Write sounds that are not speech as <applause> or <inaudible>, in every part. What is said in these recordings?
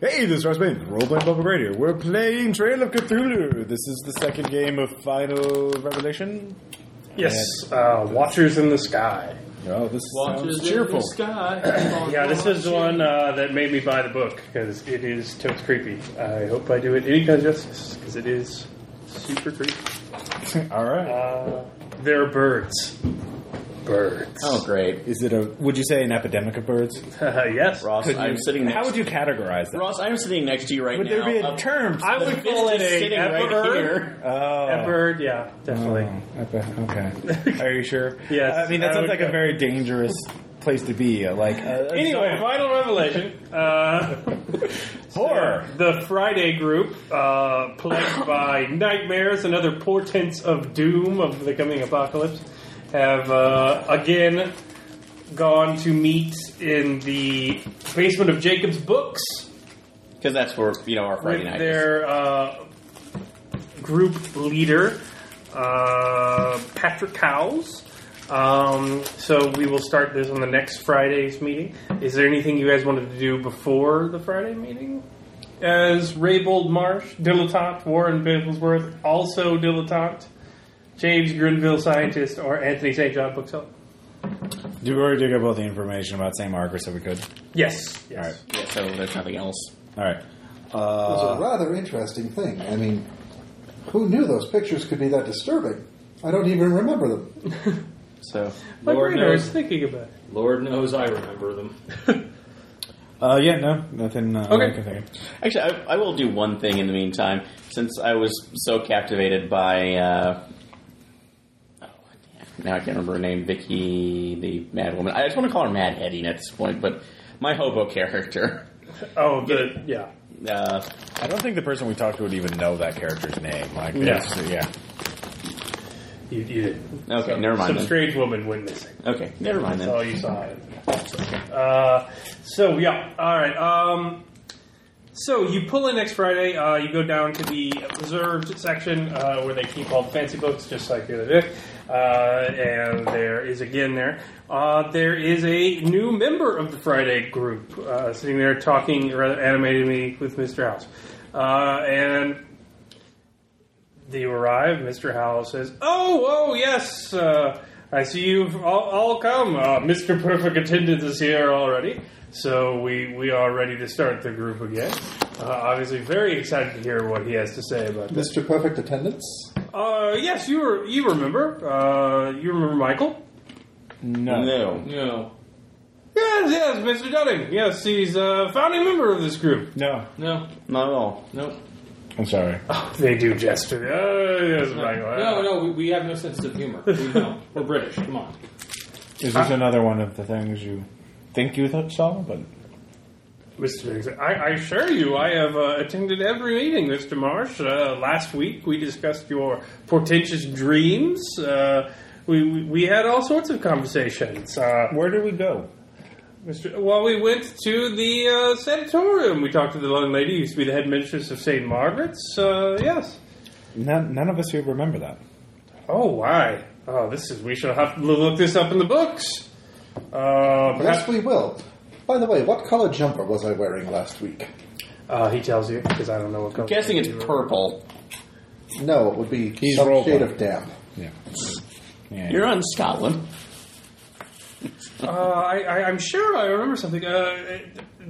Hey, this is Ross Bain, Roleplay Public Radio. We're playing Trail of Cthulhu. This is the second game of Final Revelation. Yes, uh, Watchers in the Sky. Oh, this Watches sounds cheerful. <laughs> cheerful. the sky. Yeah, this is one uh, that made me buy the book because it is totes creepy. I hope I do it any kind of justice because it is super creepy. All right. Uh, they're birds. Birds. Oh, great. Is it a? Would you say an epidemic of birds? <laughs> yes. Ross, Could I'm you- sitting How next. would you categorize that? Ross, I'm sitting next to you right Would there now. be a Um, <laughs> term? I would fist call it is a sitting right bird. here. Oh. A bird. Yeah, definitely. Oh, epi- <laughs> okay. Are you sure? Yes. I mean, that I sounds would like a go. very dangerous place to be. uh, Like uh, Anyway, final revelation. Uh, <laughs> horror. The Friday group, uh, plagued by nightmares and other portents of doom of the coming apocalypse, have uh, again gone to meet in the basement of Jacob's books Because that's where you know our Friday with night. is. their uh, group leader, uh, Patrick Cowles. Um, so we will start this on the next Friday's meeting. Is there anything you guys wanted to do before the Friday meeting? As Raybold Marsh, dilettante, Warren Bigglesworth, also dilettante, James Grinville, scientist, or Anthony St. John, bookseller? Do we already dig up all the information about St. Margaret so we could? Yes. All right. yes. Yeah, so oh, there's nothing else. All right. It was Uh, a rather interesting thing. I mean, who knew those pictures could be that disturbing? I don't even remember them. So My Lord brain is knows. thinking about it. Lord knows I remember them. Uh, yeah, no, nothing. Uh, Okay. I can think of. actually, I, I will do one thing in the meantime, since I was so captivated by. Uh, oh, now I can't remember her name, Vicky, the Mad Woman. I just want to call her Mad Hetty at this point, but my hobo character. Oh, the, yeah. Uh, I don't think the person we talked to would even know that character's name. Like, No. it's- uh, yeah. You, you did. okay, never mind. Some then. strange woman went missing. Okay, never mind That's all then. you saw. Uh, so yeah, all right. Um, so you pull in next Friday. Uh, you go down to the reserved section uh, where they keep all the fancy books, just like the other day. Uh, and there is again there. Uh, there is a new member of the Friday group uh, sitting there talking rather animatedly with Mr. House, uh, and they arrive. Mr. Howell says, "Oh, oh, yes. Uh, I see you've all, all come. Uh, Mr. Perfect Attendance is here already, so we we are ready to start the group again. Uh, obviously, very excited to hear what he has to say about this. Mr. Perfect Attendance? Uh, yes, you were, you remember. Uh, you remember Michael." No. No. No, Yes, yes, Mr. Dunning. Yes, he's a founding member of this group. No. no, Not at all. no, I'm sorry. They do gesture. Oh, yes, Michael. no, no. We, we have no sense of humor. We know. We're British. Come on. Is this another one of the things you think you th- saw? But Mr. Biggs, I, I assure you, I have uh, attended every meeting, Mr. Marsh. Uh, last week we discussed your portentous dreams. Uh, we, we- we had all sorts of conversations. Uh, where do we go? Mr. Well, we went to the uh, sanatorium. We talked to the young lady who used to be the headmistress of St. Margaret's. Uh, yes. None, none of us here remember that. Oh, why? Oh, this is. We shall have to look this up in the books. Uh, perhaps- Yes, we will. By the way, what color jumper was I wearing last week? uh, he tells you because I don't know what. I'm guessing it's purple. No, it would be He's some rolled shade one. of damp. Yeah. yeah. You're on Scotland. Uh, I, I, I'm sure I remember something. Uh,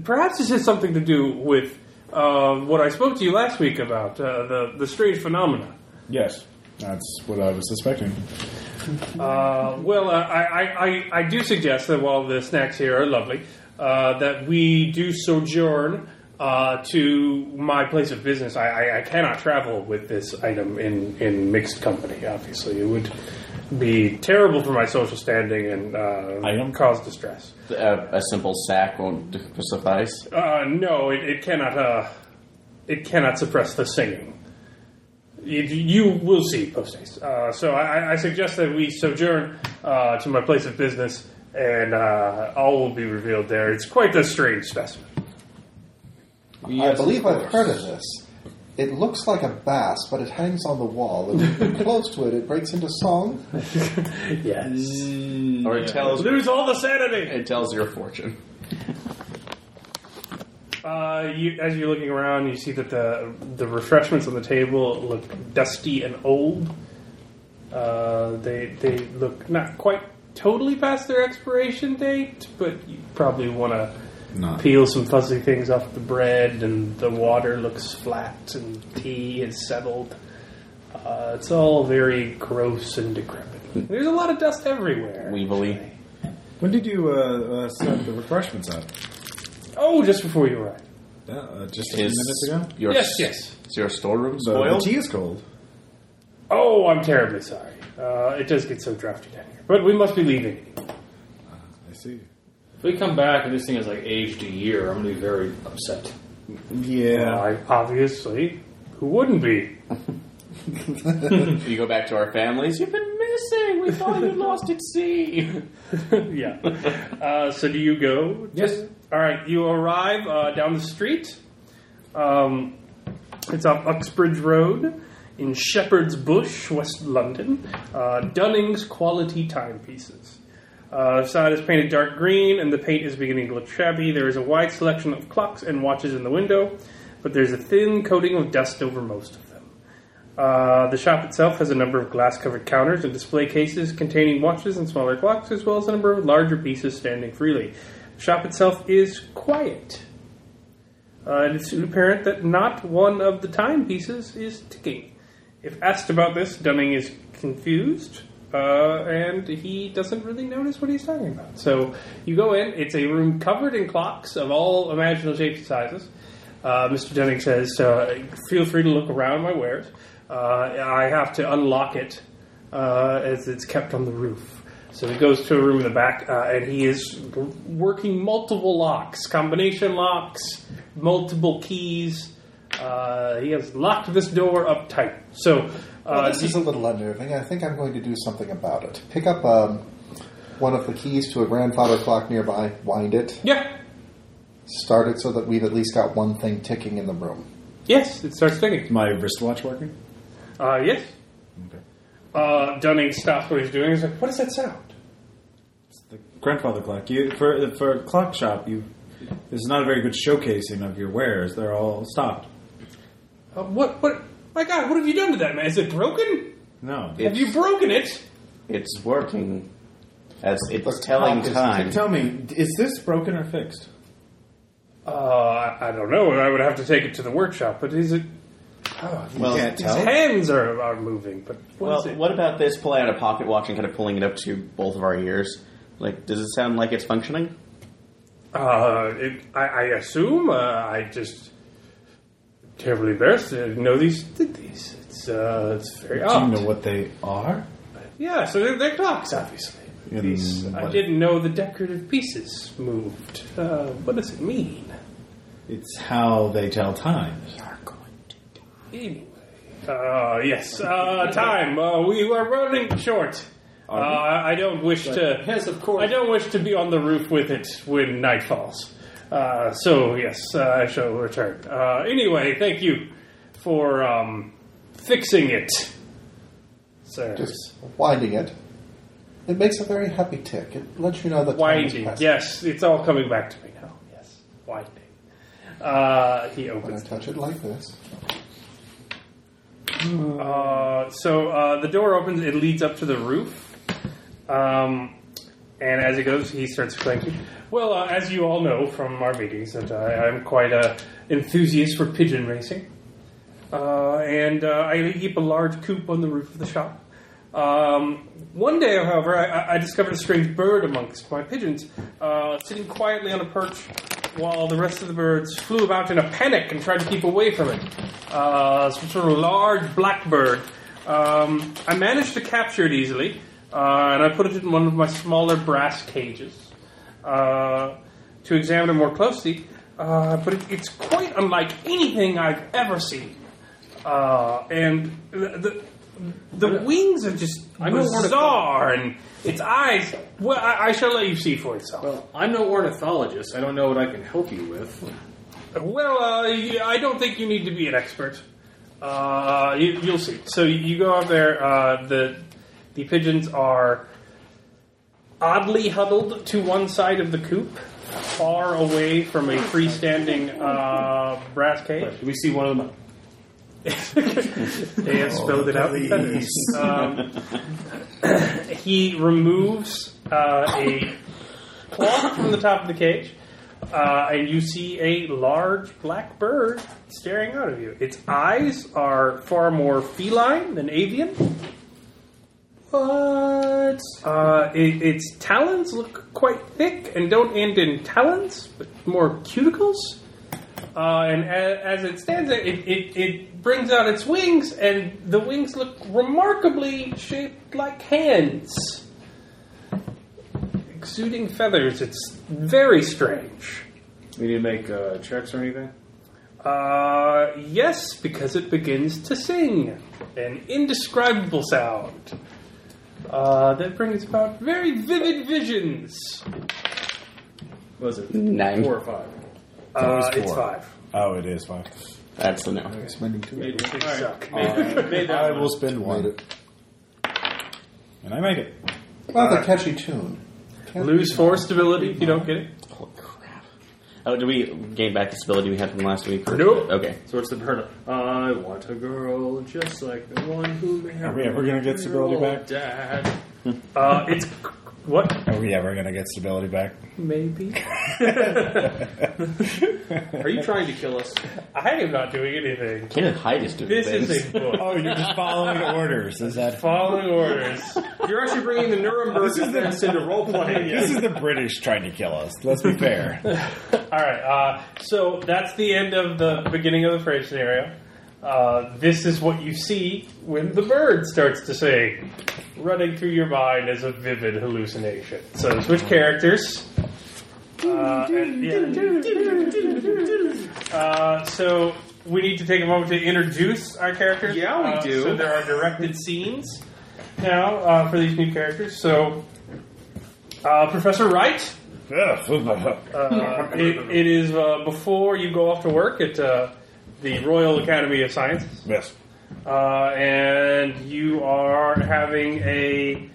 perhaps this has something to do with uh, what I spoke to you last week about uh, the the strange phenomena. yes. That's what I was suspecting. Uh, well, uh, I, I, I, I do suggest that while the snacks here are lovely, uh, that we do sojourn uh, to my place of business. I, I, I cannot travel with this item in, in mixed company. Obviously, it would be terrible for my social standing and uh, Item? cause distress. A, a simple sack won't suffice. Oh, Uh, no, it, it cannot. Uh, it cannot suppress the singing. You, you will see post haste. Uh, so I, I suggest that we sojourn uh, to my place of business, and uh, all will be revealed there. It's quite a strange specimen. I believe I've heard of this. It looks like a bass, but it hangs on the wall. And if you <laughs> get close to it, it breaks into song. Uh, Yes. Or it tells Lose all the sanity. it tells your fortune. Uh, Uh, you, as you're looking around, you see that the the refreshments on the table look dusty and old. Uh, they they look not quite totally past their expiration date, but you probably want to Not. peel some fuzzy things off the bread, and the water looks flat, and tea is settled. Uh, it's all very gross and decrepit. There's a lot of dust everywhere. Weevily. When did you uh, uh, set the refreshments up? Oh, just before you arrived. Yeah, uh, just a few Is minutes ago. your Yes, yes. Is your storeroom The- The spoiled? tea is cold. Oh, I'm terribly sorry. Uh, it does get so drafty down here. But we must be leaving. I see. If we come back and this thing is like aged a year, I'm going to be very upset. Yeah. I, obviously, who wouldn't be? you go back to our families. You've been missing. We thought you lost at sea. <laughs> yeah. Uh, so do you go? Yes. All right. You arrive uh, down the street. Um, it's off Uxbridge Road in Shepherd's Bush, West London. Uh, Dunning's Quality Timepieces. Uh, the side is painted dark green, and the paint is beginning to look shabby. There is a wide selection of clocks and watches in the window, but there's a thin coating of dust over most of them. Uh, the shop itself has a number of glass covered counters and display cases containing watches and smaller clocks, as well as a number of larger pieces standing freely. The shop itself is quiet. Uh, and it's soon apparent that not one of the timepieces is ticking. If asked about this, Dunning is confused, uh, and he doesn't really notice what he's talking about. So you go in, it's a room covered in clocks of all imaginable shapes and sizes. Uh, Mr. Dunning says, uh, Feel free to look around my wares. Uh, I have to unlock it uh, as it's kept on the roof. So he goes to a room in the back, uh, and he is working multiple locks, combination locks, multiple keys. Uh, he has locked this door up tight. So, Well, Oh, uh, this is a little unnerving. I think I'm going to do something about it. Pick up um, one of the keys to a grandfather clock nearby, wind it, yeah, start it so that we've at least got one thing ticking in the room. yes, it starts ticking. My wristwatch working? Uh, yes. Okay. Uh, Dunning stops what he's doing. He's like, "What is that sound?" The grandfather clock. You for for a clock shop. You this is not a very good showcasing of your wares. They're all stopped. Uh, what? What? My God! What have you done to that man? Is it broken? No. It- Have you broken it? It's working. As it's Look, telling clock is- time. Tell me, is this broken or fixed? Uh, I I don't know. I would have to take it to the workshop. But is it? Well, Oh, you can't His tell. hands are, are moving. But what Well, is it? what about this? Pull out a pocket watch and kind of pulling it up to both of our ears. Like, does it sound like it's functioning? Uh, it, I, I assume. Uh, I just terribly embarrassed to know these did these. It's uh, it's very Do you odd. know what they are? yeah, so they're, they're clocks, obviously. In These, I Mm, what? didn't know the decorative pieces moved. Uh, what does it mean? It's how they tell time. Anyway, uh, yes, uh, time. Uh, we are running short. Uh, I I don't wish to. Yes, of course. I don't wish to be on the roof with it when night falls. Uh, so yes, uh, I shall return. Uh, anyway, thank you for um, fixing it, sir. Just winding it. It makes a very happy tick. It lets you know that time is Winding. passing. Yes, it's all coming back to me now. Yes, winding. Uh, he When I opens. touch it like this, Uh, so uh, the door opens. It leads up to the roof. Um, and as it goes, he starts clanking. Well, uh, as you all know from our meetings, that I, I'm quite a enthusiast for pigeon racing, uh, and uh, I keep a large coop on the roof of the shop. Um, one day, however, I- I, I discovered a strange bird amongst my pigeons, uh, sitting quietly on a perch, while the rest of the birds flew about in a panic and tried to keep away from it. Uh, some sort of large blackbird. Um, I managed to capture it easily, uh, and I put it in one of my smaller brass cages. Uh, to examine it more closely, uh, but it, it's quite unlike anything I've ever seen. Uh, and the, the, the wings are just I'm no bizarre, and its eyes. Well, I, I shall let you see for itself. Well, I'm no ornithologist. I don't know what I can help you with. Well, uh, you- I don't think you need to be an expert. Uh, you, you'll see. So you go out there. Uh, the the pigeons are oddly huddled to one side of the coop, far away from a freestanding uh, brass cage. Do we see one of them? They have spelled it out. Um, <coughs> he removes uh, a cloth from the top of the cage, uh, and you see a large black bird staring out of you. Its eyes are far more feline than avian. But uh, it, its talons look quite thick and don't end in talons, but more cuticles. Uh, and a- as it stands there, it, it, it brings out its wings, and the wings look remarkably shaped like hands, exuding feathers. It's very strange. We need to make uh, checks or anything? Uh, yes, because it begins to sing an indescribable sound uh, that brings about very vivid visions. What is it? Nine. Four or five? Uh, That was it's four. five. Oh, it is fine. That's a no. Spending two. It All right. suck. Made that I one. will spend one, and I make it. Well, that's a catchy tune. Can't Lose be- four stability if you don't get it. Holy crap. Oh, do we gain back the disability we had from last week? Or Nope. Okay. So what's the burn I want a girl just like the one who married Are we ever gonna get stability your back? Dad. Uh, it's what? Are we ever gonna get stability back? Maybe. Are you trying to kill us? I am not doing anything. Kenneth Hyde is doing This things. is a book. Oh, you're just following orders. Is that? Following orders. You're actually bringing the Nuremberg defense into role <laughs> playing. This is the British trying to kill us. Let's be <laughs> fair. <laughs> All right. Uh, so that's the end of the beginning of the phrase scenario. Uh, this is what you see when the bird starts to sing, running through your mind as a vivid hallucination. So switch characters. Uh, and- yeah. Uh, so we need to take a moment to introduce our characters. Yeah, we Uh, do. So there are directed scenes now uh, for these new characters. So uh, Professor Wright. <laughs> Uh, it, it is uh, before you go off to work at uh, the Royal Academy of Sciences, yes. uh, and you are having a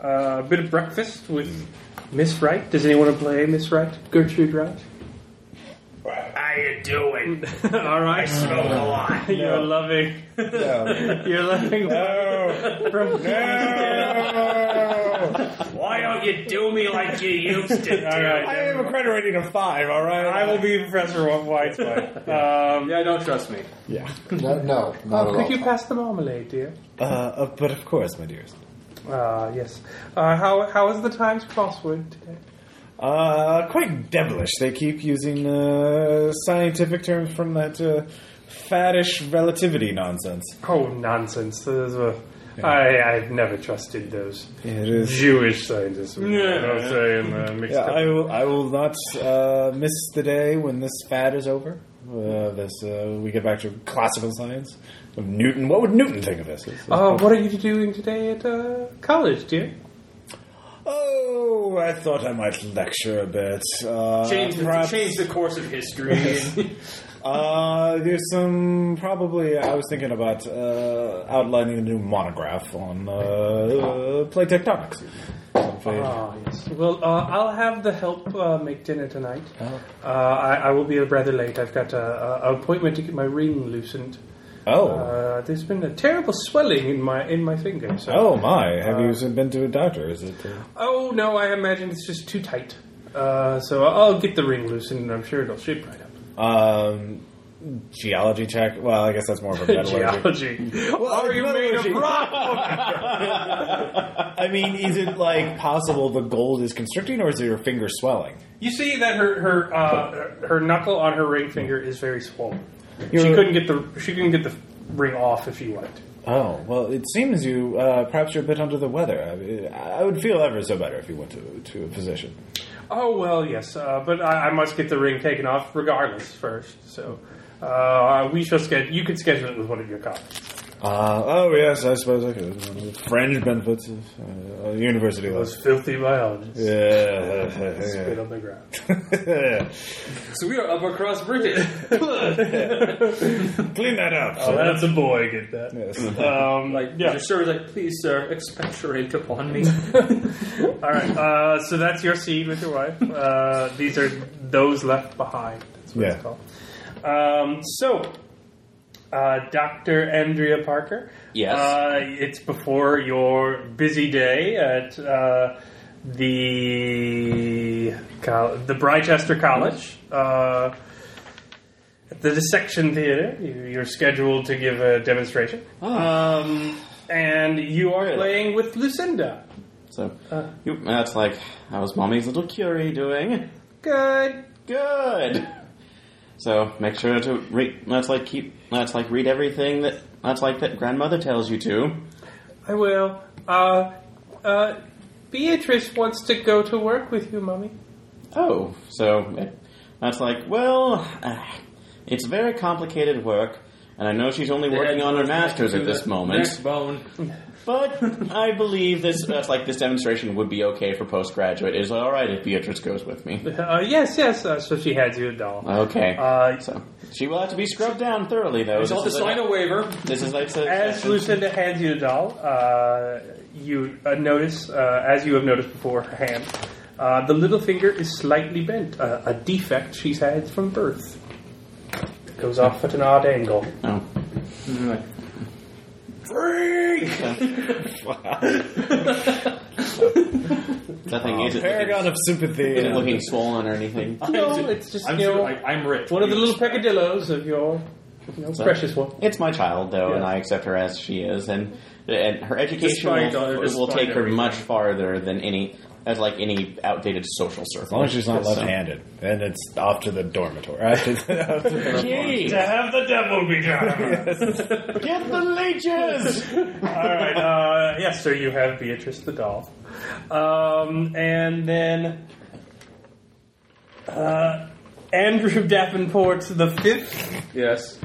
uh, bit of breakfast with Miss Wright. Does anyone play Miss Wright? Gertrude Wright. How you doing? <laughs> All right. <laughs> You're loving. No. <laughs> You're loving. No. Why don't you do me like you used to? All I right. have a credit rating of five. All right. I will be Professor <laughs> Whiteside. Um, Yeah, don't trust me. Yeah. No, no, not at all. Could you pass the marmalade, dear? Uh, uh, but of course, my dears. Ah, yes. Uh, how how is the Times crossword today? Uh, quite devilish. They keep using uh, scientific terms from that uh, faddish relativity nonsense. Oh, nonsense. Those are, I, I've never trusted those It is. Jewish scientists. Yeah. I'll say in the mixed Yeah, up. I will. I will not uh, miss the day when this fad is over. Uh, this uh, we get back to classical science of Newton. What would Newton think of this? It's- Uh, what are you doing today at uh, college, dear? Oh, I thought I might lecture a bit. Uh, Change the, perhaps- change the course <laughs> of history. Uh, there's some probably. I was thinking about uh, outlining a new monograph on uh, uh, plate tectonics. Something- Uh-huh. Ah, yes. Well, uh, I'll have the help uh, make dinner tonight. Oh. Uh, I, I will be rather late. I've got a, a, an appointment to get my ring loosened. oh, Uh, there's been a terrible swelling in my in my finger. So. oh my! Have you been to a doctor? Is it? Uh, Oh no, I imagine it's just too tight. Uh, so I'll get the ring loosened, and I'm sure it'll shape right up. Um, geology check. Well, I guess that's <laughs> more of a metallurgy. Geology. Are you made metallurgy. of rock? I mean, is it like possible the gold is constricting, or is it your finger swelling? You see that her her uh, her knuckle on her ring finger is very swollen. she You're- couldn't get the she couldn't get the ring off if you wanted. Oh well, it seems you uh, perhaps you're a bit under the weather. I, mean, I would feel ever so better if you went to to a physician. Oh well, yes, uh, but I, I must get the ring taken off regardless first. So uh, we shall schedule. You could schedule it with one of your colleagues. Uh, oh yes, I suppose I could. Fringe benefits of uh, university Those life. filthy biologists. Spit Yeah. on the ground. So we are up across bridges. <laughs> Clean that up. Oh, that's a boy. Get that. Yes. <laughs> Um, like, <laughs> yeah. your server's like, please, sir, expectorate <laughs> upon me. All right. Uh, so that's your seed with your wife. Uh, these are those left behind. That's what it's Yeah. called. Um, so, uh, Dr. Andrea Parker. Yes. Uh, it's before your busy day at uh, the col- the Brychester College. Uh, at the dissection theater, you, you're scheduled to give a demonstration, um, and you are Ah. Really? playing with Lucinda. So Uh. you, that's like, how's mommy's little curie doing? Good. Good. So make sure to read. That's like keep. That's like read everything that. That's like that grandmother tells you to. I will. Uh, uh, Beatrice wants to go to work with you, Mummy. Oh, so it- that's like well, ah, it's very complicated work, and I know she's only working on her masters at this moment. Backbone. But I believe this. That's like this demonstration would be okay for postgraduate. Is all right if Beatrice goes with me. Uh, yes, yes. Uh, so she hands you a doll. Okay. Uh, so she will have to be scrubbed down thoroughly, though. Result This to is sign a- a waiver. This is like so- As Lucinda hands you the doll, uh, you uh, notice, uh, as you have noticed before, her hand, uh, the little finger is slightly bent, uh, a defect she's had from birth. It goes off at an odd angle. Oh. Nothing is it Oh, Paragon looking, of sympathy. is it looking swollen or anything. <laughs> No, it's just I'm, you know, like, I'm rich. one of the little peccadillos of your you know, So- precious one. It's my child though, and Yeah. I accept her as she is, and and her education Despite all- will, will despite take her everything. much farther than any as like any outdated social As long circle. as she's not So- left-handed, and it's off to the dormitory. <laughs> After the, after the- <laughs> Gee, have the devil be <laughs> done. get the leeches! All right. Uh, yes, sir. You have Beatrice the doll, um, and then uh, Andrew <laughs> Davenport's the fifth. <laughs> Yes.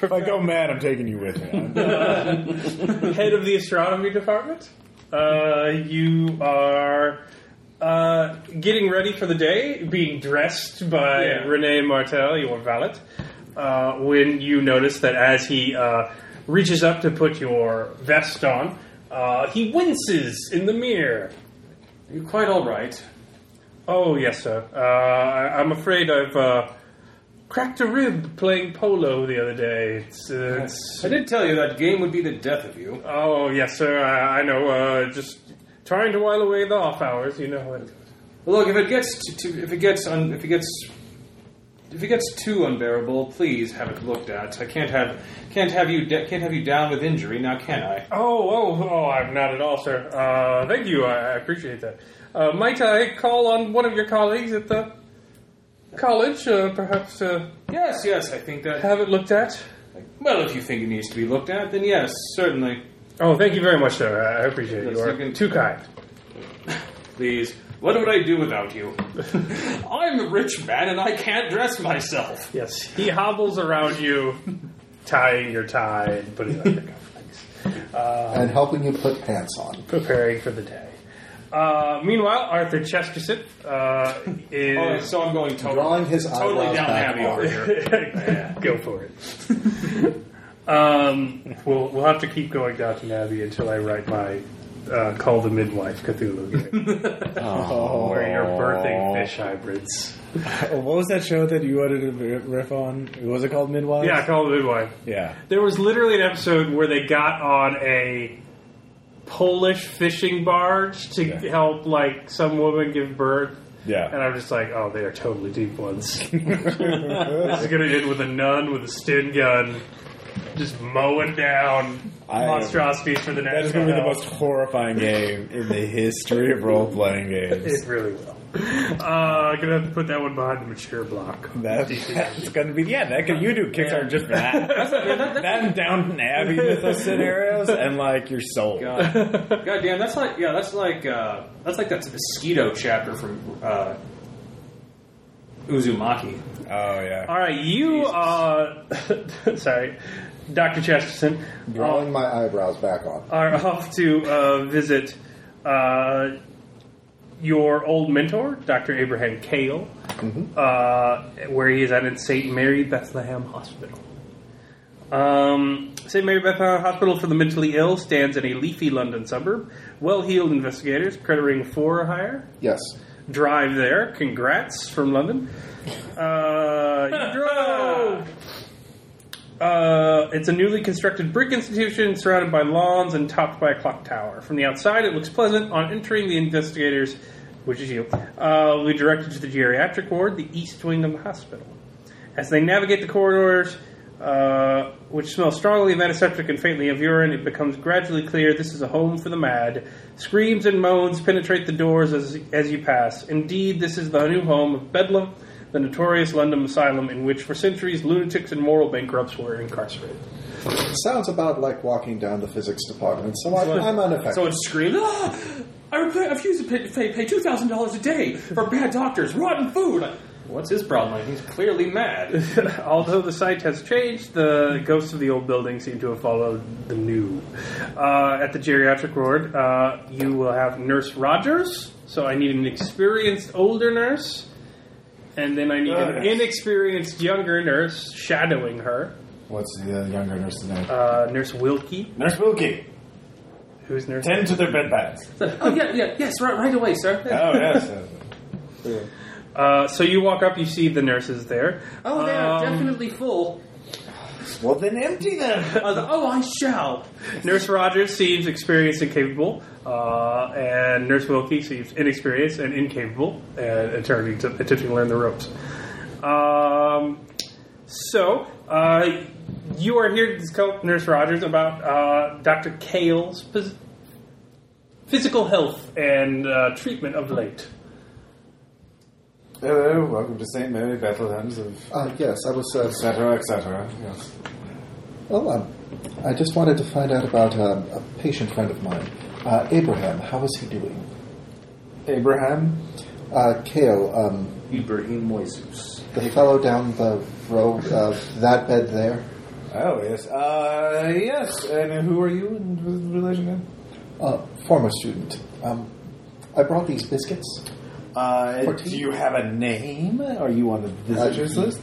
if I go mad, I'm taking you with me. head of the astronomy department. Uh, you are uh, getting ready for the day, being dressed by Yeah. Rene Martel, your valet, uh, when you notice that as he uh, reaches up to put your vest on, uh, he winces in the mirror. You're quite all right. Oh, yes, sir. Uh, I- I'm afraid I've uh, cracked a rib playing polo the other day. It's, uh, it's I did tell you that game would be the death of you. Oh yes, sir. I, I know. Uh, just trying to while away the off hours. You know how it goes. Look, if it gets to, to if it gets un, if it gets if it gets too unbearable, please have it looked at. I can't have can't have you da- can't have you down with injury now, can I? Oh, oh, oh! I'm not at all, sir. Uh, thank you. I, I appreciate that. Uh, might I call on one of your colleagues at the college, uh, perhaps uh, Yes, yes, I think that. have it looked at? Well, if you think it needs to be looked at, then yes, certainly. Oh, thank you very much, sir. I I appreciate it. Yes, You you are can- too kind. Please, what would I do without you? <laughs> I'm a rich man and I can't dress myself. Yes, he hobbles around you, tying your tie and putting on your cufflinks. and helping you put pants on. preparing for the day. Uh, meanwhile, Arthur Chesterton uh, is. Oh, so I'm going totally, Drawing his totally eyebrows down back heavy over here. <laughs> Go for it. um, we'll, we'll have to keep going down to Navi until I write my uh, Call the Midwife Cthulhu game, <laughs> where you're birthing fish hybrids. Oh, <laughs> what was that show that you wanted to ri- riff on? Was it called Midwives? Yeah, Call the Midwife. Yeah. There was literally an episode where they got on a Polish fishing barge to Yeah. help, like, some woman give birth. And Yeah. I'm just like, oh, they are totally deep ones. <laughs> this is going to end with a nun with a Stin gun just mowing down I- monstrosities for the next That is going to be the most horrifying game in the history of role playing games. It really will. Uh, I'm going to have to put that one behind the mature block. <laughs> That, that's going to be yeah. That could, you do Kickstarter just for that. that and Downton Abbey with those scenarios and like your soul. <laughs> God, God damn, that's like yeah, that's like uh, that's like that mosquito chapter from uh, Uzumaki. Oh yeah. All right, you. Uh, <laughs> sorry, Doctor Chesterton. uh, Drawing my eyebrows back on. are <laughs> off to uh, visit uh, your old mentor, Dr. Abraham Kale, uh, where he is at in St. Mary Bethlehem Hospital. Um, St. Mary Bethlehem Hospital for the Mentally Ill stands in a leafy London suburb. Well heeled investigators, credit ring four or higher. Yes. Drive there. Congrats from London. Uh, you drove. Uh, it's a newly constructed brick institution surrounded by lawns and topped by a clock tower. From the outside, it looks pleasant. On entering, the investigators, which is you, uh, will be directed to the geriatric ward, the east wing of the hospital. As they navigate the corridors, uh, which smell strongly of antiseptic and faintly of urine, it becomes gradually clear this is a home for the mad. Screams and moans penetrate the doors as, as you pass. Indeed, this is the new home of Bedlam, the notorious London asylum in which, for centuries, lunatics and moral bankrupts were incarcerated. Sounds about like walking down the physics department, so I, I'm unaffected. Someone screamed, ah, I repay, I refuse to pay, pay, pay $2,000 a day for bad doctors, rotten food. What's his problem? He's clearly mad. Although the site has changed, the ghosts of the old building seem to have followed the new. Uh, at the geriatric ward, uh, you will have Nurse Rogers. So I need an experienced older nurse, and then I need an inexperienced younger nurse shadowing her. What's the uh, younger nurse's name? Uh, nurse Wilkie, Nurse Wilkie. who's nurse. Tend to their bed pads. <laughs> Oh, yeah, yeah, yes, right, right away, sir. Oh yes. Uh, so you walk up, you see the nurses there. Oh, they are Um, definitely full. well then, empty them. I was like, oh, I shall. Nurse Rogers seems experienced and capable, uh, and Nurse Wilkie seems inexperienced and incapable, and attempting to, attempting to learn the ropes. Um, so, uh, you are here to tell Nurse Rogers about uh, Dr. Kale's phys- physical health and uh, treatment of late. Hello, welcome to St. Mary Bethlehem's of Uh, yes, I was. Uh, etc. etc. Yes. well, um, I just wanted to find out about um, a patient friend of mine, uh, Abraham. How is he doing? Abraham. Uh, Kale, um, Ibrahim Moisus. the fellow down the road, uh, that bed there. Oh yes. Uh, yes. And who are you in relation to? Uh, former student. Um, I brought these biscuits. Uh, Fourteen. do you have a name? Are you on the visitors list?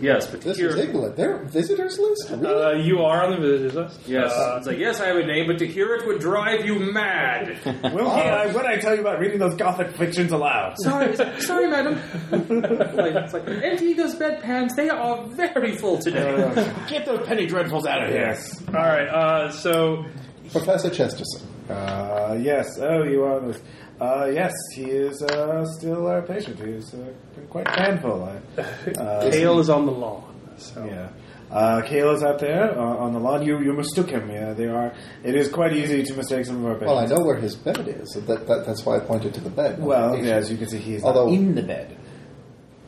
yes, but This here, is England. They're visitors list. Really? Uh, you are on the visitors list. yes, Uh, it's like yes, I have a name, but to hear it would drive you mad. Wilkie, I, what I tell you about reading those gothic fictions aloud? <laughs> Sorry, sorry, madam. like, it's like, empty those bedpans. They are very full today. Get those penny dreadfuls out of here. Yes. all right. Uh, so Professor Chesterton. Uh, yes. Oh, you are on the list. Uh, yes, he is uh, still our patient. He is uh, quite painful. I, uh, Kale is on the lawn. So. Yeah. Uh, Kayla's out there uh, on the lawn. You you mistook him. Yeah, they are. It is quite easy to mistake some of our Well, I patients. know where his bed is. and That, that, that's why I pointed to the bed. not the Well, patient. yeah, as you can see, he's Although- not in the bed.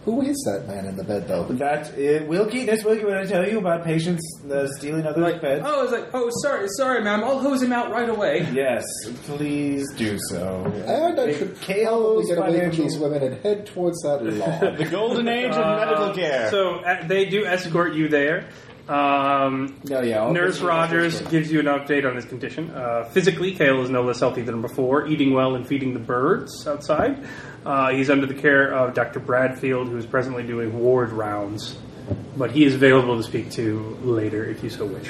Who is that man in the bed, though? That is, Wilkie, that's Wilkie. When I tell you about patients uh, stealing others' beds. Oh, it's like, oh, sorry, sorry, ma'am. I'll hose him out right away. Yes, please do so. And I should probably Kale's get away from financial- these women and head towards that lawn. The golden age Uh, So uh, they do escort you there. Um, No, Oh, yeah. all Nurse patients- Rogers gives you an update on his condition. Uh, physically, Kale is no less healthy than before, eating well and feeding the birds outside. Uh, he's under the care of Dr. Bradfield, who is presently doing ward rounds, but he is available to speak to later if you so wish.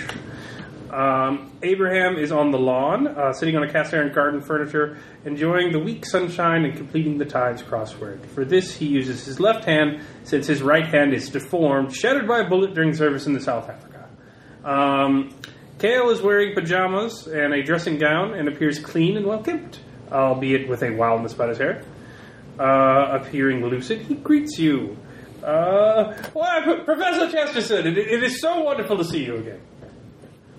Um, Abraham is on the lawn, uh, sitting on a cast iron garden furniture, enjoying the weak sunshine and completing the Times crossword. For this, he uses his left hand, since his right hand is deformed, shattered by a bullet during service in the South Africa. Um, Kale is wearing pajamas and a dressing gown and appears clean and well kept, albeit with a wildness about his hair. Uh, appearing lucid, he greets you. Uh, why, P- Professor Chesterton, it, it is so wonderful to see you again.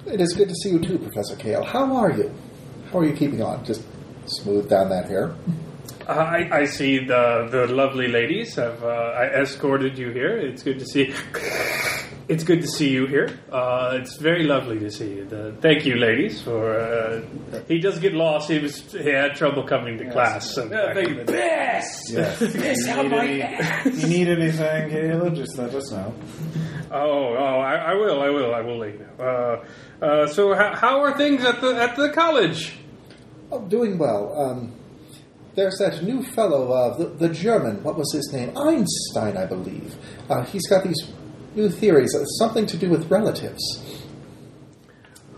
it is good to see you too, Professor Kale. How are you? How are you keeping on? Just smooth down that hair. I, I see the the lovely ladies have uh, I escorted you here. It's good to see. It's good to see you here. Uh, it's very lovely to see you. The, thank you, ladies, for. Uh, he does get lost. He was he had trouble coming to class. So Yeah, thank you. Best! Yes. Yes, out my ass! <laughs> you need anything, Caleb? Just let us know. Oh, oh, I, I will, I will, I will let you know. Uh, uh, so, how, how are things at the at the college? Oh, doing well. Um, there's that new fellow, uh, the, the German, what was his name? Einstein, I believe. Uh, he's got these new theories, uh, something to do with relatives.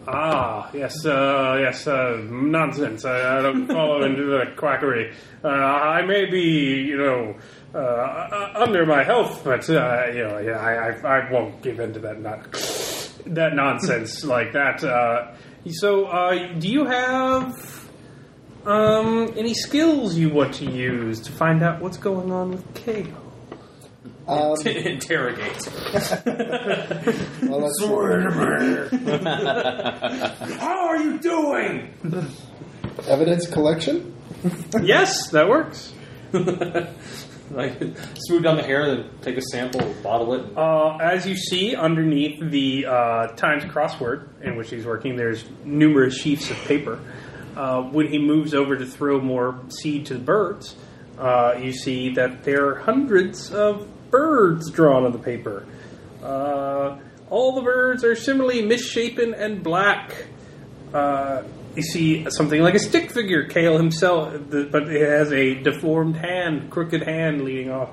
Ah, yes, uh, yes, uh, nonsense. I, I don't follow into the quackery. Uh, I may be, you know, uh, uh, under my health, but uh, you know, yeah, I, I, I won't give in to that not that nonsense <laughs> like that. Uh, so, uh, do you have um, any skills you want to use to find out what's going on with Cato? Um, Interrogate. well, that's- How are you doing? evidence collection? yes, that works. <laughs> like, smooth down the hair, then take a sample, bottle it. and- Uh, as you see underneath the uh, Times crossword in which he's working, there's numerous sheafs of paper. Uh, when he moves over to throw more seed to the birds, uh, you see that there are hundreds of birds drawn on the paper. Uh, all the birds are similarly misshapen and black. Uh, you see something like a stick figure, Kale himself, th- but it has a deformed hand, crooked hand leading off.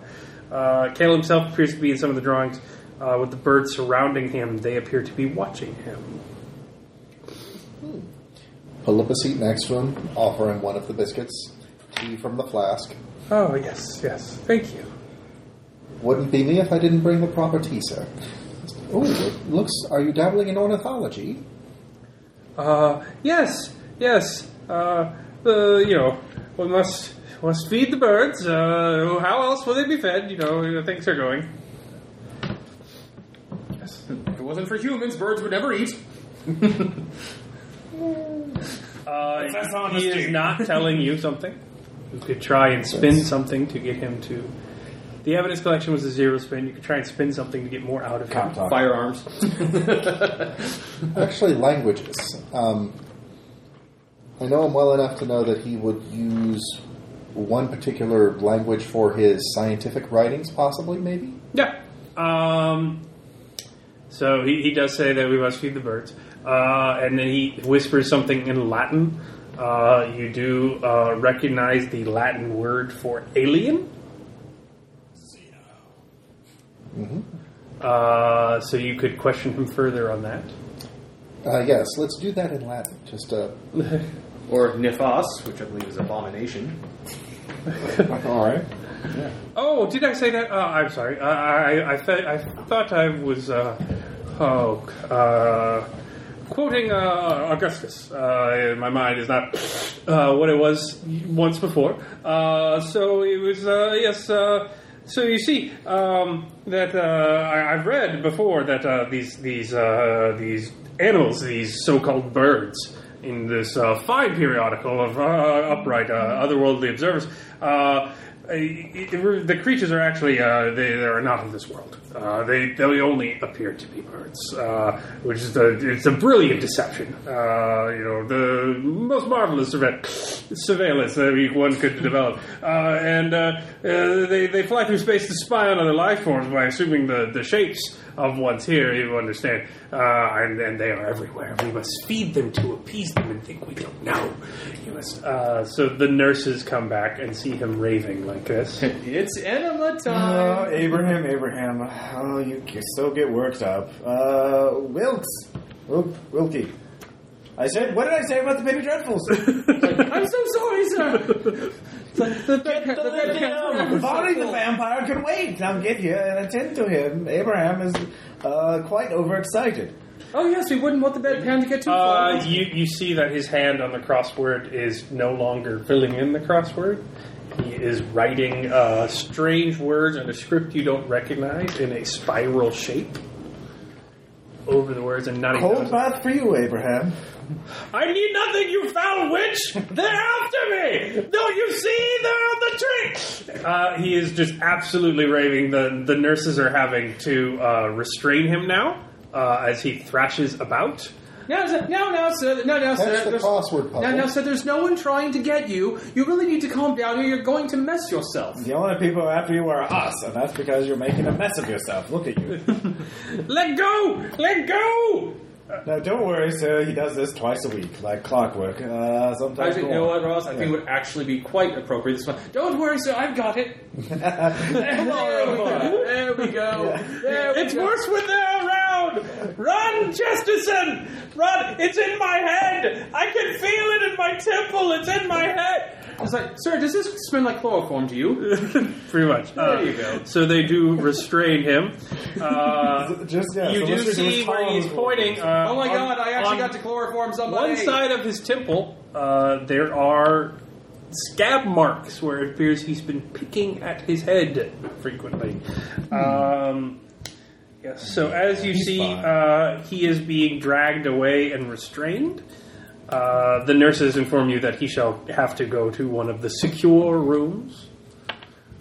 Uh, Kale himself appears to be in some of the drawings. Uh, with the birds surrounding him, they appear to be watching him. Pull up a seat next to him, offer him one of the biscuits, tea from the flask. Oh, yes, yes. Thank you. Wouldn't be me if I didn't bring the proper tea, sir. Oh, it looks. Are you dabbling in ornithology? Uh, yes, yes. Uh, the you know, we must must feed the birds. Uh, how else will they be fed? You know, things are going. If it wasn't for humans, birds would never eat. Uh, That's he honesty. is <laughs> not telling you something. You could try and spin something to get him to. The evidence collection was a zero spin. You could try and spin something to get more out of him. Firearms. Actually, languages. Um, I know him well enough to know that he would use one particular language for his scientific writings, possibly, maybe? Yeah. Um, so he, he does say that we must feed the birds. Uh, and then he whispers something in Latin. Uh, you do uh, recognize the Latin word for alien. Mm-hmm. Uh, so you could question him further on that. Uh, yes, let's do that in Latin. Just uh, Or Nifas, which I believe is abomination. all right. Oh, did I say that? Uh, I'm sorry. I I, I, th- I thought I was uh, oh uh, quoting uh, Augustus. Uh, my mind is not uh, what it was once before. Uh, so it was uh, yes. Uh, so you see um, that uh, I, I've read before that uh, these these uh, these animals, these so-called birds, in this uh, fine periodical of uh, upright uh, otherworldly observers. Uh, it, it, the creatures are actually uh, they, they are not of this world. Uh, they they only appear to be birds, uh, which is a, it's a brilliant deception. Uh, you know the most marvelous surve- surveillance that we- one could develop, uh, and uh, uh, they they fly through space to spy on other life forms by assuming the, the shapes of ones here. You understand, uh, and, and they are everywhere. We must feed them to appease them and think we don't know. You must. Uh, so the nurses come back and see him raving like this. It's enema time. Oh, Abraham, Abraham. Oh, you c- still get worked up. Uh, Wilkes. Wil- Wilkie. I said, what did I say about the Baby Dreadfuls? I'm so sorry, sir. Barney the vampire could wait. I'll get you and attend to him. Abraham is uh, quite overexcited. Oh, yes, we wouldn't want the bedpan to get too far. Uh, you you see that his hand on the crossword is no longer filling in the crossword. He is writing uh, strange words in a script you don't recognize in a spiral shape. over the words and not even. Cold bath for you, Abraham. I need nothing, you foul witch! They're after me! Don't you see? They're on the tree! Uh, he is just absolutely raving. The, the nurses are having to uh, restrain him now uh, as he thrashes about. <laughs> No, sir, no, no, sir, no, no, sir. That's the there's- crossword puzzle. No, no, sir. There's no one trying to get you. You really need to calm down, or you're going to mess yourself. The only people after you are us, and that's because you're making a mess of yourself. Look at you. Let go! Let go! now, don't worry, sir. He does this twice a week, like clockwork. Uh, sometimes. Actually, you know what, Ross? I think it would actually be quite appropriate. This one. Don't worry, sir. I've got <laughs> it. there, we go. there we go. There we It's go. worse when they're around! Run, Chesterton! Run! It's in my head! I can feel it in my temple! It's in my head! It's like, sir, does this smell like chloroform to you? Pretty much. Uh, There you go. So they do restrain him. <laughs> Uh, Just yeah. you so do let's just see his where he's tongue. pointing. Uh, Oh my on- God! I actually on got to chloroform somebody. one side of his temple. Uh, there are scab marks where it appears he's been picking at his head frequently. Hmm. Um, yes. So as you see, fine. uh, he is being dragged away and restrained. Uh, the nurses inform you that he shall have to go to one of the secure rooms.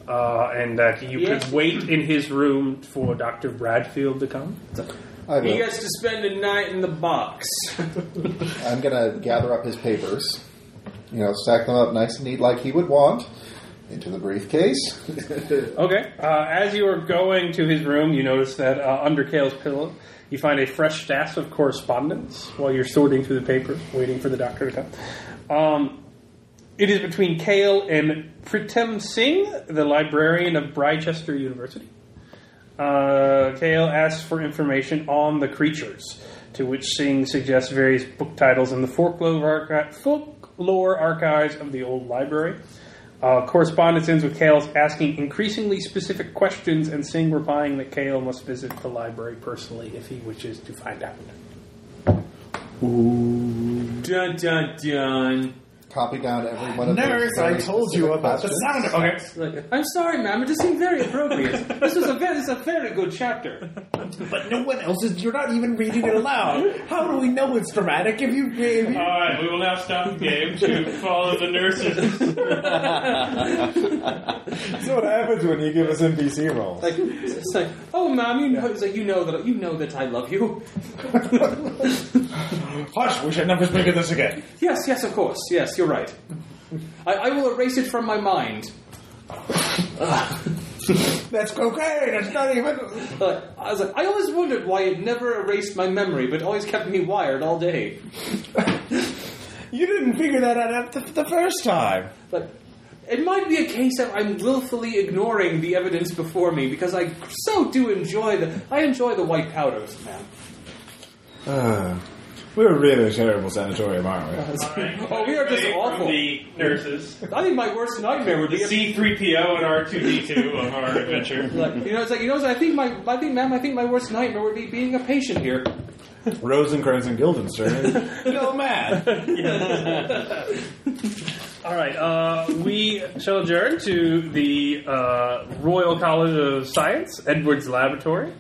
Uh, and that you Yes. could wait in his room for Dr. Bradfield to come. I will. He gets to spend a night in the box. I'm going to gather up his papers, you know, stack them up nice and neat like he would want, into the briefcase. <laughs> Okay. Uh, as you are going to his room, you notice that uh, under Kale's pillow, you find a fresh stash of correspondence while you're sorting through the papers, waiting for the doctor to come. Um, it is between Kale and Pritam Singh, the librarian of Brychester University. Uh, Kale asks for information on the creatures, to which Singh suggests various book titles in the folklore, archi- folklore archives of the old library. Uh, correspondence ends with Kale's asking increasingly specific questions and Singh replying that Kale must visit the library personally if he wishes to find out. <laughs> dun dun dun. Copy down every one of those Nurse, I very told you specific about the questions. sound effects. Like, I'm sorry, ma'am. It just seemed very appropriate. this was a very, this is a very good chapter. But no one else is. You're not even reading it aloud. How do we know it's dramatic if you? If you Alright, we will now stop the game <laughs> to follow the nurses. that's what happens when you give us NPC roles. Like it's like, oh, ma'am, you know, it's like you know that you know that I love you. Hush, we should never speak of this again. Yes, yes, of course. Yes, you're right. I, I will erase it from my mind. That's cocaine. It's not even. But I was like, I always wondered why it never erased my memory, but always kept me wired all day. You didn't figure that out the, the first time. But it might be a case that I'm willfully ignoring the evidence before me because I so do enjoy the I enjoy the white powders, man. Uh, we're really a terrible sanatorium, aren't we? Oh, we are just awful. The nurses. I think my worst nightmare would be if, C3PO and R2D2 of our adventure. like, you know, it's like you know, I think my I think, ma'am, I think my worst nightmare would be being a patient here. Rosencrantz and <laughs> Guildenstern. Still mad. All right, uh, we shall adjourn to the uh, Royal College of Science, Edwards Laboratory.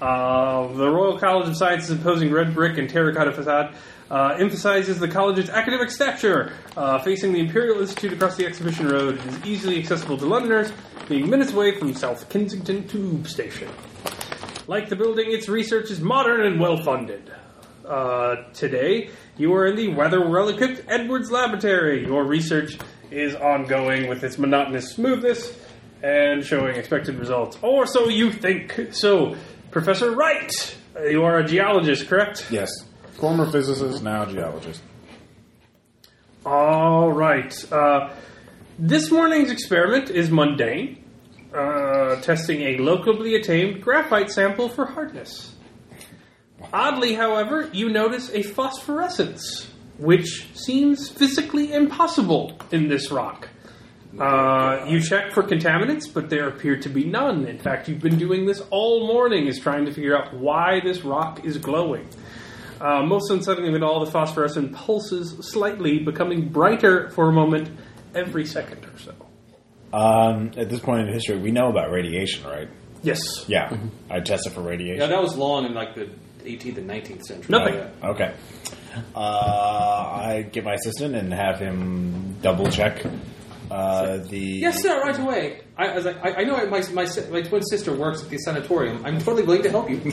Uh, the Royal College of Science is imposing red brick and terracotta facade. Uh, emphasizes the college's academic stature. Uh, facing the Imperial Institute across the exhibition road, it is easily accessible to Londoners, being minutes away from South Kensington Tube Station. Like the building, its research is modern and well funded. Uh, today, you are in the weather well equipped Edwards Laboratory. Your research is ongoing with its monotonous smoothness and showing expected results. Or so you think. So, Professor Wright, you are a geologist, correct? Yes. Former physicist, now geologist. All right. Uh, this morning's experiment is mundane, uh, testing a locally attained graphite sample for hardness. Oddly, however, you notice a phosphorescence, which seems physically impossible in this rock. Uh, you check for contaminants, but there appear to be none. In fact, you've been doing this all morning, is trying to figure out why this rock is glowing. Uh, most unsettlingly of all, the phosphorescent pulses slightly, becoming brighter for a moment every second or so. Um, at this point in history, we know about radiation, right? Yes. Mm-hmm. Yeah. I tested for radiation. Uh, Yeah, that was long in like the 18th and 19th century. Nothing. Yeah. Okay. Uh, I get my assistant and have him double check uh, the. Yes, sir, right away. I, as I, I I know my, my, si- my twin sister works at the sanatorium. I'm totally willing to help you.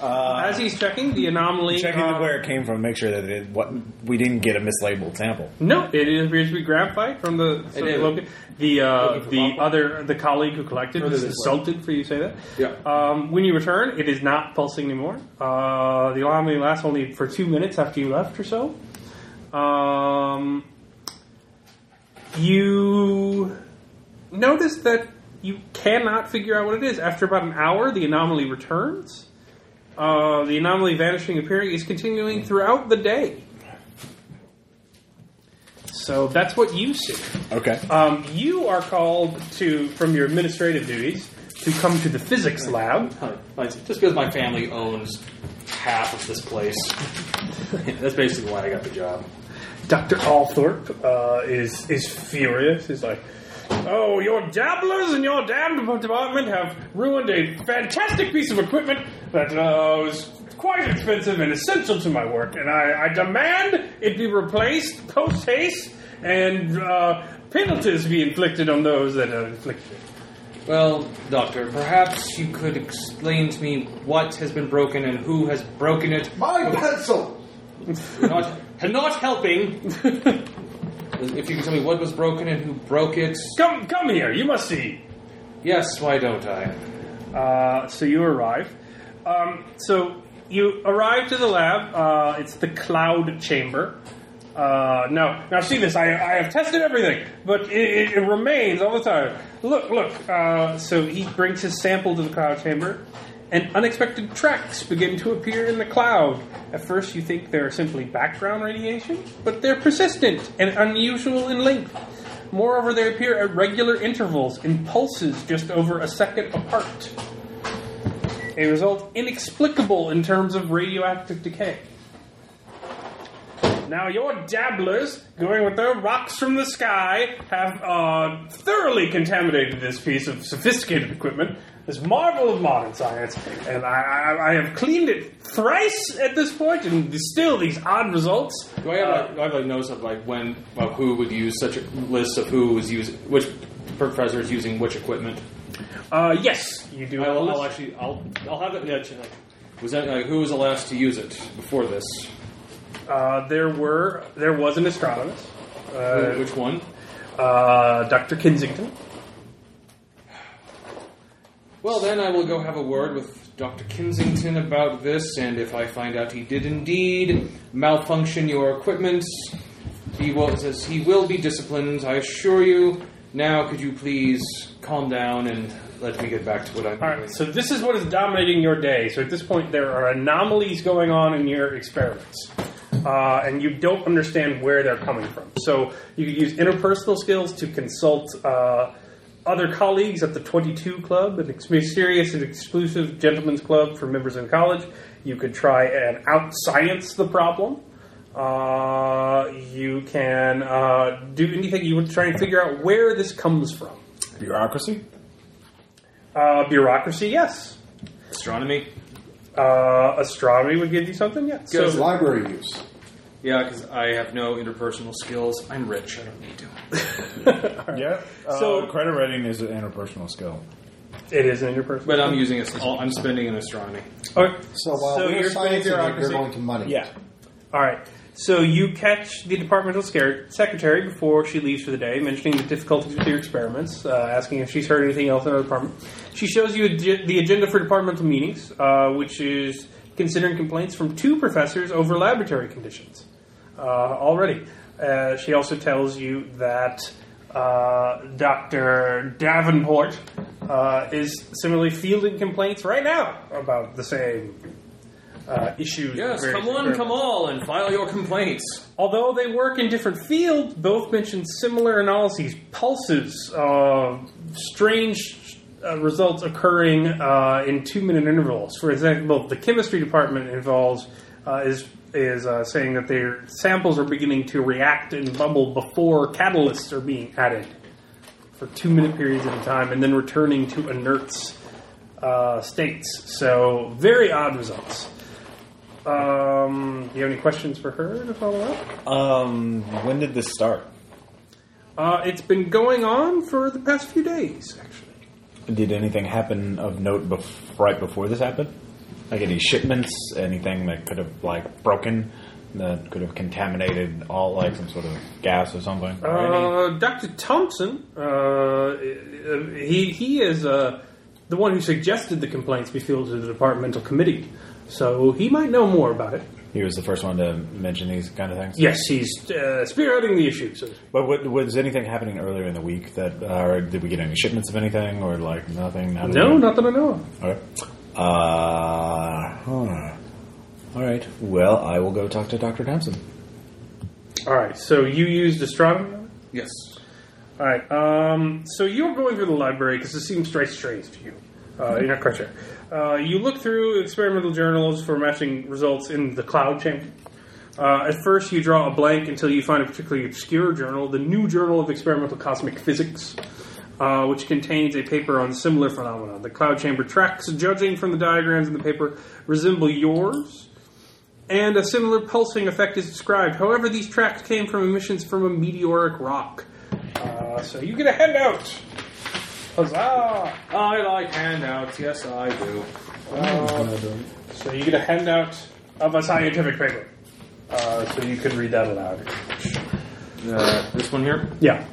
Uh, As he's checking the anomaly, Checking uh, where it came from, make sure that it, what we didn't get a mislabeled sample. No, it appears to be graphite from the so is. Logan- the uh, Looking for the waffle. other the colleague who collected Further was this way. assaulted for you to say that. Yeah. Um, when you return, it is not pulsing anymore. Uh, the anomaly lasts only for two minutes after you left, or so. Um, you notice that you cannot figure out what it is. After about an hour, the anomaly returns. Uh, the anomaly vanishing, appearing is continuing throughout the day. So that's what you see. Okay. Um, you are called to from your administrative duties to come to the physics lab. Huh, mine's- Just because my family owns half of this place. <laughs> That's basically why I got the job. Doctor Althorpe uh, is is furious. He's like, "Oh, your dabblers in your damned department have ruined a fantastic piece of equipment that uh, was quite expensive and essential to my work, and I, I demand it be replaced post haste and uh, penalties be inflicted on those that are inflicted." Well, Doctor, perhaps you could explain to me what has been broken and who has broken it. My pencil! Not, <laughs> not helping. if you could tell me what was broken and who broke it. Come, come here. You must see. Yes, why don't I? Uh, so you arrive. Um, so you arrive to the lab. Uh, it's the cloud chamber. Uh, now, now see this. I, I have tested everything, but it, it, it remains all the time. Look, look. Uh, so he brings his sample to the cloud chamber, and unexpected tracks begin to appear in the cloud. At first, you think they're simply background radiation, but they're persistent and unusual in length. Moreover, they appear at regular intervals in pulses just over a second apart a result inexplicable in terms of radioactive decay. Now, your dabblers, going with their rocks from the sky, have uh, thoroughly contaminated this piece of sophisticated equipment, this marvel of modern science, and I, I, I have cleaned it thrice at this point, and still these odd results. Do I have, like, do I have like notice of like when of who would use such a list of who was using which professor is using which equipment? Uh, yes, you do. I have a will, list. I'll actually I'll I'll have it. Yeah, check, like, was that like, who was the last to use it before this? Uh, there were there was an astronomist, Who- uh, which one? Mm-hmm. uh, Dr. Kinsington. Well, then I will go have a word with Dr. Kinsington about this, and if I find out he did indeed malfunction your equipment, he will says he will be disciplined. I assure you. Now, could you please calm down and let me get back to what I'm All doing? right, so this is what is dominating your day. So at this point, there are anomalies going on in your experiments, uh, and you don't understand where they're coming from. So you could use interpersonal skills to consult uh, other colleagues at the 22 Club, an ex- mysterious and exclusive gentlemen's club for members in college. You could try and out science the problem. Uh, you can uh, do anything you would try and figure out where this comes from. Bureaucracy? Uh, bureaucracy, yes. Astronomy. Uh, astronomy would give you something, yeah. So, It's library use. Yeah, because I have no interpersonal skills. I'm rich. I don't need to. Yeah. So- so Uh, credit rating is an interpersonal skill. it is an interpersonal. But um, I'm using it. I'm spending in astronomy. Okay. So while So we're you're science, saying you're bureaucracy. going to money. All right. So you catch the departmental scar- secretary before she leaves for the day, mentioning the difficulties with your experiments, uh, asking if she's heard anything else in her department. She shows you ag- the agenda for departmental meetings, uh, which is considering complaints from two professors over laboratory conditions uh, already. Uh, she also tells you that uh, Dr. Davenport uh, is similarly fielding complaints right now about the same uh, issues. Yes, various come one, experiments. come all, and file your complaints. Although they work in different fields, both mention similar analyses, pulses, uh, strange uh, results occurring uh, in two-minute intervals. For example, the chemistry department involves uh, is is uh, saying that their samples are beginning to react and bubble before catalysts are being added for two-minute periods at a time, and then returning to inert uh, states. So very odd results. Um, do you have any questions for her to follow up? Um, when did this start? Uh, it's been going on for the past few days, actually. Did anything happen of note bef- right before this happened? Like any shipments, anything that could have like broken, that could have contaminated all like some sort of gas or something. Or any- Uh, Dr. Thompson, uh, he, he is uh, the one who suggested the complaints be fielded to the departmental committee, so he might know more about it. he was the first one to mention these kind of things. Yes, he's uh, spearheading the issue. So. But what, was anything happening earlier in the week that, uh, or did we get any shipments of anything, or like nothing? Not No, not that I know of. All right. Uh, huh. All right. Well, I will go talk to Doctor Thompson. All right, so you used astronomy. Yes. All right, um, so you're going through the library because it seems very strange to you. Uh, you're not quite sure. Uh, you look through experimental journals for matching results in the cloud chamber. Uh, at first, you draw a blank until you find a particularly obscure journal, the New Journal of Experimental Cosmic Physics, uh, which contains a paper on similar phenomena. The cloud chamber tracks, judging from the diagrams in the paper, resemble yours and a similar pulsing effect is described. However, these tracks came from emissions from a meteoric rock. Uh, so you get a handout. Huzzah! Uh, I like handouts. Yes, I do. So you get a handout of a scientific paper. Uh, so you could read that aloud. Uh, this one here? Yeah.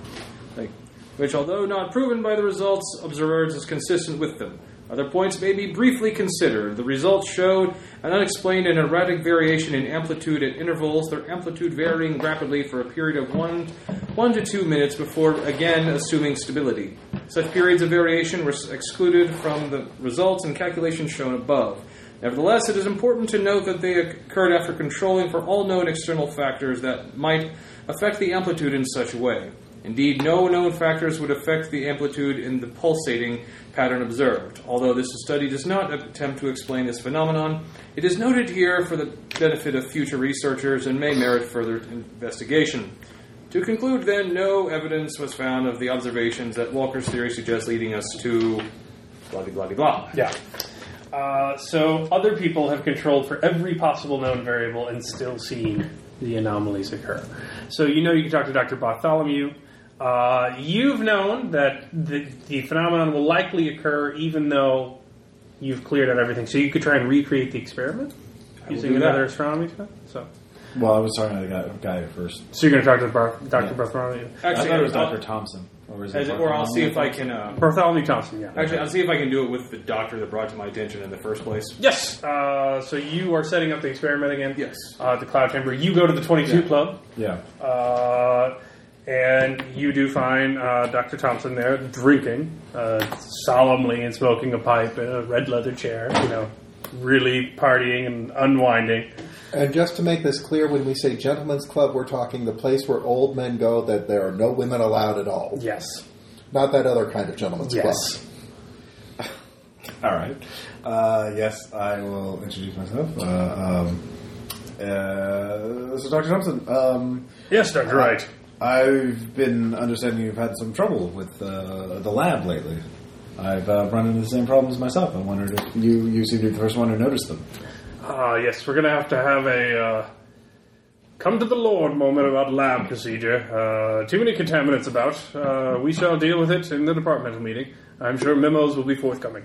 Like, which, although not proven by the results, observers is consistent with them. Other points may be briefly considered. The results showed an unexplained and erratic variation in amplitude at intervals, their amplitude varying rapidly for a period of one, one to two minutes before again assuming stability. Such periods of variation were excluded from the results and calculations shown above. Nevertheless, it is important to note that they occurred after controlling for all known external factors that might affect the amplitude in such a way. Indeed, no known factors would affect the amplitude in the pulsating pattern observed. Although this study does not attempt to explain this phenomenon, it is noted here for the benefit of future researchers and may merit further investigation. To conclude, then, no evidence was found of the observations that Walker's theory suggests, leading us to blah blah blah de blah. Yeah. Uh, so other people have controlled for every possible known variable and still seen the anomalies occur. So you know you can talk to Dr. Bartholomew. Uh, you've known that the, the phenomenon will likely occur even though you've cleared out everything. So you could try and recreate the experiment using do that. another astronomy experiment. So, Well, I was talking to the guy, guy first. so you're going to talk to Bar- Dr. Bartholomew. I Actually, uh, thought it was I'll- Doctor Thompson, or is as it were, I'll see if I can. Uh, Bartholomew Thompson, yeah. actually, I'll see if I can do it with the doctor that brought it to my attention in the first place. Yes. Uh, so you are setting up the experiment again. Yes. Uh, at the cloud chamber. You go to the 22 club. Yeah. Uh, and you do find uh, Dr. Thompson there drinking uh, solemnly and smoking a pipe in a red leather chair, you know, really partying and unwinding. And just to make this clear, when we say gentlemen's club, we're talking the place where old men go that there are no women allowed at all. Yes. Not that other kind of gentlemen's Yes. All right. Uh, yes, I will introduce myself. Uh, um, uh, so, Doctor Thompson. Um, Yes, Dr. Wright. I've been understanding you've had some trouble with uh, the lab lately. I've uh, run into the same problems myself. I wondered if you, you seem to be the first one who noticed them. Ah, yes, we're going to have to have a uh, come to the Lord moment about lab procedure. Uh, too many contaminants about. Uh, we shall deal with it in the departmental meeting. I'm sure memos will be forthcoming.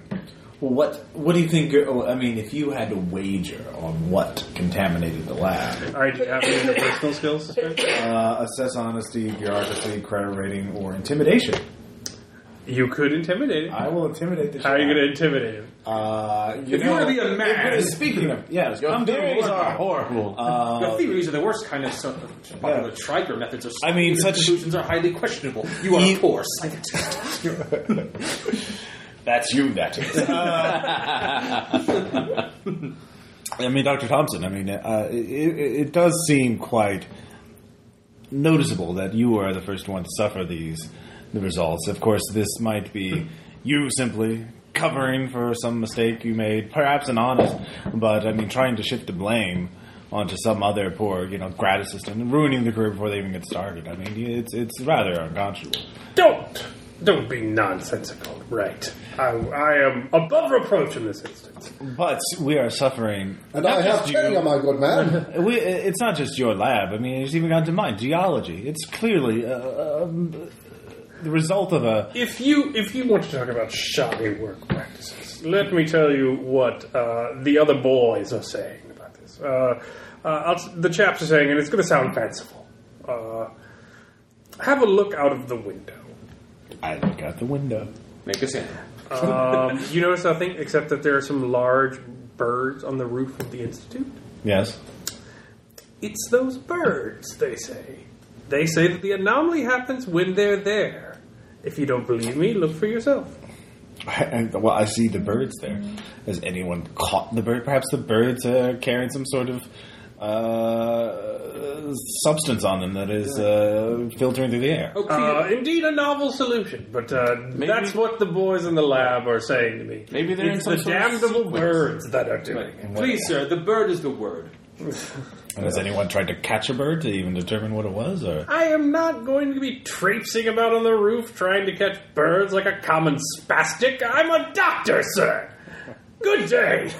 Well, what what do you think? oh, I mean, if you had to wager on what contaminated the lab, All right, do you have any interpersonal skills? Sister? uh, assess honesty, bureaucracy, credit rating, or intimidation. You could intimidate him. I will intimidate the. How are you going to intimidate him? to? Uh, you If you know- wanna be a man- speaking of yes, Your come to Uh, theories Lord. are horrible. The theories are the worst kind of stuff. Popular Triger methods are. I mean, stupid, such- conclusions are highly questionable. You are You- poor scientist. That's you, that is. I mean, Dr. Thompson, I mean, uh, it, it, it does seem quite noticeable that you are the first one to suffer these the results. Of course, this might be you simply covering for some mistake you made, perhaps an honest, but I mean, trying to shift the blame onto some other poor, you know, grad assistant and ruining the career before they even get started. I mean, it's it's rather unconscionable. Don't! Don't be nonsensical. Right. I, I am above reproach in this instance. But we are suffering. And not I have just training, you. my good <laughs> man. We, it's not just your lab. I mean, it's even gone to mine. Geology. It's clearly uh, um, the result of a. If you if you want to talk about shoddy work practices, let me tell you what uh, the other boys are saying about this. Uh, uh, I'll- the chaps are saying, and it's going to sound fanciful. Uh, have a look out of the window. I look out the window. Make a sandwich. Um, <laughs> you notice nothing except that there are some large birds on the roof of the institute. Yes. It's those birds, they say. They say that the anomaly happens when they're there. If you don't believe me, look for yourself. And, well, I see the birds there. Has anyone caught the bird? Perhaps the birds are carrying some sort of uh, substance on them that is uh, filtering through the air. Oh, Uh, Cleo- indeed, a novel solution, but uh, that's what the boys in the lab are saying to me. Maybe they're it's in some the sort of damnable sequence. birds that are doing it. please, sir, the bird is the word. And has anyone tried to catch a bird to even determine what it was? Or I am not going to be traipsing about on the roof trying to catch birds like a common spastic. I'm a doctor, sir. Good day.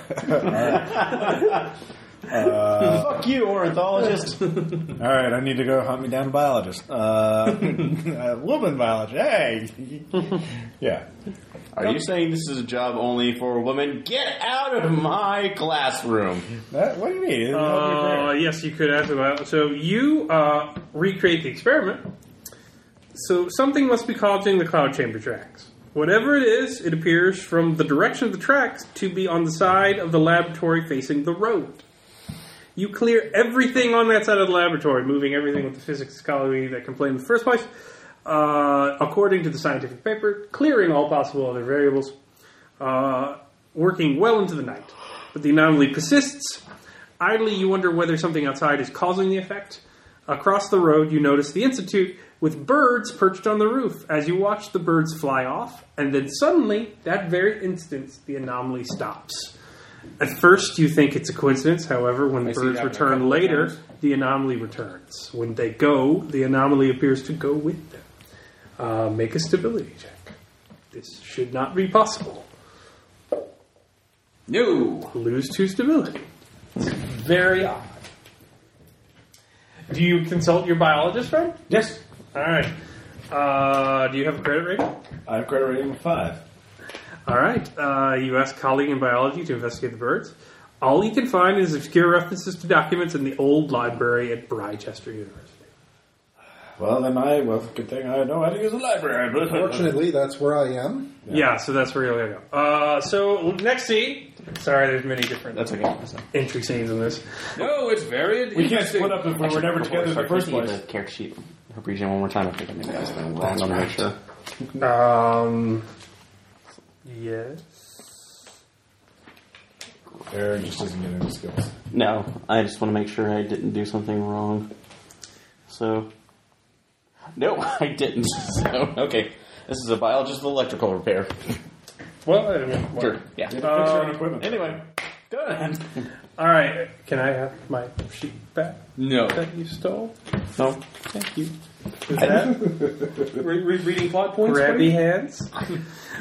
Fuck you, ornithologist. <laughs> all right, I need to go hunt me down a biologist, uh, <laughs> a woman biologist. Hey, <laughs> yeah. Are you saying this is a job only for women? Get out of my classroom. That- what do you mean? Uh, yes, you could ask about. So you uh, recreate the experiment. So something must be causing the cloud chamber tracks. Whatever it is, it appears from the direction of the tracks to be on the side of the laboratory facing the road. You clear everything on that side of the laboratory, moving everything with the physics scholarly that complained in the first place, uh, according to the scientific paper, clearing all possible other variables, uh, working well into the night. But the anomaly persists. Idly, you wonder whether something outside is causing the effect. Across the road, you notice the Institute with birds perched on the roof. As you watch the birds fly off, and then suddenly, that very instant, the anomaly stops. At first, you think it's a coincidence. However, when the I see it birds happen a return couple of later, times. the anomaly returns. When they go, the anomaly appears to go with them. Uh, make a stability check. This should not be possible. No. Lose two stability. Very odd. Do you consult your biologist friend? yes, All right. Uh, do you have a credit rating? I have credit rating of five. All right. Uh, you ask a colleague in biology to investigate the birds. All you can find is obscure references to documents in the old library at Brychester University. Well, then I well, good thing I know how to use a library. Fortunately, that's where I am. Yeah, so that's where you're gonna go. Uh, so next scene. Sorry, there's many different That's okay. entry scenes in this. No, it's very we can't interesting. split up if we were never together in the first place. The character sheet. Her region one more time. I think I made that. I want to make sure. Um, yes. Aaron just doesn't get any skills. No, I just want to make sure I didn't do something wrong. So, no, <laughs> I didn't. So, okay, this is a biologist of electrical repair. Well, I mean, what- Sure, yeah. equipment. Anyway, go ahead. all right. Can I have my sheet back No. that you stole? No, thank you. Is that <laughs> Re- re- reading plot points? grabby buddy? hands?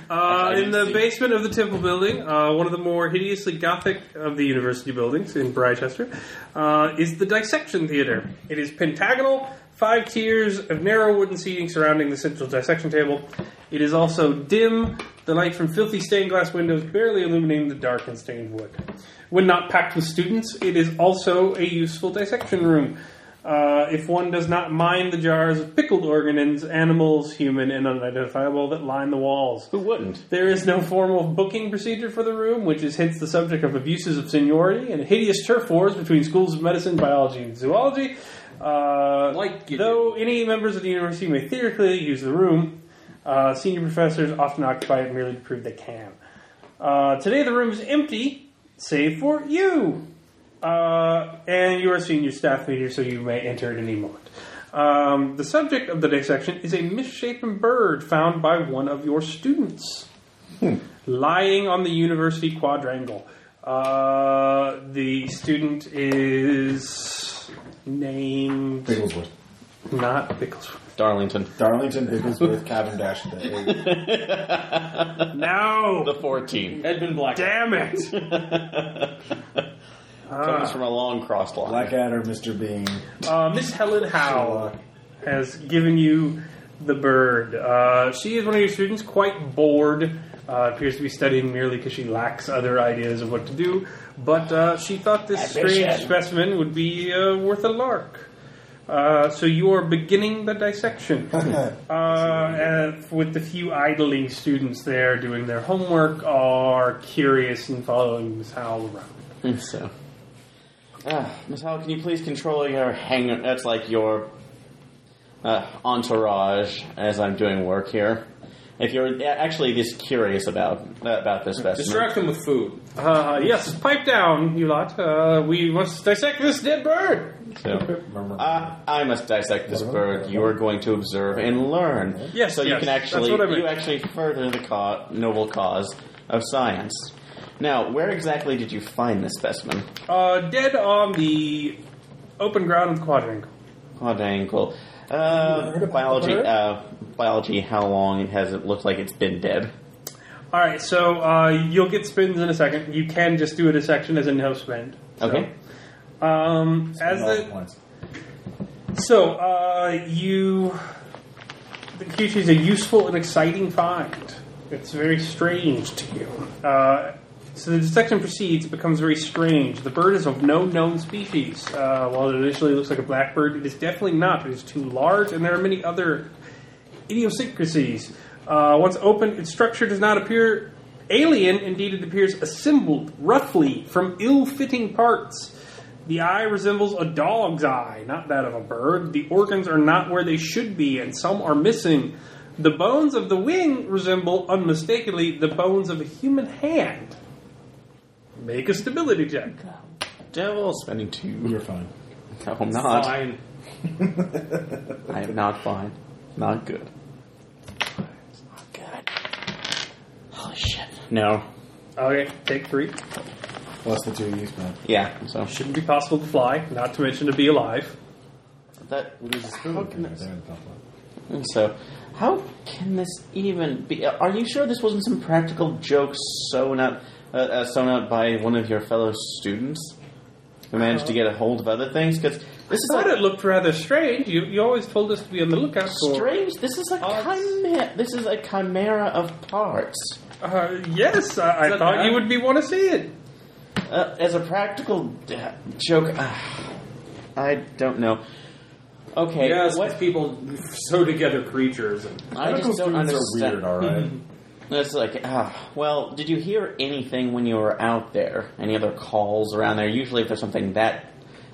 Uh, in the basement of the Temple Building, uh, one of the more hideously gothic of the university buildings in Brychester, uh, is the Dissection Theater. It is pentagonal, five tiers of narrow wooden seating surrounding the central dissection table. It is also dim, the light from filthy stained glass windows barely illuminating the dark and stained wood. When not packed with students, it is also a useful dissection room. Uh, if one does not mind the jars of pickled organins, animals, human, and unidentifiable, that line the walls. Who wouldn't? There is no formal booking procedure for the room, which is hence the subject of abuses of seniority and hideous turf wars between schools of medicine, biology, and zoology. Uh, Like you though any members of the university may theoretically use the room, uh, senior professors often occupy it merely to prove they can. Uh, today, the room is empty, save for you, uh, and you are senior staff leader, so you may enter at any moment. Um, the subject of the dissection is a misshapen bird found by one of your students lying on the university quadrangle. Uh, the student is named Bigglesworth. not Bicklesworth. Darlington. Darlington, <laughs> Bigglesworth, Cavendish. They- No! The 14. Edmund Black. Damn it! Ah. Comes from a long cross line. Blackadder, Mr. Bean. Uh, Miss Helen Howe has given you the bird. Uh, she is one of your students, quite bored. Uh, appears to be studying merely because she lacks other ideas of what to do. But uh, she thought this strange specimen would be uh, worth a lark. Uh, so you are beginning the dissection uh, and with the few idling students there doing their homework are curious and following Miss Howell around. So, uh, Miss Howell, can you please control your hanger? That's like your uh, entourage as I'm doing work here. If you're a- actually just curious about about this specimen, Distract them with food. Uh, yes, pipe down, you lot. Uh, we must dissect this dead bird. so, uh, I must dissect this bird. You are going to observe and learn. Yes, so you yes, can that's actually what I meant. you actually further the ca- noble cause of science. Now, where exactly did you find this specimen? Uh, dead on the open ground of the quadrangle. Oh, dang, cool. Uh, biology, uh, biology, how long has it looked like it's been dead? All right, so uh, you'll get spins in a second. You can just do a dissection as a no spend. Okay. Um, as All at the, once. so uh, you, the Kyushi is a useful and exciting find. It's very strange to you. Uh, so the dissection proceeds. It becomes very strange. The bird is of no known species. Uh, while it initially looks like a blackbird, it is definitely not. It is too large, and there are many other idiosyncrasies. Uh, once open, its structure does not appear alien. Indeed, it appears assembled roughly from ill-fitting parts. The eye resembles a dog's eye, not that of a bird. The organs are not where they should be, and some are missing. The bones of the wing resemble unmistakably the bones of a human hand. Make a stability check. Devil spending two. You're fine. No, I'm not. Fine. I am not fine. Not good. It's not good. Holy shit. No. Okay, take three. Plus the two you spent. Yeah. So Shouldn't be possible to fly, not to mention to be alive. that. What is this how food? can There this- in Buffalo. So, how can this even be? Are you sure this wasn't some practical joke sewn up, uh, uh, sewn up by one of your fellow students? Who managed to get a hold of other things? Because this is Thought like it looked rather strange. You, you always told us to be on the lookout for. strange. This is a Parts. chimera. This is a chimera of parts. Uh, yes, I, I that thought bad? you would be want to see it. Uh, as a practical uh, joke, uh, I don't know. Okay, Yes, what? people sew together creatures. And I just don't Those are understand. weird, all right? <laughs> It's like, ah, well, did you hear anything when you were out there? Any other calls around there? Usually, if there's something that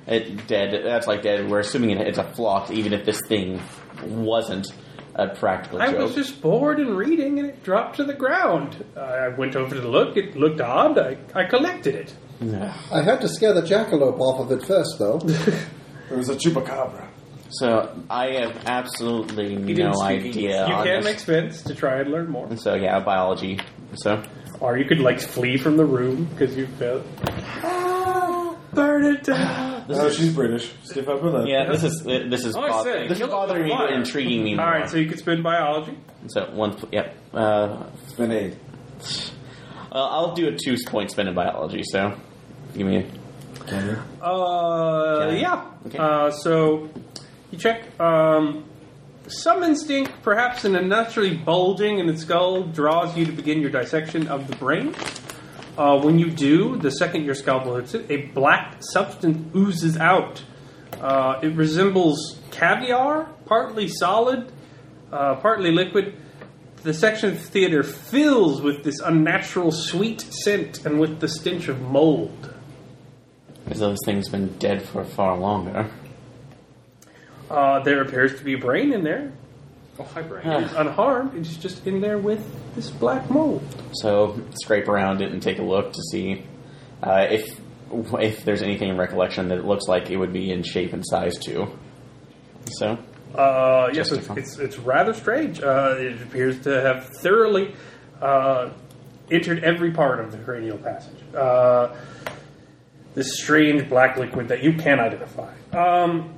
it dead, that's like dead. We're assuming it, it's a flock, even if this thing wasn't a practical I joke. was just bored and reading, and it dropped to the ground. I went over to look. It looked odd. I, I collected it. Ugh. I had to scare the jackalope off of it first, <laughs> though. It was a chupacabra. so I have absolutely no didn't speak idea. you on can this. make spins to try and learn more, so yeah, biology. So or you could like flee from the room because you felt. burn it down. this Oh, is she's British. Stiff upper lip. Yeah, this is this is Oh, I bo- see. this is Kill it bothering me, with but fire. intriguing me. All More. right, so you could spin biology. So one, p- yep. Uh, It's been eight. well, I'll do a two-point spin in biology. So give me. Can you? Uh, Can I? yeah. Okay. Uh, so you check. Um, some instinct, perhaps an unnaturally bulging in its skull, draws you to begin your dissection of the brain. Uh, when you do, the second your scalpel hits it, a black substance oozes out. Uh, it resembles caviar, partly solid, uh, partly liquid. The section of the theater fills with this unnatural sweet scent and with the stench of mold. As though this thing's been dead for far longer. Uh, there appears to be a brain in there. oh, hi, Brian. It's Ugh. unharmed. It's just in there with this black mold. so scrape around it and take a look to see uh, if if there's anything in recollection that it looks like it would be in shape and size too. So Uh, yes, it's, Justify. it's, it's rather strange. Uh, it appears to have thoroughly uh, entered every part of the cranial passage. Uh, this strange black liquid that you can identify. Um,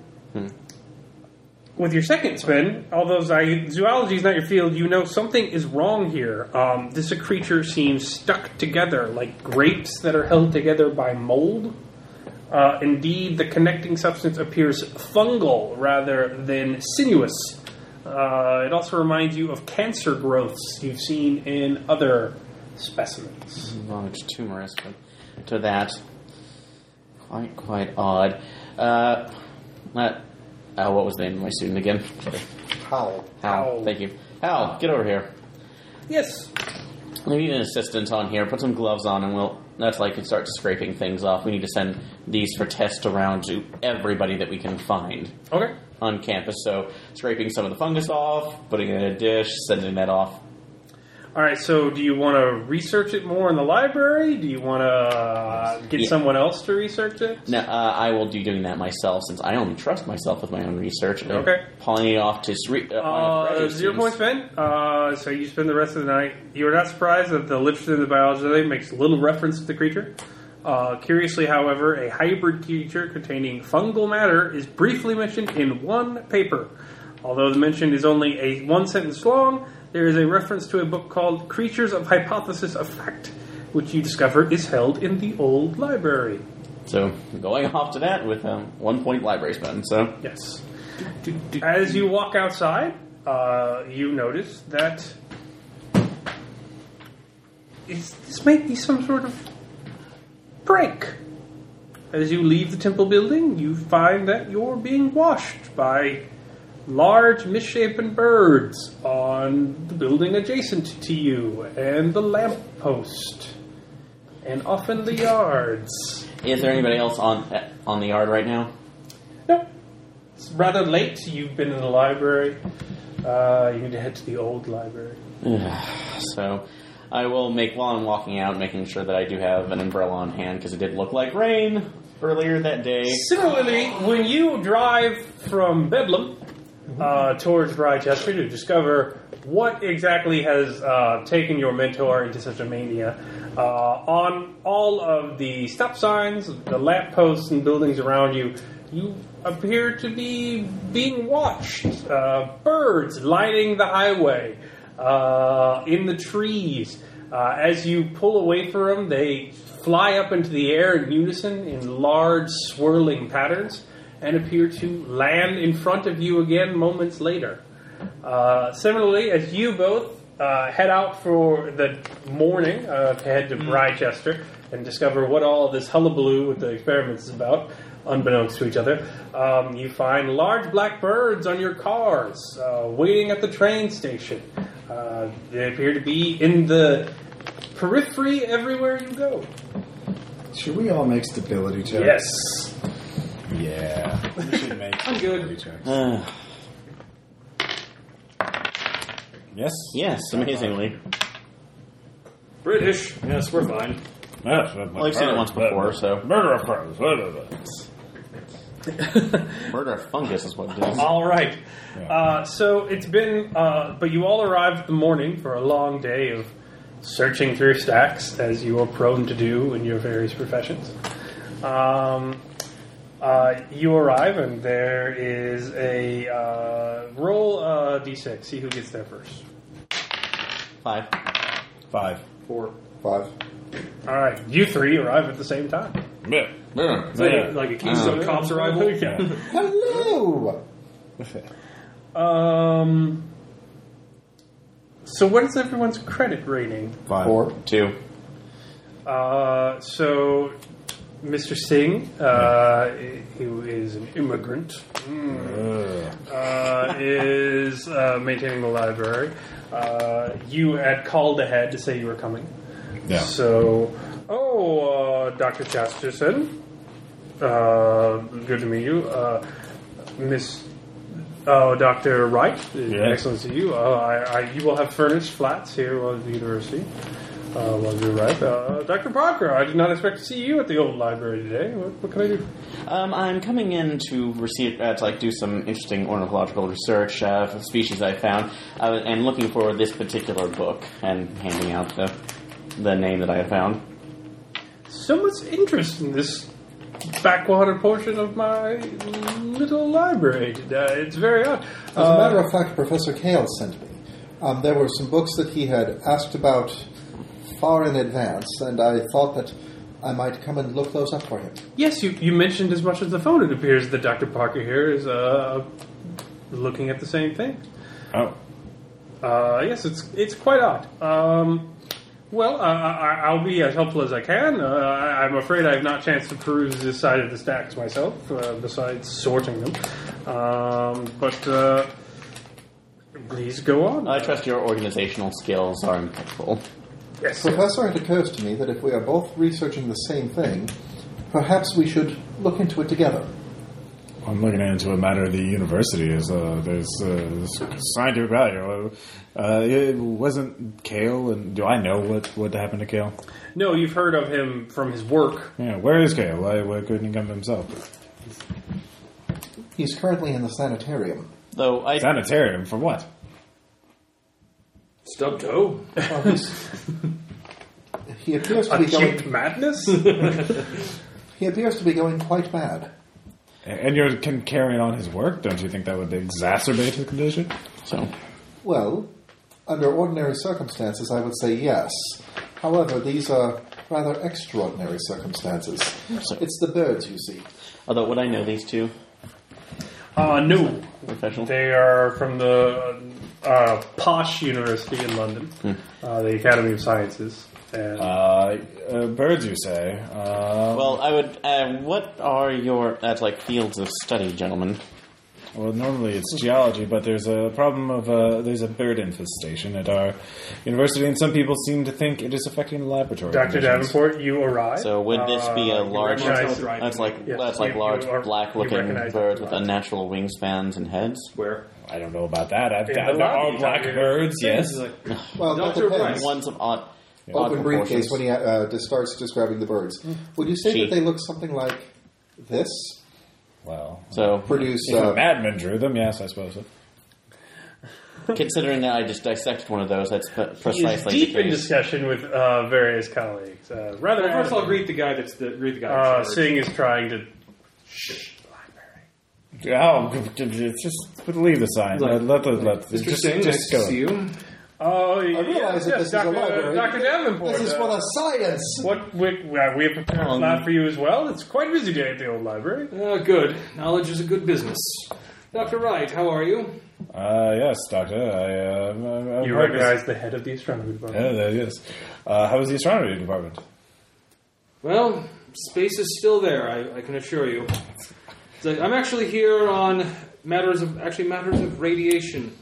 with your second spin, although zi- zoology is not your field, you know something is wrong here. Um, this creature seems stuck together, like grapes that are held together by mold. Uh, indeed, the connecting substance appears fungal rather than sinuous. Uh, it also reminds you of cancer growths you've seen in other specimens. large tumorous, but to that, quite quite odd. Uh, let- uh, what was the name of my student again? Howl. Hal. Hal. Thank you. Hal, get over here. Yes, We need an assistant on here. Put some gloves on, and we'll. That's like can start scraping things off. We need to send these for test around to everybody that we can find Okay. on campus. So scraping some of the fungus off, putting it in a dish, sending that off. All right. So, do you want to research it more in the library? Do you want to get Yeah. someone else to research it? No, uh, I will be doing that myself since I only trust myself with my own research. Uh, Okay. Pawning it off to sre- uh, on Uh, other zero students. point spin. Uh, so you spend the rest of the night. You are not surprised that the literature in the biology today makes little reference to the creature. Uh, curiously, however, a hybrid creature containing fungal matter is briefly mentioned in one paper. Although the mention is only a one sentence long, there is a reference to a book called "Creatures of Hypothesis of Fact," which you discover is held in the old library. So going off to that with um, one point library spend. So Yes. As you walk outside, uh, you notice that is, this may be some sort of break. As you leave the temple building, you find that you're being washed by large misshapen birds on the building adjacent to you and the lamppost and off in the yards. is there anybody else on uh, on the yard right now? Nope. It's rather late. You've been in the library. Uh, you need to head to the old library. So I will make while I'm walking out, making sure that I do have an umbrella on hand because it did look like rain earlier that day. <sighs> Similarly, when you drive from Bedlam uh, towards Rochester to discover what exactly has uh, taken your mentor into such a mania, uh, on all of the stop signs, the lamp posts, and buildings around you, you appear to be being watched. Uh, birds lining the highway, uh, in the trees. Uh, as you pull away from them, they fly up into the air in unison in large swirling patterns and appear to land in front of you again moments later. Uh, similarly, as you both uh, head out for the morning uh, to head to Brychester and discover what all this hullabaloo with the experiments is about, unbeknownst to each other, um, you find large black birds on your cars uh, waiting at the train station. Uh, they appear to be in the periphery everywhere you go. Should we all make stability checks? Yes. <laughs> Yeah. We should make I'm stability good. checks. Uh, Yes? yes, amazingly. British. Yes, we're fine. Yes, but- Well, I've seen it once before, so Murder of crows. Murder of crows. murder of fungus is what it <laughs> is. All right. Uh, so it's been, uh, but you all arrived the morning for a long day of searching through stacks, as you are prone to do in your various professions. Um, uh, you arrive, and there is a uh, roll uh, d6. See who gets there first. Five. Five. Four. Five. All right, you three arrive at the same time. Oh, Yeah. Murder. So <laughs> like, like a Keystone Cops arrival. Yeah. Hello! Um. So, what is everyone's credit rating? Five. Four. Two. Uh, so, Mr. Singh, uh, who is an immigrant, Ugh. uh, is uh, maintaining the library. Uh, you had called ahead to say you were coming. Yeah. So, oh, uh, Dr. Chesterton, uh, good to meet you. Uh, Miss, oh, Dr. Wright, excellent to see you. Uh, I, I, you will have furnished flats here at the university. Uh, while you're right. Uh, Dr. Parker, I did not expect to see you at the old library today. What, what can I do? Um, I'm coming in to receive uh, to like do some interesting ornithological research uh, for species I found, uh, and looking for this particular book and handing out the the name that I found. So much interest in this backwater portion of my little library. Uh, it's very odd. As a matter Uh, of fact, Professor Kale sent me. Um, there were some books that he had asked about far in advance, and I thought that I might come and look those up for him. yes, you, you mentioned as much as the phone. It appears that Dr. Parker here is uh, looking at the same thing. Oh, Uh, yes, it's it's quite odd. Um, well, uh, I, I- I'll be as helpful as I can. Uh, I- I'm afraid I have not chanced to peruse this side of the stacks myself, uh, besides sorting them. Um, but uh, please go on. I trust your organizational skills are impeccable. yes. Professor, it occurs to me that if we are both researching the same thing, perhaps we should look into it together. I'm looking into a matter of the university. Is uh, there's uh, this scientific value? Uh, it wasn't Kale, and do I know what what happened to Kale? No, you've heard of him from his work. Yeah, where is Kale? Why, why couldn't he come himself? He's currently in the sanitarium. Though I Sanitarium for what? <laughs> Stub toe. Well, he's- <laughs> he appears to be Acute going. madness? He appears to be going quite mad. And you're can carrying on his work. Don't you think that would exacerbate his condition? so Well, under ordinary circumstances, I would say yes. However, these are rather extraordinary circumstances. So- It's the birds, you see. although would I know these two uh, no. professional? They are from the uh, posh university in London, Hmm. uh, the Academy of Sciences. And Uh, uh, birds, you say? Uh, well, Well, I would. Uh, what are your that's like fields of study, gentlemen? normally it's geology, but there's a problem of uh, there's a bird infestation at our university, and some people seem to think it is affecting the laboratory. Dr. conditions. Davenport, you arrived. Uh, So would this be a large? recognize- That's like Yes, that's like you- large you are- you black-looking recognize birds with that. unnatural wingspans and heads. Where? I don't know about that. I've In got the there lobby, are black Dr. birds. Yes. Well, that Dr. depends. One's of odd, odd Open proportions. briefcase Mm. when he uh, just starts describing the birds. Would you say Gee. that they look something like this? Well, So Produce. if a Uh, madman drew them, yes, I suppose. So. <laughs> considering that I just dissected one of those, that's pre- He is precisely deep the in case. discussion with uh, various colleagues. Uh, rather, Well, first I'll adamant. greet the guy that's the read the guy. Uh, that's Singh is trying to. Oh, <laughs> just leave the sign. Let, let the let Mr. just, Singh, nice just to go. see you. Oh, I realize that this is a Dr. library. Dr. Davenport. this is uh, for the science! what we, uh, we have prepared a Um, lot for you as well. It's quite a busy day at the old library. Uh, good. Knowledge is a good business. Dr. Wright, how are you? Uh, yes, doctor. I, um, I, I You recognize the head of the astronomy department. Yeah, there he is. Uh, how is the astronomy department? Well, space is still there, I, I can assure you. It's like, I'm actually here on matters of actually matters of radiation.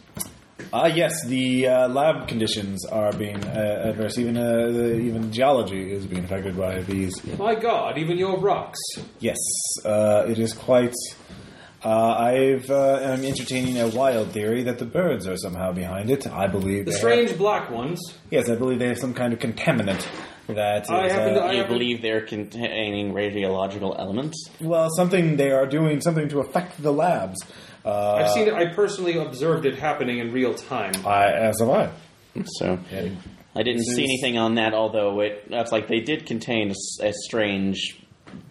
Uh, yes, the uh, lab conditions are being uh, adverse. Even uh, the, even geology is being affected by these. My God, even your rocks. Yes, uh, it is quite. Uh, I've uh, am entertaining a wild theory that the birds are somehow behind it. I believe they The have- strange black ones. yes, I believe they have some kind of contaminant that is, I happen to- uh, I You happen- believe they're containing radiological elements? well something they are doing something to affect the labs. Uh, I've seen it. I personally observed it happening in real time. I, as have I. So I didn't see anything on that. Although it that's like they did contain a, s- a strange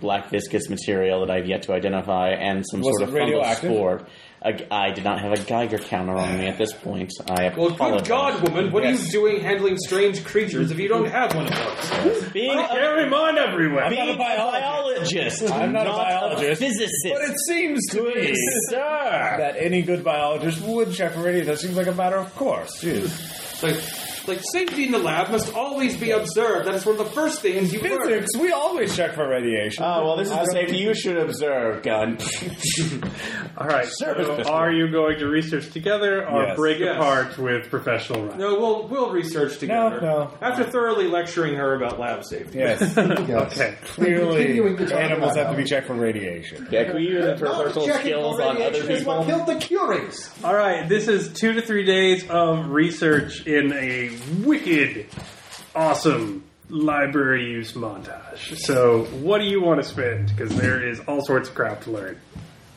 black viscous material that I've yet to identify, and some Was sort of it fungal radioactive? spore. I, I did not have a Geiger counter on me at this point. I Well, apologize. good God, woman, what are you doing handling strange creatures if you don't have one of those? Being Well, a, Carry mine everywhere. being a biologist, I'm not a biologist. physicist. But it seems to me sir. that any good biologist would check for radio. That seems like a matter of course. Jeez. Like, like safety in the lab must always be observed. That is one of the first things you learn. Physics, we always check for radiation. Oh well, this is the safety you should observe, gun. All right. Service So business. are you going to research together or Yes. break Yes. apart with professional rounds? No, we'll we'll research together. no. After thoroughly lecturing her about lab <laughs> safety. yes. Yes. Okay. Continuing Clearly, to talk animals about have to be that. checked for radiation. yeah, can we use interpersonal Not checking skills for on other radiation is what people? killed the Curies! All right, this is two to three days of research in a wicked, awesome library use montage. So, what do you want to spend? Because there is all sorts of crap to learn.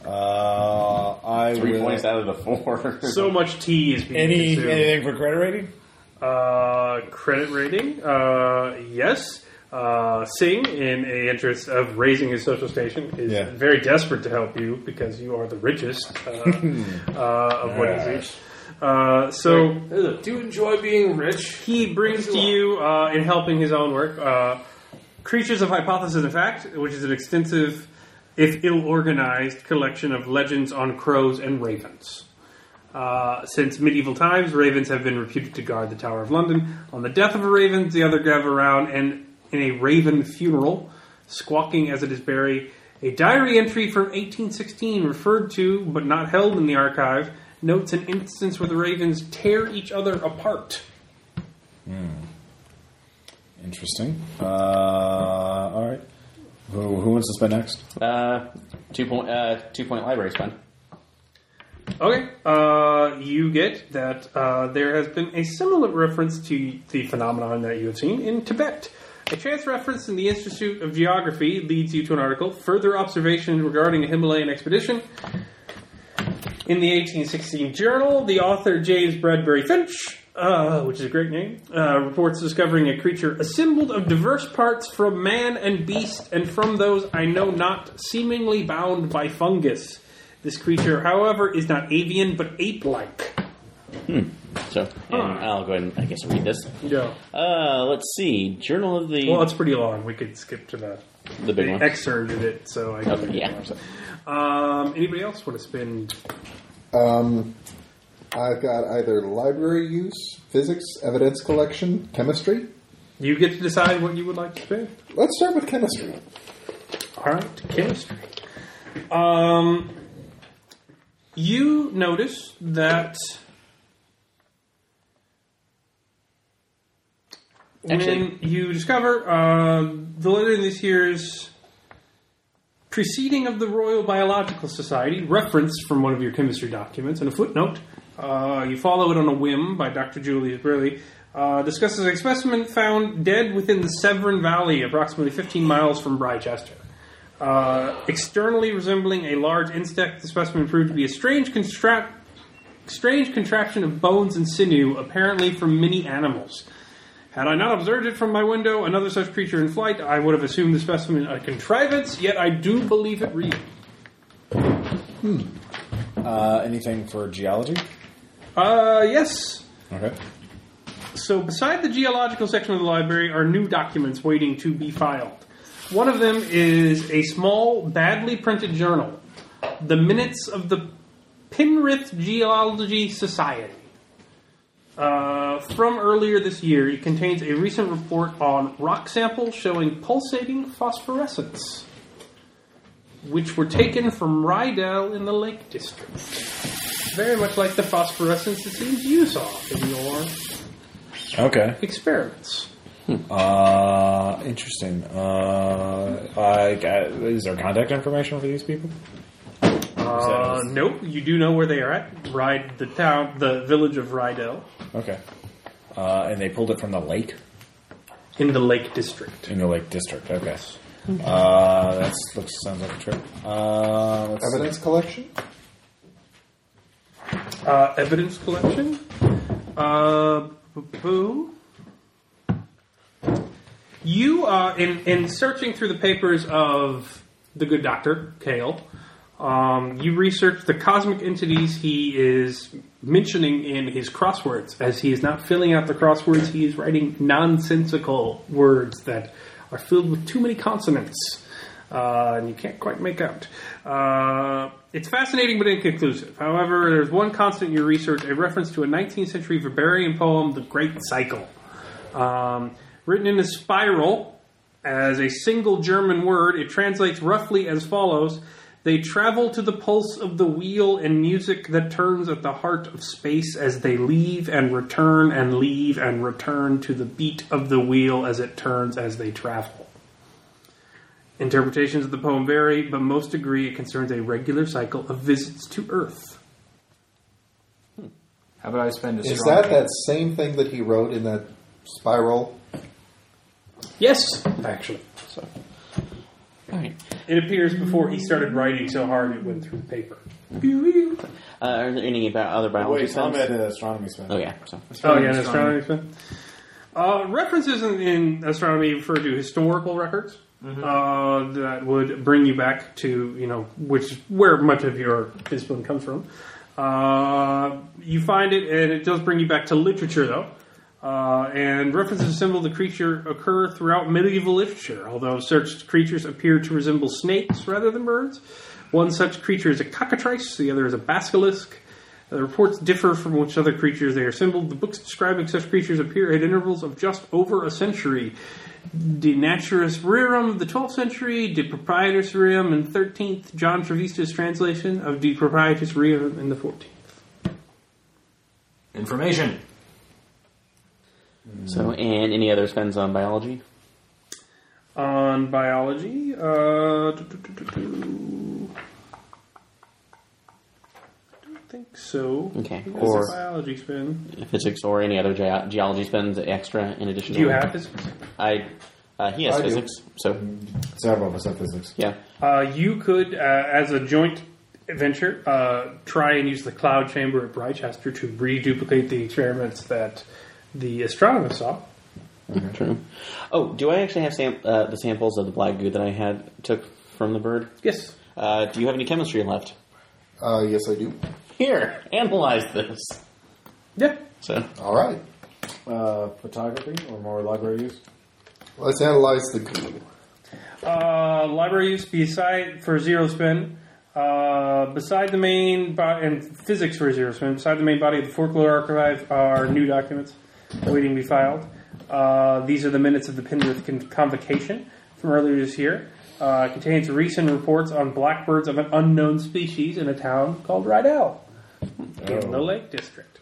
Uh, I Three will- points out of the four. <laughs> So much tea is being Any consumed. anything for credit rating? Uh, credit rating? Uh, yes. uh, Singh, in the interest of raising his social station, is Yeah. very desperate to help you because you are the richest uh, uh, of what is it. Uh, so Ugh, do you enjoy being rich? he brings to you uh, in helping his own work uh, creatures of hypothesis and fact which is an extensive if ill-organized collection of legends on crows and ravens uh, since medieval times ravens have been reputed to guard the tower of london on the death of a raven the other gather around and in a raven funeral squawking as it is buried a diary entry from 1816 referred to but not held in the archive notes an instance where the ravens tear each other apart Interesting. Uh, all right. Who, who wants to spend <laughs> next? Uh, two point uh, two point library fun. Okay, uh, you get that uh, there has been a similar reference to the phenomenon that you have seen in Tibet. A chance reference in the Institute of Geography leads you to an article, Further Observations Regarding a Himalayan Expedition. In the 1816 Journal, the author James Bradbury Finch, uh, which is a great name, uh, reports discovering a creature assembled of diverse parts from man and beast, and from those I know not, seemingly bound by fungus. This creature, however, is not avian but ape-like. So and I'll go ahead and I guess read this. Yeah. Uh, let's see. Journal of the Well, it's pretty long. We could skip to the, the big they one. excerpted it, so I. Okay, yeah. Um, anybody else want to spend? Um, I've got either library use, physics, evidence collection, chemistry. You get to decide what you would like to spend. Let's start with chemistry. All right, chemistry. Um, you notice that. When Actually- you discover uh, the letter in this year's proceeding of the Royal Biological Society, reference from one of your chemistry documents, and a footnote. Uh, you follow it on a whim by Dr. Julius Burley. Uh, discusses a specimen found dead within the Severn Valley, approximately 15 miles from Brychester. Uh, externally resembling a large insect, the specimen proved to be a strange construct. Strange contraption of bones and sinew, apparently from many animals. Had I not observed it from my window, another such creature in flight, I would have assumed the specimen a contrivance, yet I do believe it real. Uh, anything for geology? Uh, yes. Okay. So, beside the geological section of the library are new documents waiting to be filed. One of them is a small, badly printed journal, the Minutes of the Penrith Geology Society. Uh, from earlier this year, it contains a recent report on rock samples showing pulsating phosphorescence, which were taken from Rydell in the Lake District. Very much like the phosphorescence it seems you saw in your Okay. experiments. Uh, interesting. Uh, I, I- is there contact information for these people? Uh, nope, you do know where they are at. Ride the town, the village of Rydell Okay. Uh, and they pulled it from the lake in the Lake District. in the lake district. Okay. Uh, that looks sounds like a trip. Uh, let's see. Evidence collection. Uh, evidence collection. Uh, boo. You, uh, in in searching through the papers of the good doctor Kale, um, you research the cosmic entities he is mentioning in his crosswords. As he is not filling out the crosswords, he is writing nonsensical words that are filled with too many consonants uh, and you can't quite make out. Uh, it's fascinating but inconclusive. However, there's one constant in your research a reference to a 19th century Weberian poem, The Great Cycle. Um, written in a spiral as a single German word, it translates roughly as follows They travel to the pulse of the wheel and music that turns at the heart of space as they leave and return and leave and return to the beat of the wheel as it turns as they travel. Interpretations of the poem vary, but most agree it concerns a regular cycle of visits to Earth. How about I spend a Is strong that that same thing that he wrote in that spiral? Yes, actually. So, all right. It appears before he started writing so hard it went through the paper. Uh, are there any about other biology? Wait, Tom sounds? had an astronomy spend. Oh yeah. So Oh yeah, an astronomy. Uh, references in, in astronomy refer to historical records Mm-hmm. uh, that would bring you back to you know which where much of your discipline comes from. Uh, you find it, and it does bring you back to literature though. Uh, and references to symbol of the creature occur throughout medieval literature, although such creatures appear to resemble snakes rather than birds. One such creature is a cockatrice, the other is a basilisk. The reports differ from which other creatures they are assembled. The books describing such creatures appear at intervals of just over a century. De Naturis Rerum of the 12th century, De Proprietis Rerum in 13th, John Trevista's translation of De Proprietis Rerum in the 14th. Information. So, and any other spends on biology? On biology, uh, do, do, do, do, do. I don't think so. Okay, That's or- a biology spin. Physics or any other ge- geology spends extra in addition Do to you what- have physics? I, uh, he has I do. physics, so Several of us have physics. yeah. Uh, you could, uh, as a joint venture, uh, try and use the cloud chamber at Brychester to reduplicate the experiments that the astronomers saw. True. Oh, do I actually have sam- uh, the samples of the black goo that I had took from the bird? Yes. Uh, do you have any chemistry left? Uh, yes, I do. Here, analyze this. Yeah. So, All right. Uh, photography or more library use? Let's analyze the goo. Uh, library use beside for zero spin. Uh, beside the main bo- and physics for zero spin. Beside the main body of the folklore archive are new documents waiting to be filed. Uh, these are the minutes of the Penrith con- convocation from earlier this year. Uh, contains recent reports on blackbirds of an unknown species in a town called Rydell in the Lake District.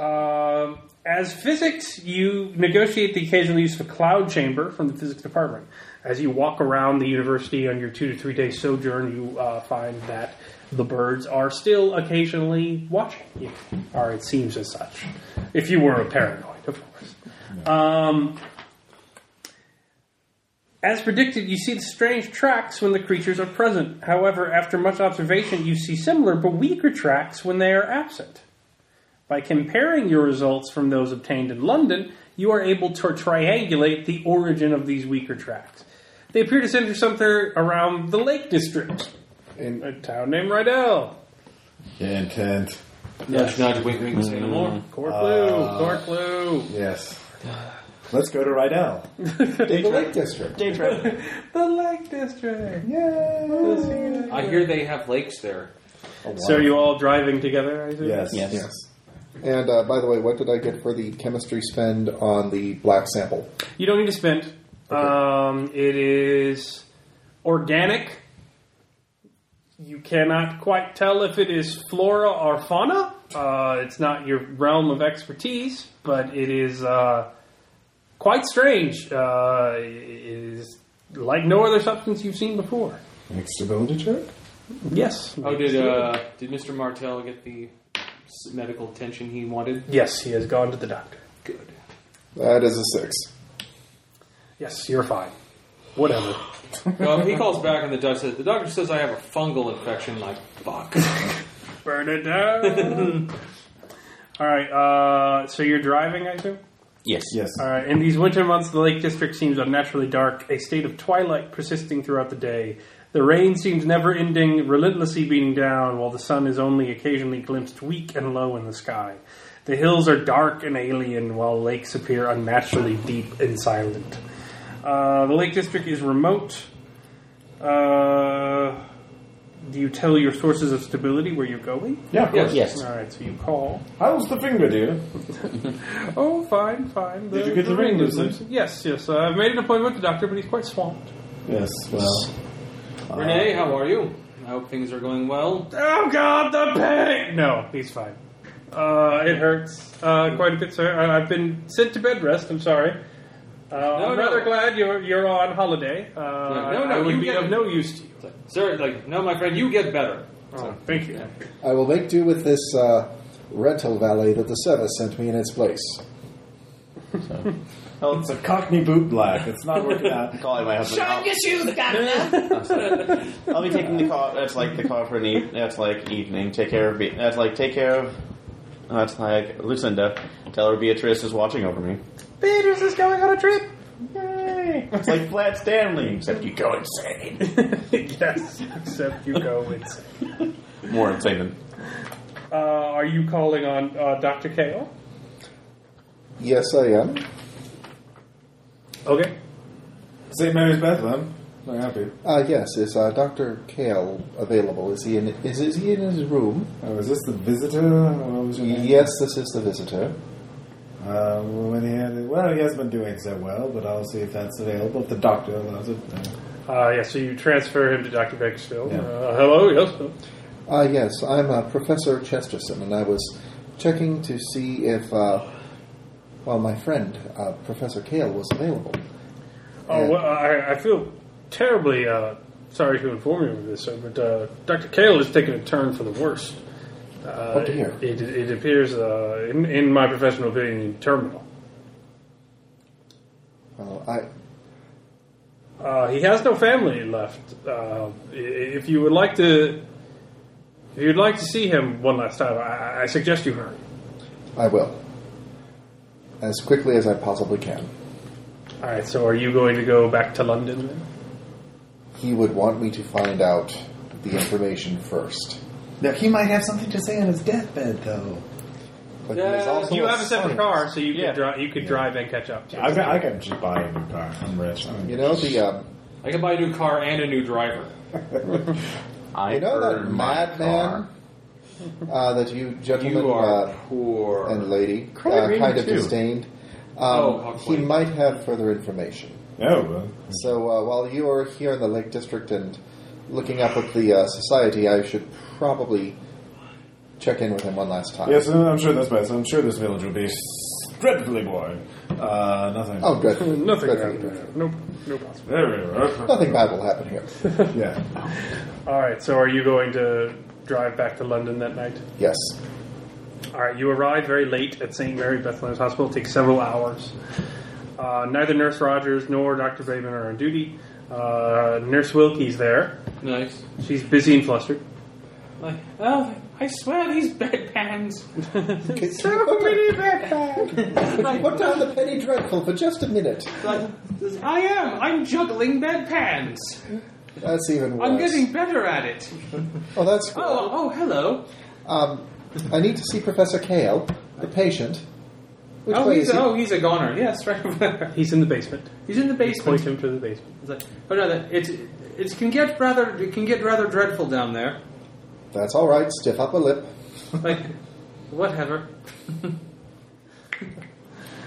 Um, as physics, you negotiate the occasional use of a cloud chamber from the physics department. As you walk around the university on your two to three day sojourn, you uh, find that the birds are still occasionally watching you, or it seems as such. If you were a paranoid, of course. Um, as predicted, you see the strange tracks when the creatures are present. However, after much observation, you see similar but weaker tracks when they are absent. By comparing your results from those obtained in London, you are able to triangulate the origin of these weaker tracks. They appear to center somewhere around the Lake District, And a town named Rydell. Intent. Nudge, nudge, wink, wink, say no more. Cork Lou, Cork Lou. Yes. Let's go to Rydell. in the Lake District. day trip. The Lake District. Oh, Yay! I hear they have lakes there. So are you all driving together, I think? Yes. Yes. Yes. And uh, by the way, what did I get for the chemistry spend on the black sample? You don't need to spend. Um, it is organic. You cannot quite tell if it is flora or fauna. Uh, it's not your realm of expertise, but it is uh, quite strange. Uh, it is like no other substance you've seen before. Make stability check. Yes. Oh, did uh, did Mr. Martell get the s- medical attention he wanted? Yes, he has gone to the doctor. Good. That is a six. Yes, you're fine. Whatever. Well, he calls back and the doctor says, "The doctor says I have a fungal infection." Like, fuck. Burn it down. <laughs> All right. Uh, so you're driving, I assume. Yes. Yes. All right. Uh, In these winter months, the Lake District seems unnaturally dark, a state of twilight persisting throughout the day. The rain seems never ending, relentlessly beating down, while the sun is only occasionally glimpsed weak and low in the sky. The hills are dark and alien, while lakes appear unnaturally deep and silent. Uh, the Lake District is remote. Uh, do you tell your sources of stability where you're going? Yeah. Of course. Yes. All right, so you call. How's the finger, dear? Oh, fine, fine. Did you get the ring, Lucy? Yes, yes. Uh, I've made an appointment with the doctor, but he's quite swamped. Yes. Well. Renee, how are you? I hope things are going well. Oh God, the pain! No, he's fine. Uh, it hurts uh, quite a bit, sir. I- I've been sent to bed rest. I'm sorry. Uh, I'm no. rather glad you're you're on holiday. Uh, no, no, I would you be get- of no use to you. Sir, like, no, my friend, you get better. Oh, thank you. I will make do with this uh, rental valet that the service sent me in its place. Oh, it's a Cockney bootblack. It's not working out. <laughs> Calling my husband. I'll, <laughs> I'll be taking the call. That's like the call for an e- That's like evening. Take care of. Be- that's like take care of. That's like Lucinda. Tell her Beatrice is watching over me. Peters is going on a trip. Yay! It's like Flat Stanley, except you go insane. <laughs> yes, except you go insane. More insane than Uh, are you calling on uh, Dr. Kale? Yes, I am. Okay. St. Mary's Bethlehem. I happy. Uh, yes, is uh, Doctor Kale available? Is he in? Is, is he in his room? Oh, is this the visitor? Oh, What was your name? Yes, this is the visitor. Uh, when he had, well, he hasn't been doing so well, but I'll see if that's available. If the doctor allows it. Uh, Uh, yeah, so you transfer him to Dr. Bakersfield. Yeah. Uh, hello, yes. sir. Uh, yes, I'm uh, Professor Chesterton, and I was checking to see if, uh, well, my friend uh, Professor Kale was available. Oh, Yeah. well, I, I feel terribly uh, sorry to inform you of this, sir, but uh, Dr. Kale is taking a turn for the worst. Uh, Oh, dear. It, it, it appears, uh, in, in my professional opinion, terminal. Well, I Uh, he has no family left. Uh, i- if you would like to, if you'd like to see him one last time, I, I suggest you hurry. I will as quickly as I possibly can. All right. So, are you going to go back to London? Then? He would want me to find out the information first. now, he might have something to say on his deathbed, though. But he is also You have a separate scientist. car, so you Yeah. could drive. You could drive and catch up. I can, I can just buy a new car. I'm rich. I'm You know the um, I could buy a new car and a new driver. I you know that earned my madman car. uh, that you gentlemen You are uh, poor. and lady uh, Credit rating kind of too. disdained. Um, Oh, he Huxley. might have further information. Oh, well. So uh, while you are here in the Lake District and looking up with the uh, society, I should probably check in with him one last time. Yes, I'm sure that's best. I'm sure this village will be dreadfully boring. Uh, nothing. Oh, good. Nothing. Good. happened. No, no possible. Very well. Nothing bad will happen here. yeah. All right. So, are you going to drive back to London that night? Yes. All right, you arrive very late at St. Mary Bethlehem's Hospital. It takes several hours. Uh, neither Nurse Rogers nor Dr. Raven are on duty. Uh, Nurse Wilkie's there. Nice. She's busy and flustered. Like, oh, I swear these bedpans. <laughs> Can- can you put down- can you Put down the penny dreadful for just a minute. Like, I am. I'm juggling bedpans. That's even worse. I'm getting better at it. Oh, that's good. Oh, oh, hello. Um, I need to see Professor Kale, the patient. Which oh, way he's is he? oh, he's a goner. Yes, right over there. He's in the basement. He's in the Point basement. him to the basement. It's like, but no, that- it's it can get rather it can get rather dreadful down there. That's all right. Stiff upper lip. Like, whatever.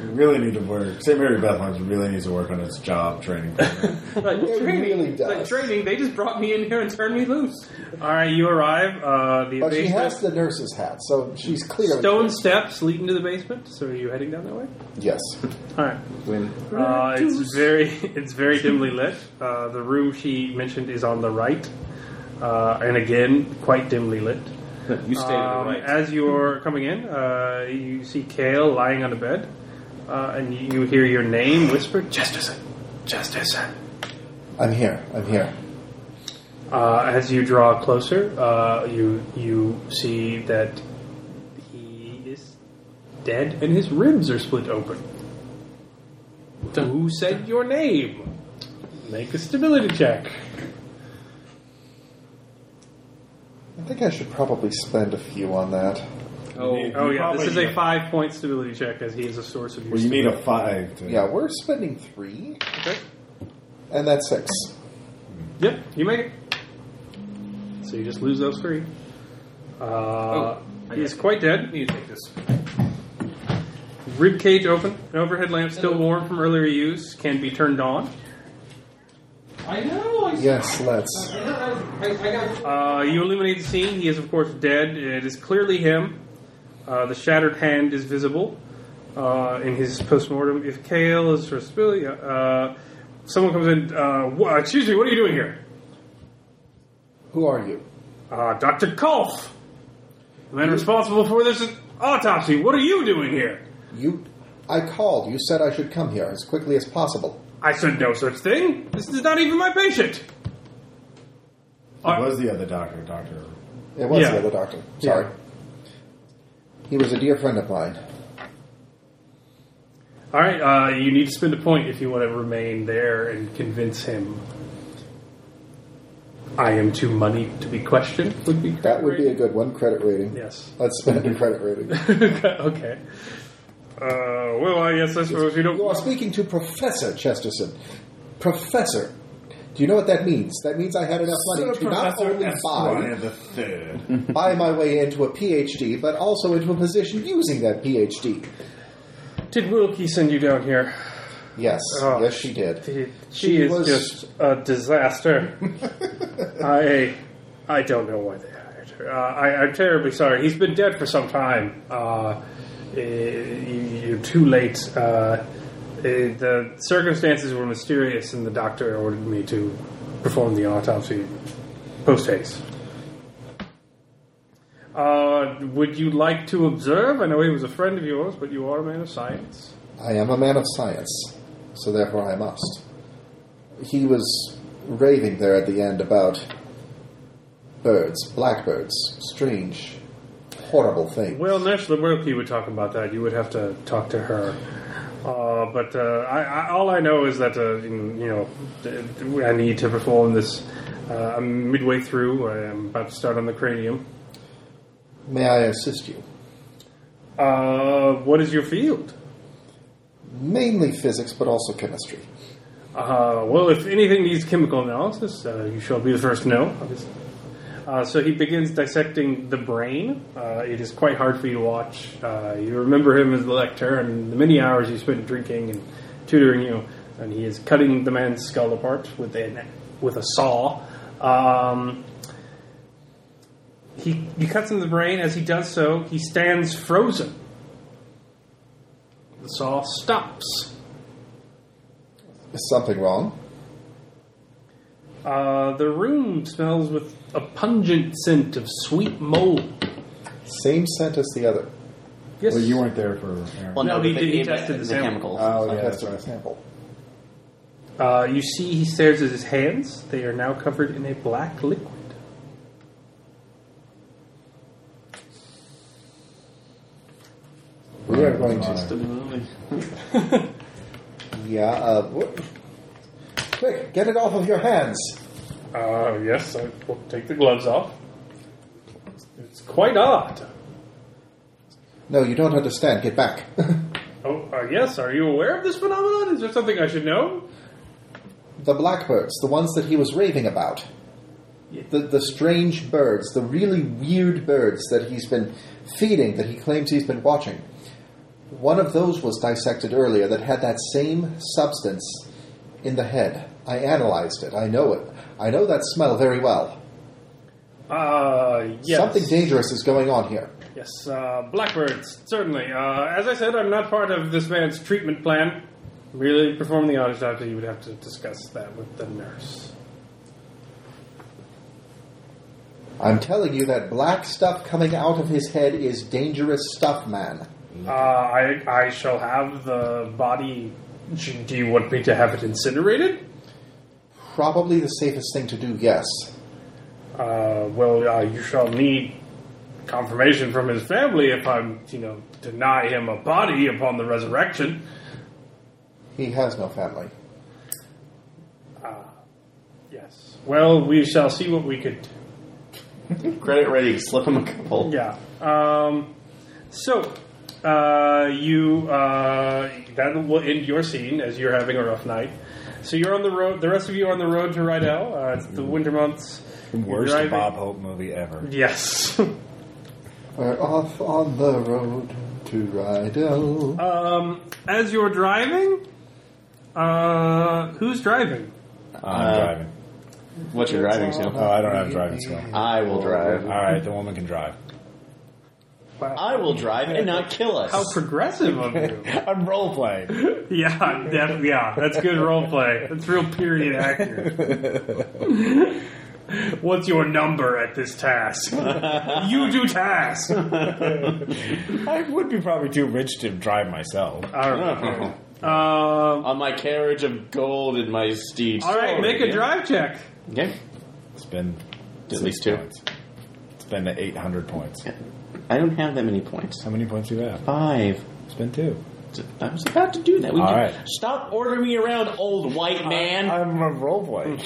We really need to work. St. Mary Bethlehem really needs to work on its job training. program. <laughs> Like, It training, really does. Like training, they just brought me in here and turned me loose. All right, you arrive. Uh, the But she basement. has the nurse's hat, so she's clearly Stone steps leading to the basement. So, are you heading down that way? Yes. All right. Uh, it's very <laughs> it's very dimly lit. Uh, the room she mentioned is on the right, uh, and again quite dimly lit. You stayed Um, As you're coming in, uh, you see Kale lying on the bed, uh, and you, you hear your name whispered, Chesterton, Chesterton. I'm here. I'm here. Uh, as you draw closer, uh, you you see that he is dead, and his ribs are split open. Who said your name? Make a stability check. I think I should probably spend a few on that. Oh, yeah, this is a five point stability check, as he is a source of your. well, you need stability. a five. To, Yeah, we're spending three, Okay. and that's six. Yep, you make it. So you just lose those three. Uh, Oh, I he's got it. quite dead. You take this. Rib cage open. An overhead lamp still warm from earlier use can be turned on. I know. I, Yes, let's. I, I, I got. Uh, you illuminate the scene. He is, of course, dead. It is clearly him. Uh, the shattered hand is visible uh, in his postmortem. If Kale is for spill, uh, someone comes in. Uh, "Wha- excuse me, what are you doing here? Who are you? Uh, Dr. Kolf, the man responsible for this autopsy. What are you doing here? You. I called. You said I should come here as quickly as possible. I said no such thing. This is not even my patient. It was the other doctor, Doctor. It was Yeah. the other doctor. Sorry. He was a dear friend of mine. All right, uh, you need to spend a point if you want to remain there and convince him. I am too money to be questioned. Would be That would be a great. good one. Credit rating. yes. <laughs> Let's spend a credit rating. okay. Uh, well, I guess I suppose you don't. You are speaking to Professor Chesterton. Professor. Do you know what that means? That means I had enough money to not only buy, the third. buy my way into a PhD, but also into a position using that PhD. Did Wilkie send you down here? Yes, Oh. yes, she did. She, She is was- just a <laughs> disaster. I I don't know why they hired her. Uh, I, I'm terribly sorry. He's been dead for some time. Uh, eh, you, are too late. Uh, eh, the circumstances were mysterious, and the doctor ordered me to perform the autopsy post haste. Uh, would you like to observe? I know he was a friend of yours, but you are a man of science. I am a man of science, so therefore I must. He was raving there at the end about birds, blackbirds, strange, horrible things. Well, Nashla Wilkie would talk about that. You would have to talk to her. Uh, but uh, I, I, all I know is that uh, you know d- d- I need to perform this. Uh, I'm midway through. I am about to start on the cranium. May I assist you? Uh, what is your field? Mainly physics, but also chemistry. Uh, well, if anything needs chemical analysis, uh, you shall be the first to know. obviously. Uh, so he begins dissecting the brain. Uh, it is quite hard for you to watch. Uh, you remember him as the lecturer and the many hours he spent drinking and tutoring you. And he is cutting the man's skull apart with a with a saw. Um, he he cuts into the brain. As he does so, he stands frozen. The saw stops. Is something wrong? Uh, the room smells with a pungent scent of sweet mold. Same scent as the other. Yes. well, you weren't there for. Aaron. Well, No, he but did- he they gave tested the sample. chemicals. oh yeah, That's that's an right. example. uh, you see, he stares at his hands. They are now covered in a black liquid. We are going to. Yeah, uh. wh- Quick, get it off of your hands! Uh, yes, I will take the gloves off. It's quite odd. No, you don't understand. Get back. <laughs> Oh, uh, yes, are you aware of this phenomenon? Is there something I should know? the blackbirds, the ones that he was raving about. The, the strange birds, the really weird birds that he's been feeding, that he claims he's been watching. One of those was dissected earlier that had that same substance in the head. I analyzed it. I know it. I know that smell very well. Uh, yes. Something dangerous is going on here. Yes, uh, blackbirds, certainly. Uh, as I said, I'm not part of this man's treatment plan. Really, perform the autopsy, you would have to discuss that with the nurse. I'm telling you that black stuff coming out of his head is dangerous stuff, man. Uh, I, I shall have the body. Sh- Do you want me to have it incinerated? Probably the safest thing to do, yes. Uh, well, uh, you shall need confirmation from his family if I'm, you know, deny him a body upon the resurrection. He has no family. Yes. Well, we shall see what we could do. Credit rating, slip him a couple. Yeah. Um, so uh, you uh, that will end your scene as you're having a rough night. So you're on the road. The rest of you are on the road to Rydell. Uh, it's the winter months. Worst Driving- Bob Hope movie ever. Yes. <laughs> We're off on the road to Rydell. um, as you're driving, uh, who's driving? I'm Uh, driving. What's your driving skill? Oh, I don't have driving skill. I will All drive. right, the woman can drive. <laughs> Wow. I will drive and not kill us. How progressive of <laughs> you! I'm role playing. yeah, that, yeah, that's good role play. That's real period accurate. <laughs> What's your number at this <laughs> task? you do task. I would be probably too rich to drive myself. Uh, All right. Um, On my carriage of gold and my steed. all right, sword, make a yeah. drive check. Okay. Spend At least two. Points. Spend the 800 points. I don't have that many points. How many points do you have? Five. Spend two. I was about to do that. We All do- right. Stop ordering me around, old white man. I'm a role boy.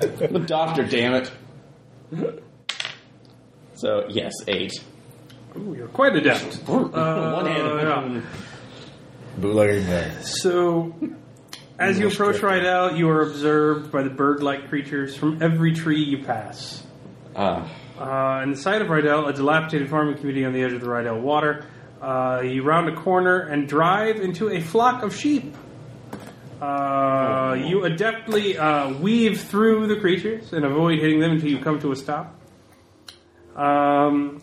the doctor, damn it. So yes, eight. Ooh, you're quite adept. Uh, One hand. yeah. Bootlegging there. So, as you approach Restricted. right out, you are observed by the bird-like creatures from every tree you pass. Ah. Uh, in the site of Rydell, a dilapidated farming community on the edge of the Rydell Water, uh, you round a corner and drive into a flock of sheep. Uh, you adeptly uh, weave through the creatures and avoid hitting them until you come to a stop. Um,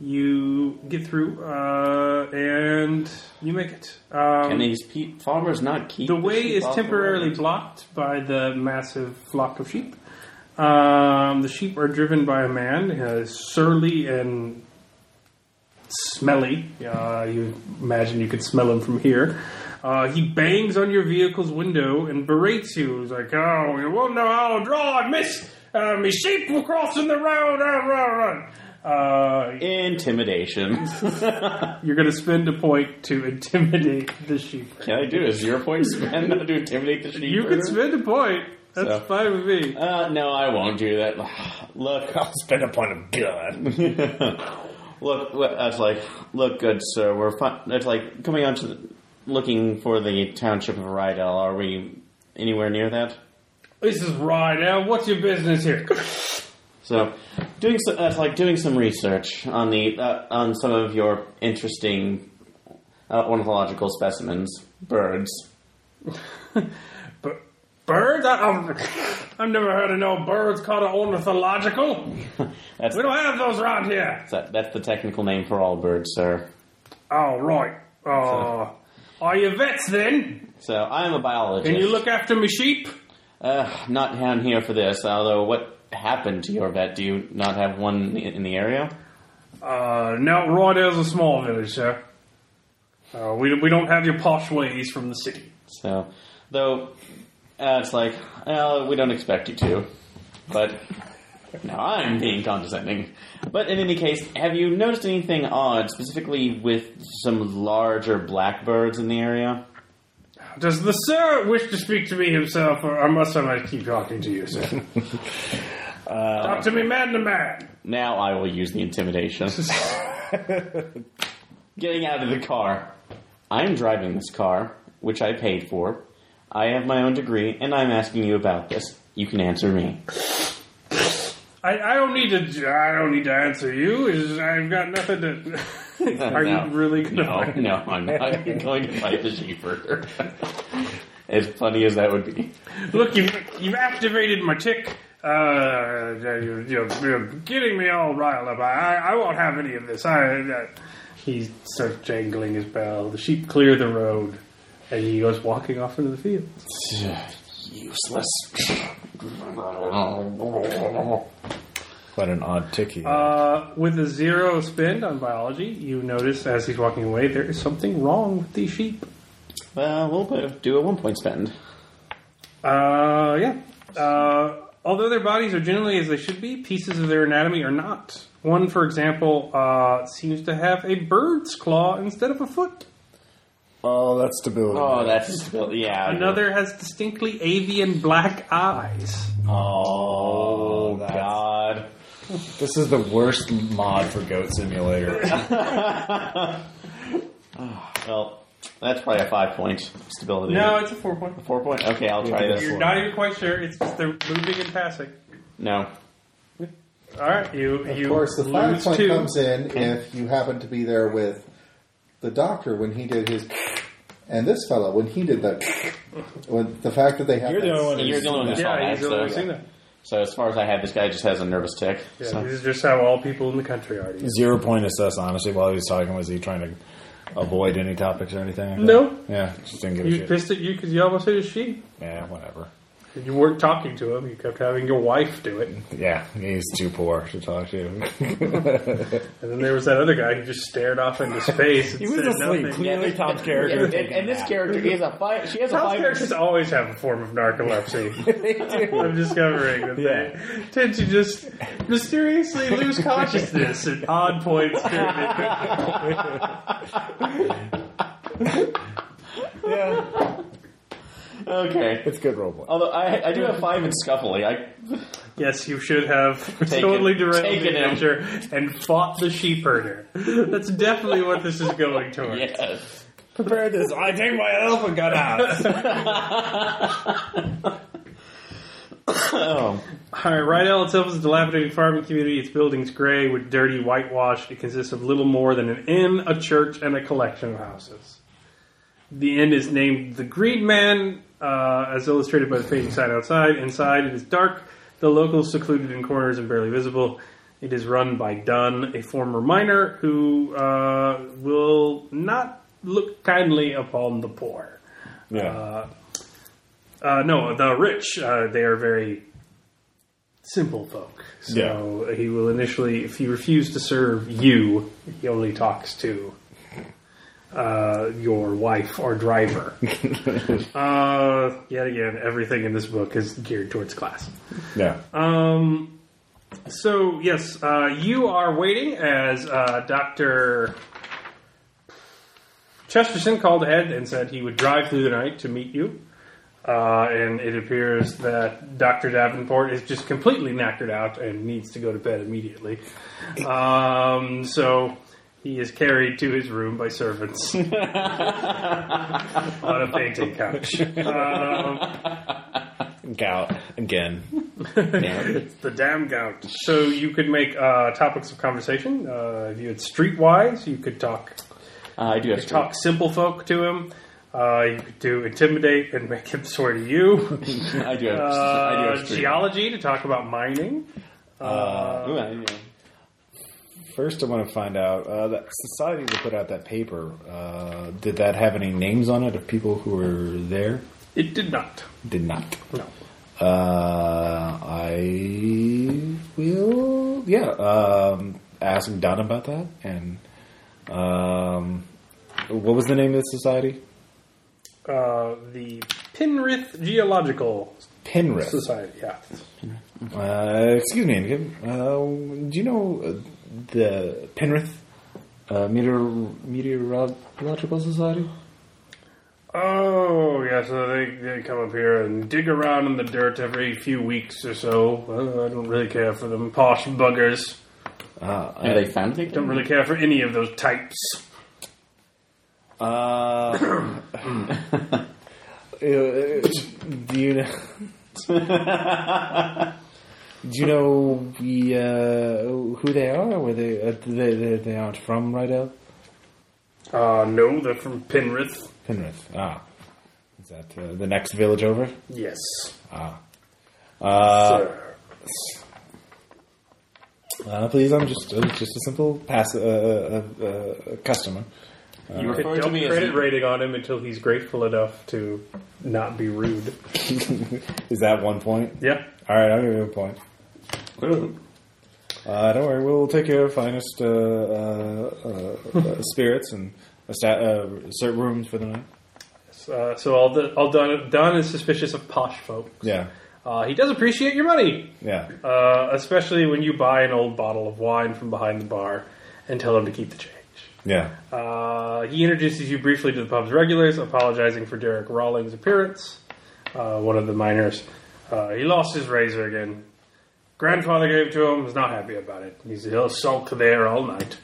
you get through uh, and you make it. Um, Can these pe- farmers not keep the way sheep is off the temporarily road? blocked by the massive flock of sheep. Um, the sheep are driven by a man, uh, surly and smelly. Uh, you imagine you could smell him from here. Uh, he bangs on your vehicle's window and berates you. He's like, "Oh, you won't know how to drive, miss. Uh, my sheep were crossing the road. Uh, run, run." Uh, Intimidation. <laughs> you're going to spend a point to <laughs> intimidate the sheep. Can I do a zero point spend not to intimidate the sheep? You can herder? spend a point. That's So. fine with me. Uh, no, I won't do that. <sighs> <laughs> Look, I'll spend a point of God. <laughs> look, look, I was like, look, good sir, we're fine. It's like coming on to the, looking for the township of Rydell. Are we anywhere near that? This is right now. What's your business here? So, doing so, that's like doing some research on the uh, on some of your interesting uh, ornithological specimens, birds. B- birds? I, I've, I've never heard of no birds called an ornithological. That's We don't have those around here. that, that's the technical name for all birds, sir. Oh, right. Uh, are you vets then? So I am a biologist. Can you look after my sheep? Uh, not down here for this. Although, what happened to your vet? Do you not have one i- in the area? Uh, no, Rydell's a small village, sir. Uh, we, we don't have your posh ways from the city. So, though, uh, it's like, well, we don't expect you to. But now I'm being condescending. But in any case, have you noticed anything odd, specifically with some larger blackbirds in the area? Does the sir wish to speak to me himself, or must I must keep talking to you, sir? <laughs> Uh, Talk to me man to man. Now I will use <laughs> the intimidation. <laughs> Getting out of the car. I'm driving this car, which I paid for. I have my own degree, and I'm asking you about this. You can answer me. I, I don't need to. I don't need to answer you. It's just I've got nothing <laughs> to. <laughs> Are No. you really gonna? No, fight? no, I'm <laughs> not going to fight the sheeper. <laughs> as funny as that would <laughs> be. Look, you've you've activated my tick. Uh, you're, you're, you're getting me all riled up. I, I, I won't have any of this. I, I, he starts jangling his bell. The sheep clear the road, and he goes walking off into the field. Useless. Quite an odd ticky. Uh, with a zero spend on biology, you notice as he's walking away there is something wrong with these sheep. Well, we'll put- do a one point spend. Uh, yeah. Uh, although their bodies are generally as they should be, pieces of their anatomy are not. One, for example, uh, seems to have a bird's claw instead of a foot. oh, that's stability. Oh, that's yeah. Another has distinctly avian black eyes. Oh that's- God. This is the worst mod for Goat Simulator. <laughs> Well, that's probably a five point stability. No, it's a four point. Four point. Okay, I'll try Yeah. this. You're not even quite sure. It's just they're moving and passing. No. All right, you you Of course, the five lose point two. comes in if you happen to be there with the doctor when he did his, and this fellow when he did that. When the fact that they have You're the that- only one You're the only one who saw Yeah, that. he's the only one who's So, seen that. so as far as I have, this guy just has a nervous tick. Yeah, So- this is just how all people in the country are. Zero point assess, honestly, while he was talking. Was he trying to avoid any topics or anything? like that? No. Yeah, just didn't give a You shit. pissed at you because you almost hit a sheep. Yeah, whatever. You weren't talking to him. You kept having your wife do it. Yeah, he's too poor to talk to. <laughs> And then there was that other guy who just stared off into <laughs> space. And he was said asleep. Nothing. Clearly, Tom's character. and, and this character is a five. She has a Health five. characters always have a form of <laughs> narcolepsy. They do. I'm discovering that they tend to just mysteriously <laughs> lose consciousness at odd points. during the- Yeah, Okay. it's good role play. Although I, I do have five in Scuffly. I yes, you should have Taken- totally derailed the taken him. adventure and fought the sheep herder. That's definitely what this is going <laughs> towards. yes. Prepare this. I take my elephant gun out. Oh, All right, Rydell itself is a dilapidated farming community. Its buildings gray with dirty whitewash. It consists of little more than an inn, a church, and a collection of houses. The inn is named the Green Man, uh, as illustrated by the fading sign outside. Inside, it is dark. The locals secluded in corners and barely visible. It is run by Dunn, a former miner who uh, will not look kindly upon the poor. <laughs> Yeah, Uh, no, the rich. Uh, they are very simple folk. So he will initially, if he refuses to serve you, he only talks to uh, your wife or driver. uh, yet again, everything in this book is geared towards class. yeah. Um, so yes, uh, you are waiting as uh, Doctor Chesterton called ahead and said he would drive through the night to meet you. Uh, and it appears that Dr. Davenport is just completely knackered out and needs to go to bed immediately. Um, so he is carried to his room by servants <laughs> on a fainting couch. Um, Gout again. damn. the damn gout. So you could make uh, topics of conversation. Uh, if you had streetwise, you could talk Uh, I do have to. talk simple folk to him. Uh, you could do intimidate and make him <laughs> swear to you. I do have. I do Uh, have three. geology to talk about mining. Ooh, I- yeah. First, I want to find out uh, that society that put out that paper. Uh, did that have any names on it of people who were there? It did not. Did not. No. Uh, I will, yeah, um, ask Don about that. And um, what was the name of the society? Uh, the Penrith Geological Penrith. Society. Yeah. Uh, excuse me. Uh, do you know uh, the Penrith uh, Meteor- Meteorological Society? Oh yeah, so they, they come up here and dig around in the dirt every few weeks or so. Uh, I don't really care for them posh buggers. Uh, Have they found it? Don't really care for any of those types. Uh, do you know? do you know we, uh, who they are? Were they, uh, they they they aren't from Rydell? Uh, no, they're from Penrith. Penrith. Ah, is that uh, the next village over? Yes. Uh, Sir. uh, please, I'm just uh, just a simple pass uh, uh, uh, uh, customer. You refer to Don't me credit as. rating on him until he's grateful enough to not be rude. Is that one point? Yeah. All right, I'll give you a point. Uh, don't worry, we'll take your finest uh, uh, uh, <laughs> uh, spirits and esta- uh, set rooms for the night. Uh, so all the all Don, Don is suspicious of posh folks. Yeah, Uh, he does appreciate your money, yeah. uh, especially when you buy an old bottle of wine from behind the bar and tell him to keep the change. Yeah. Uh, he introduces you briefly to the pub's regulars, apologizing for Derek Rawlings' appearance, uh, one of the miners. Uh, he lost his razor again. Grandfather gave it to him, was not happy about it. He's, he'll sulk there all night.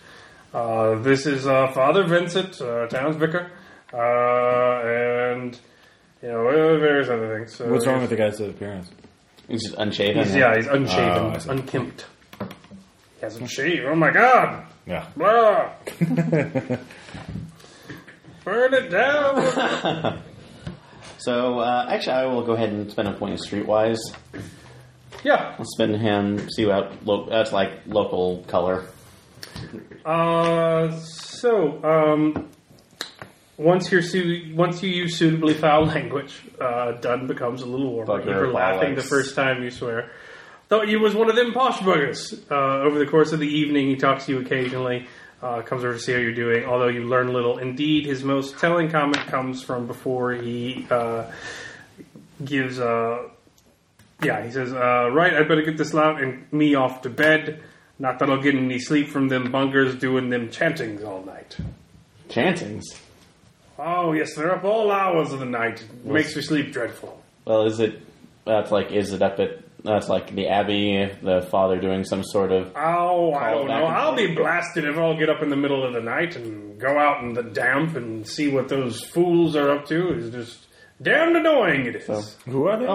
Uh, this is uh, Father Vincent, uh, town's vicar, uh, and you know uh, various other things. So What's wrong he's- with the guy's appearance? <laughs> He's just unshaven. He's, yeah, he's Oh, I unshaven, see. unkempt. He hasn't shaved. Oh my god! Yeah. Blah. <laughs> Burn it down. So uh, actually, I will go ahead and spend a point of Streetwise. Yeah. I'll spend him. See what lo- that's like local color. Uh, so, um, Once you're su- once you use suitably foul language, uh, done becomes a little warmer. Bugger, You were laughing the Lilacs. first time you swear. Thought you was one of them posh buggers. Uh, over the course of the evening, he talks to you occasionally. Uh, comes over to see how you're doing, although you learn little. Indeed, his most telling comment comes from before he uh, gives uh, yeah, he says, uh, right, I better get this lout and me off to bed. Not that I'll get any sleep from them bunkers doing them chantings all night. Chantings. Oh, yes, they're up all hours of the night. Makes your sleep dreadful. Well, is it? That's like is it up at? That's like the abbey. The father doing some sort of. Oh, I Call don't back know. and I'll forth. be blasted if I'll get up in the middle of the night and go out in the damp and see what those fools are up to. It's just damned annoying it is. Who are they?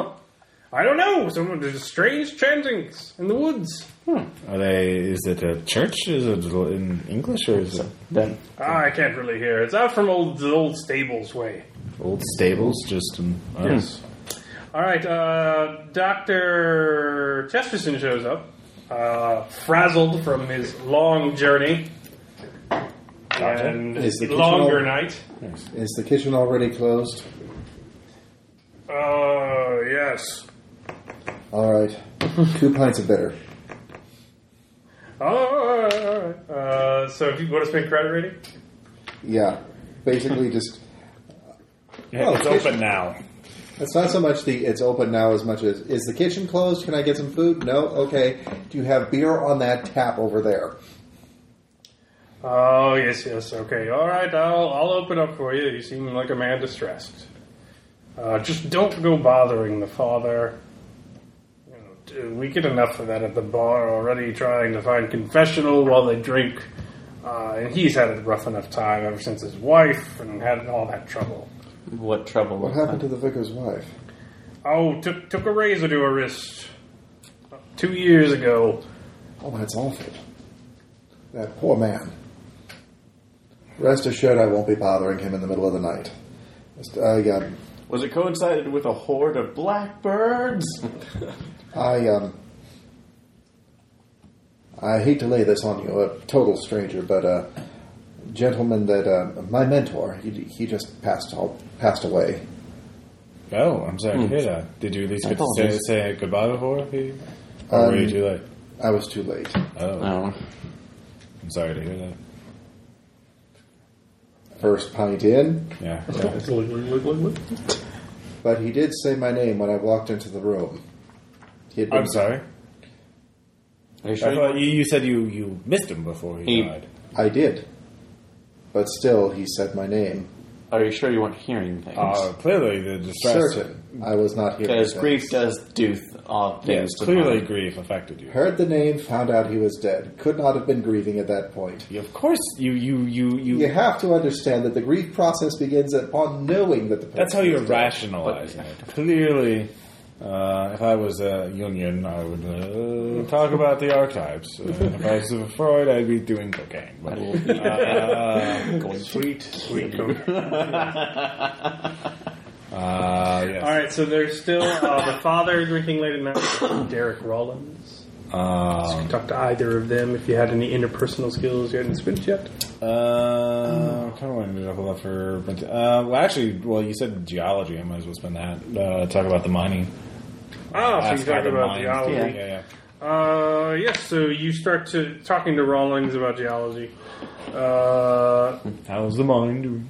I don't know. Someone, there's strange chantings in the woods. Are they? Is it a church? Is it in English or is it Then Ah, I can't really hear. It's out from old the old stables way. old stables? Just in, oh. Yes. All right, uh, Dr. Chesterton shows up, uh, frazzled from his long journey and Is his the kitchen longer all- night. Is the kitchen already closed? Oh, yes. All right. Two pints of bitter. Oh, all right. Uh, so, do you want to spend credit rating? Yeah. Basically, just <laughs> Yeah, Oh, it's okay. open now. it's not so much the it's open now as much as is the kitchen closed? Can I get some food? No. Okay. Do you have beer on that tap over there? Oh, yes, yes. Okay, all right. I'll, I'll open up for you. You seem like a man distressed. Uh, just don't go bothering the father. You know, d- We get enough of that at the bar already, trying to find confessional while they drink. Uh, and he's had a rough enough time ever since his wife and had all that trouble. what trouble? What happened to the vicar's wife? Oh, took, took a razor to her wrist uh, two years ago. Oh, that's awful. That poor man. Rest assured, I won't be bothering him in the middle of the night. Just, I, um, Was it coincided with a horde of blackbirds? I, um, I hate to lay this on you, a total stranger, but a gentleman that uh, my mentor, he, he just passed all, passed away. Oh, I'm sorry to hear that. Did you at least get to say, Apologies. say goodbye before? He, or were you Um, too late? I was too late. Oh, no. I'm sorry to hear that. First pint in, Yeah. yeah. but he did say my name when I walked into the room. He had I'm sorry. Are you I sure? thought you, you said you, you missed him before he, He- died. I did. But still, he said my name. Are you sure you weren't hearing things? Uh, clearly, the distress. Certain. I was not here. Because for that. grief does do th- odd Yes, things. to clearly mind. grief affected you. Heard the name, found out he was dead. Could not have been grieving at that point. You- Of course, you you you you. You have to understand that the grief process begins upon knowing that the person That's how you're is dead. rationalizing it. Clearly, uh, if I was a union, I would uh, talk about the archives. Uh, if I was a Freud, I'd be doing cocaine. <laughs> But, uh, Sweet, sweet coke. uh, yes. All right, so there's still uh, the father drinking late at night. Derek Rollins. Um, Talk to either of them if you had any interpersonal skills you hadn't spent yet. Uh, kind of wanted to talk about for. but, Uh, well, actually, well, you said geology. I might as well spend that. Uh, talk about the mining. Ah, so Ask you talked the about mines. Yeah, geology. yeah. yeah. Uh, yes, so you start to talking to Rawlings about geology. Uh, How's the mine doing?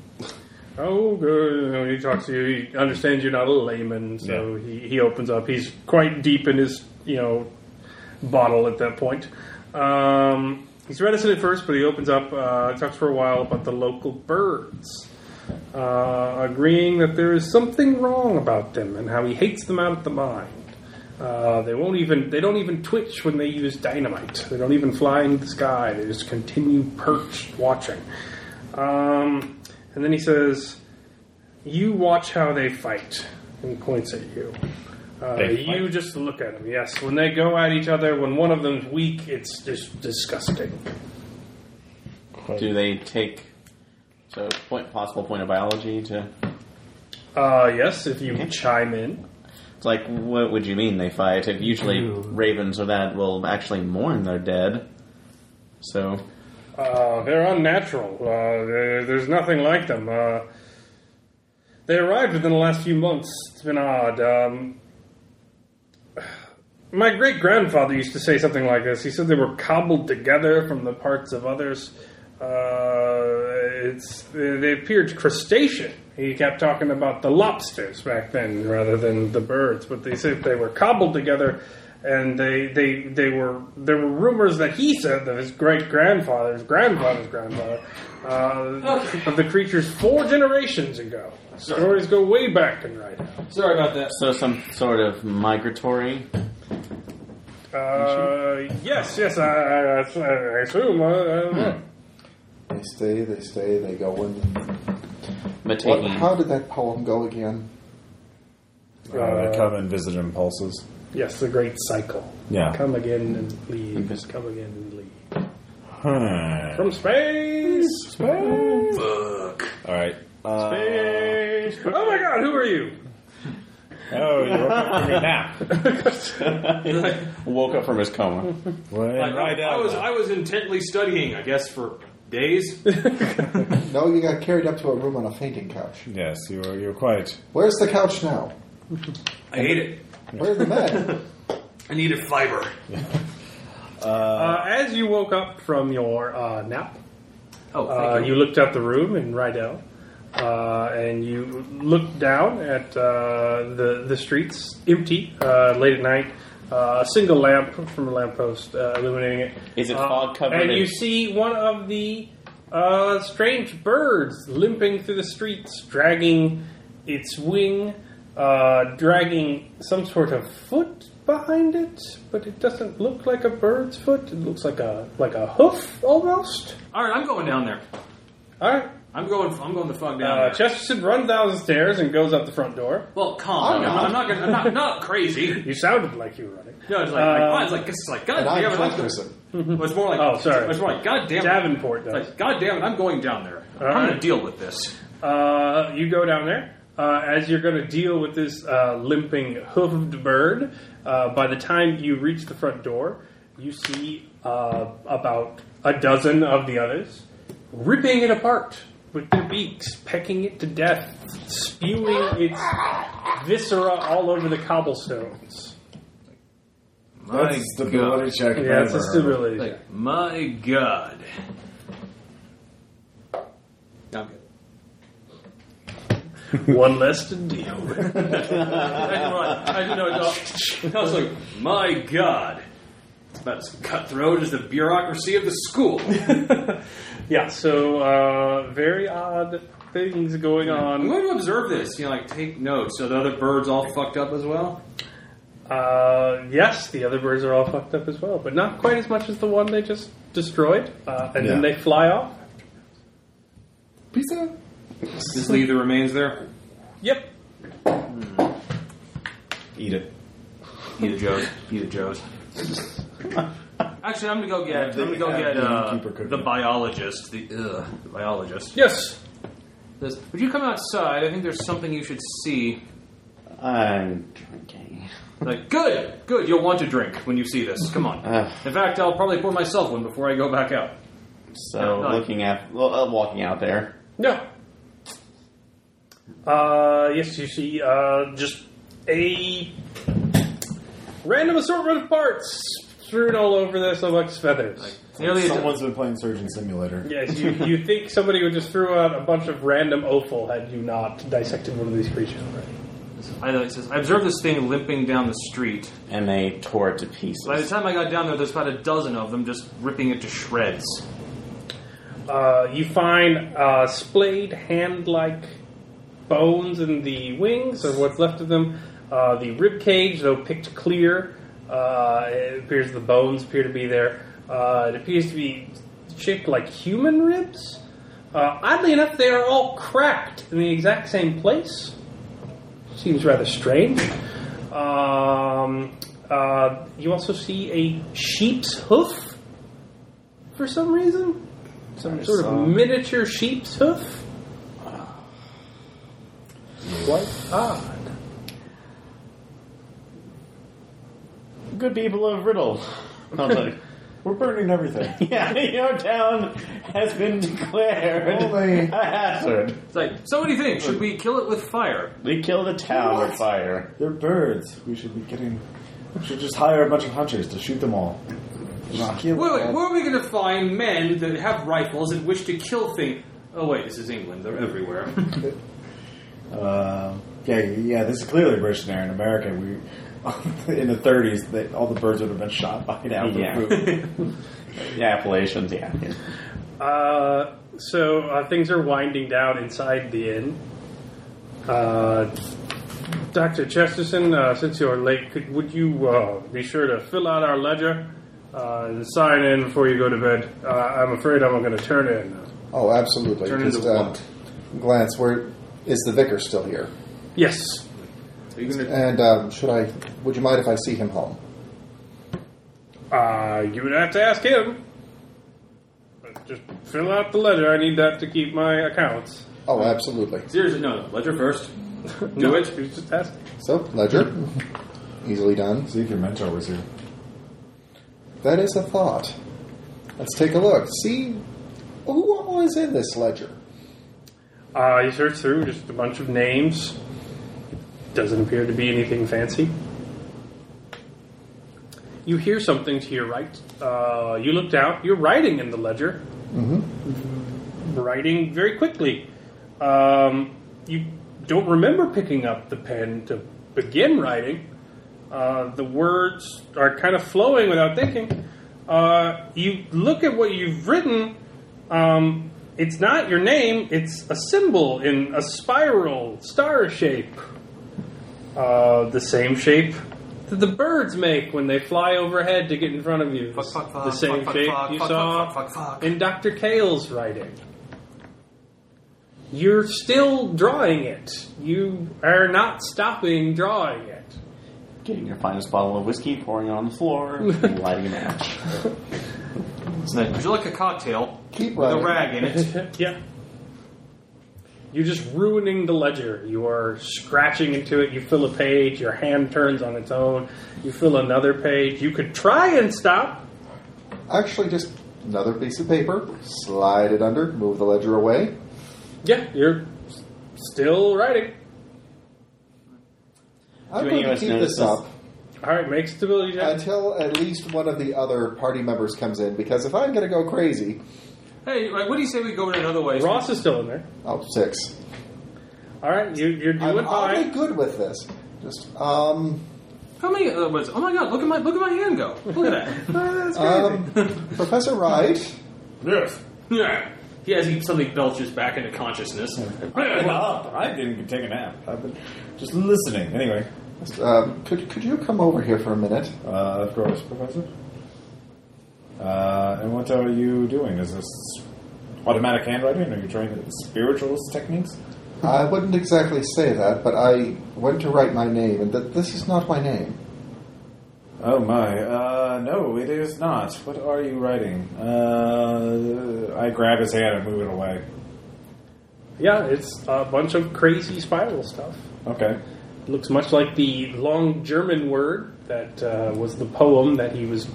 oh, good. You know, he talks to you. He understands you're not a layman, so he, he opens up. He's quite deep in his, you know, bottle at that point. Um, he's reticent at first, but he opens up, uh, talks for a while about the local birds, uh, agreeing that there is something wrong about them and how he hates them out of the mind. Uh, they won't even. They don't even twitch when they use dynamite. They don't even fly into the sky. They just continue perched, watching. Um, and then he says, "You watch how they fight," and points at you. Uh, They fight? you just look at them. Yes, when they go at each other, when one of them's weak, it's just disgusting. Do they take so point possible point of biology to? Uh, yes, if you chime in. It's like what would you mean they fight? If usually ravens or that will actually mourn their dead. So Uh, they're unnatural. Uh, there- there's nothing like them. Uh, they arrived within the last few months. It's been odd. Um, my great grandfather used to say something like this. He said they were cobbled together from the parts of others. Uh, it's they they appeared crustacean. He kept talking about the lobsters back then rather than the birds, but they said they were cobbled together, and they they they were there were rumors that he said that his great grandfather's grandfather's grandfather uh, of the creatures four generations ago. Stories go way back in right now. Sorry about that. So some sort of migratory. Uh, yes, yes, I, I, I assume. Uh, uh, They stay, they stay, they go in. What, Matahi. how did that poem go again? Uh, come and visit impulses. Yes, the great cycle. Yeah. Come again and Mm-hmm. leave. Come again and leave. Hmm. From space! All right. Uh, Space! Oh my god, who are you? oh, you're up for me <laughs> now. Woke up from his coma. Well, Like, right I, I down was there. I was intently studying, I guess, for days. No, you got carried up to a room on a fainting couch. Yes, you were. You're quite. Where's the couch now? I hate it. Where's the bed? I needed fiber. Uh, as you woke up from your uh, nap, Oh, uh, you looked out the room in Rydell, uh, and you looked down at uh, the, the streets, empty, uh, late at night. Uh, a single lamp from a lamppost uh, illuminating it. Is it Uh, fog-covered And and- you see one of the uh, strange birds limping through the streets, dragging its wing, uh, dragging some sort of foot behind it, but it doesn't look like a bird's foot. It looks like a like a hoof almost. All right, I'm going down there. All right. I'm going. I'm going the fuck down. Uh, there. Chesterton runs down the stairs and goes up the front door. well, calm. down. I'm not. Gonna, I'm not. Not crazy. You sounded like you were running. No, it's like, Uh, like, it's like it's like God and damn I'm it. Cliff I'm- Person. It's more like Oh, sorry. It's more like God damn it. Davenport It's does. like God damn it. I'm going down there. All I'm right. gonna deal with this. Uh, you go down there. Uh, as you're going to deal with this uh, limping hoofed bird, uh, by the time you reach the front door, you see uh, about a dozen of the others ripping it apart with their beaks, pecking it to death, spewing its viscera all over the cobblestones. That's a stability check. Yeah, it's a forever. stability. Like my God. I'm good. <laughs> One less to deal with. I didn't realize- I didn't know it was all- I was like, my God. It's about as cutthroat as the bureaucracy of the school. <laughs> yeah, so uh, very odd things going I'm on. going to observe this, you know, like take notes. Are the other birds all fucked up as well? Uh, yes, the other birds are all fucked up as well, but not quite as much as the one they just destroyed. Uh, and then Yeah. they fly off. Peace out. Just leave the remains there. Yep. Eat it. Peter Joe's. Peter Joe's. Actually, I'm gonna go get. Have the- I'm gonna go have get the uh, innkeeper cook the it. biologist. The, ugh, the biologist. Yes. Says, Would you come outside? I think there's something you should see. I'm drinking. Like, good, good. You'll want to drink when you see this. Come on. Ugh. Ah. In fact, I'll probably pour myself one before I go back out. So Yeah, no. looking at, well, uh, walking out there. No. Uh, yes, you see, uh, just a random assortment of parts strewn all over this amongst feathers. Nearly a Someone's been playing Surgeon Simulator. Yes, you, you think somebody would just threw out a bunch of random offal had you not dissected one of these creatures already. I, it says, I observed this thing limping down the street. And they tore it to By the pieces. time I got down there, there's about a dozen of them just ripping it to shreds. Uh, you find uh, splayed hand-like bones in the wings, or what's left of them. Uh, the rib cage, though picked clear, uh, it appears the bones appear to be there. Uh, it appears to be shaped like human ribs. Uh, oddly enough, they are all cracked in the exact same place. Seems rather strange. Um, uh, you also see a sheep's hoof for some reason. Some sort of miniature sheep's hoof. Quite odd. Good people of Riddle. <laughs> I was like, We're burning everything. <laughs> Yeah, your town has been declared <laughs> Only- a hazard. It's like, so what do you think? Should we kill it with fire? We killed a town with fire. They're birds. We should be getting. We should just hire a bunch of hunters to shoot them all. Just kill Wait, wait, them where all. are we going to find men that have rifles and wish to kill things? Oh wait, this is England. They're <laughs> everywhere. Uh, yeah, yeah. This is clearly a British scenario in America. We <laughs> in the 30s, they, all the birds would have been shot by now for <laughs> Yeah. food. The Appalachians, yeah. Uh, so uh, things are winding down inside the inn. Uh, Dr. Chesterton, uh, since you're late, could, would you uh, be sure to fill out our ledger uh, and sign in before you go to bed? Uh, I'm afraid I'm going to turn in. Oh, absolutely. Turn Just into uh, what? glance. Where is the vicar still here? Yes. Are you going to? And um, should I? Would you mind if I see him home? Uh, you would have to ask him. But Just fill out the ledger. I need that to keep my accounts. Oh, absolutely. Seriously, no. Ledger first. Do No, it. you Just ask. So ledger, easily done. See if your mentor was here. That is a thought. Let's take a look. See who all is in this ledger. Uh, you search through just a bunch of names. Doesn't appear to be anything fancy. You hear something to your right. Uh, you look down. You're writing in the ledger. Mm-hmm. Writing very quickly. Um, you don't remember picking up the pen to begin writing. Uh, the words are kind of flowing without thinking. Uh, you look at what you've written. Um, it's not your name. It's a symbol in a spiral star shape. Uh, the same shape that the birds make when they fly overhead to get in front of you. Fuck, fuck, fuck, the fuck, same fuck, shape fuck, you fuck, saw fuck, fuck, fuck. in Dr. Cale's writing. You're still drawing it. You are not stopping drawing it. Getting your finest bottle of whiskey, pouring it on the floor, and lighting a match. Would you like a cocktail Keep with a writing. rag in it? Yeah. You're just ruining the ledger. You are scratching into it. You fill a page. Your hand turns on its own. You fill another page. You could try and stop. Actually, just another piece of paper. Slide it under. Move the ledger away. Yeah, you're s- still writing. I'm Do any going to of us keep notice this this? up All right, make stability check. until at least one of the other party members comes in. Because if I'm going to go crazy, <laughs> Hey, right, what do you say we go in another way? Ross is still in there. oh six. All right, you, you're doing fine. I'm awfully good with this. Just um, How many? Uh, was, oh my God! Look at my look at my hand go. Look at <laughs> that. um Professor Wright. Yes. yeah. He as he suddenly belches back into consciousness. I've been up. I didn't take a nap. I've been just listening. Anyway, Um, could could you come over here for a minute? uh, of course, Professor. Uh, and what are you doing? Is this automatic handwriting? Are you trying the spiritualist techniques? I wouldn't exactly say that, but I went to write my name, and that this is not my name. Oh my, uh, no, it is not. What are you writing? Uh, I grab his hand and move it away. Yeah, it's a bunch of crazy spiral stuff. Okay. Looks much like the long German word that uh, was the poem that he was t-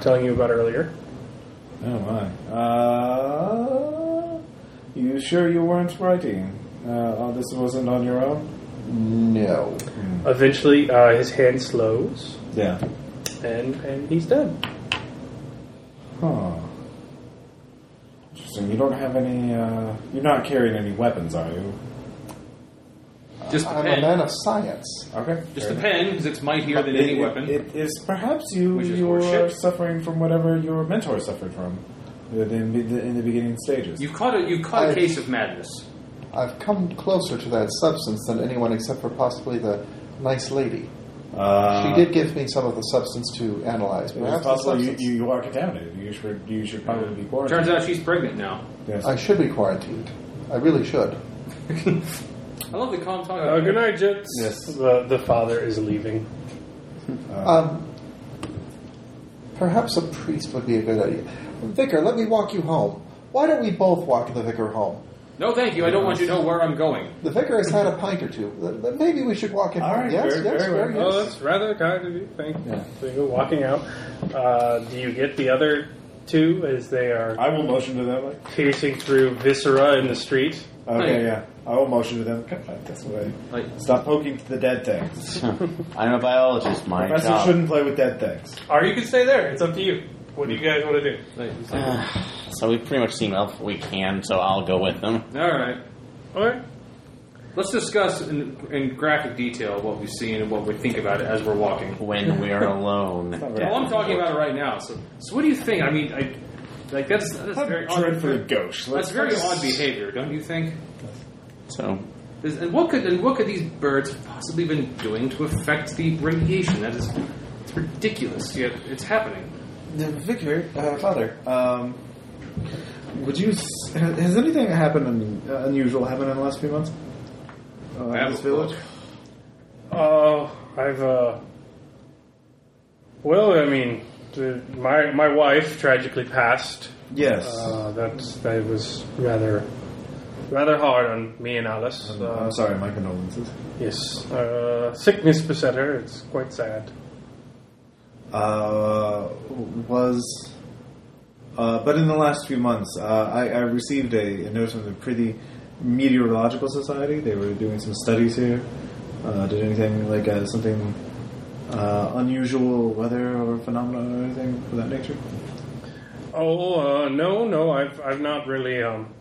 telling you about earlier. Oh my. Uh, you sure you weren't writing? Uh, oh, this wasn't on your own? No. Eventually, uh, his hand slows, Yeah. and, and he's done. Huh. Interesting. You don't have any, uh, you're not carrying any weapons, are you? <laughs> Just the I'm a pen. man of science. Okay. Just fair the enough. pen, because it's mightier than It- any it- weapon. It is perhaps you Which is you are horseshit. suffering from whatever your mentor suffered from in the, in the beginning stages. you caught a you caught I- a case of madness. I've come closer to that substance than anyone except for possibly the nice lady. uh, she did give me some of the substance to analyze. It is Perhaps the possible you, substance. you, you are contaminated. You should you should probably be quarantined. Turns out she's pregnant now. Yes. I should be quarantined. I really should. I love the calm talk. Uh, good night, Jets. Yes. The, the father is leaving. Um, perhaps a priest would be a good idea. Vicar, let me walk you home. Why don't we both walk the vicar home? No, thank you. I don't want you to know where I'm going. The vicar has had a pint or two. Th- th- Maybe we should walk in. All right, yes, Very- yes, very very well. yes. Oh, that's rather kind of you. Thank you. Yeah. So you're walking out. Uh, do you get the other two as they are I will motion to them. Like, piercing through viscera in the street? okay, yeah. I will motion to them. Come on, that's the way. Like, Stop poking the dead things. I'm a biologist. My Professor job. shouldn't play with dead things. Or you can stay there. It's up to you. What do you guys want to do? like, it's like- Ah, <sighs> so we've pretty much seen what we can. So I'll go with them. all right. All right. Let's discuss in, in graphic detail what we've seen and what we think about it as we're walking. When we're alone, Well, I'm talking about it right now. So, so what do you think? I mean, I, like that's that's very odd. gauche. That's very odd behavior, don't you think? so Is- And what could and what could these birds have possibly been doing to affect the radiation? That is, it's ridiculous. Yet it's happening. The vicar, uh, father, um, would you? s- Has anything happened un- uh, unusual happened in the last few months? Uh, I in have this a village. Oh, I've uh. Well, I mean, the, my my wife tragically passed. Yes. Uh, that's that was rather rather hard on me and Alice. I'm, Uh, I'm sorry. My condolences. Yes, uh, sickness beset her. It's quite sad. uh, was. Uh, but in the last few months, uh, I, I received a, a note from the Pretty Meteorological Society. They were doing some studies here. Uh, did anything like uh, something uh, unusual weather or phenomena or anything of that nature? Oh uh, no, no, I've I've not really um,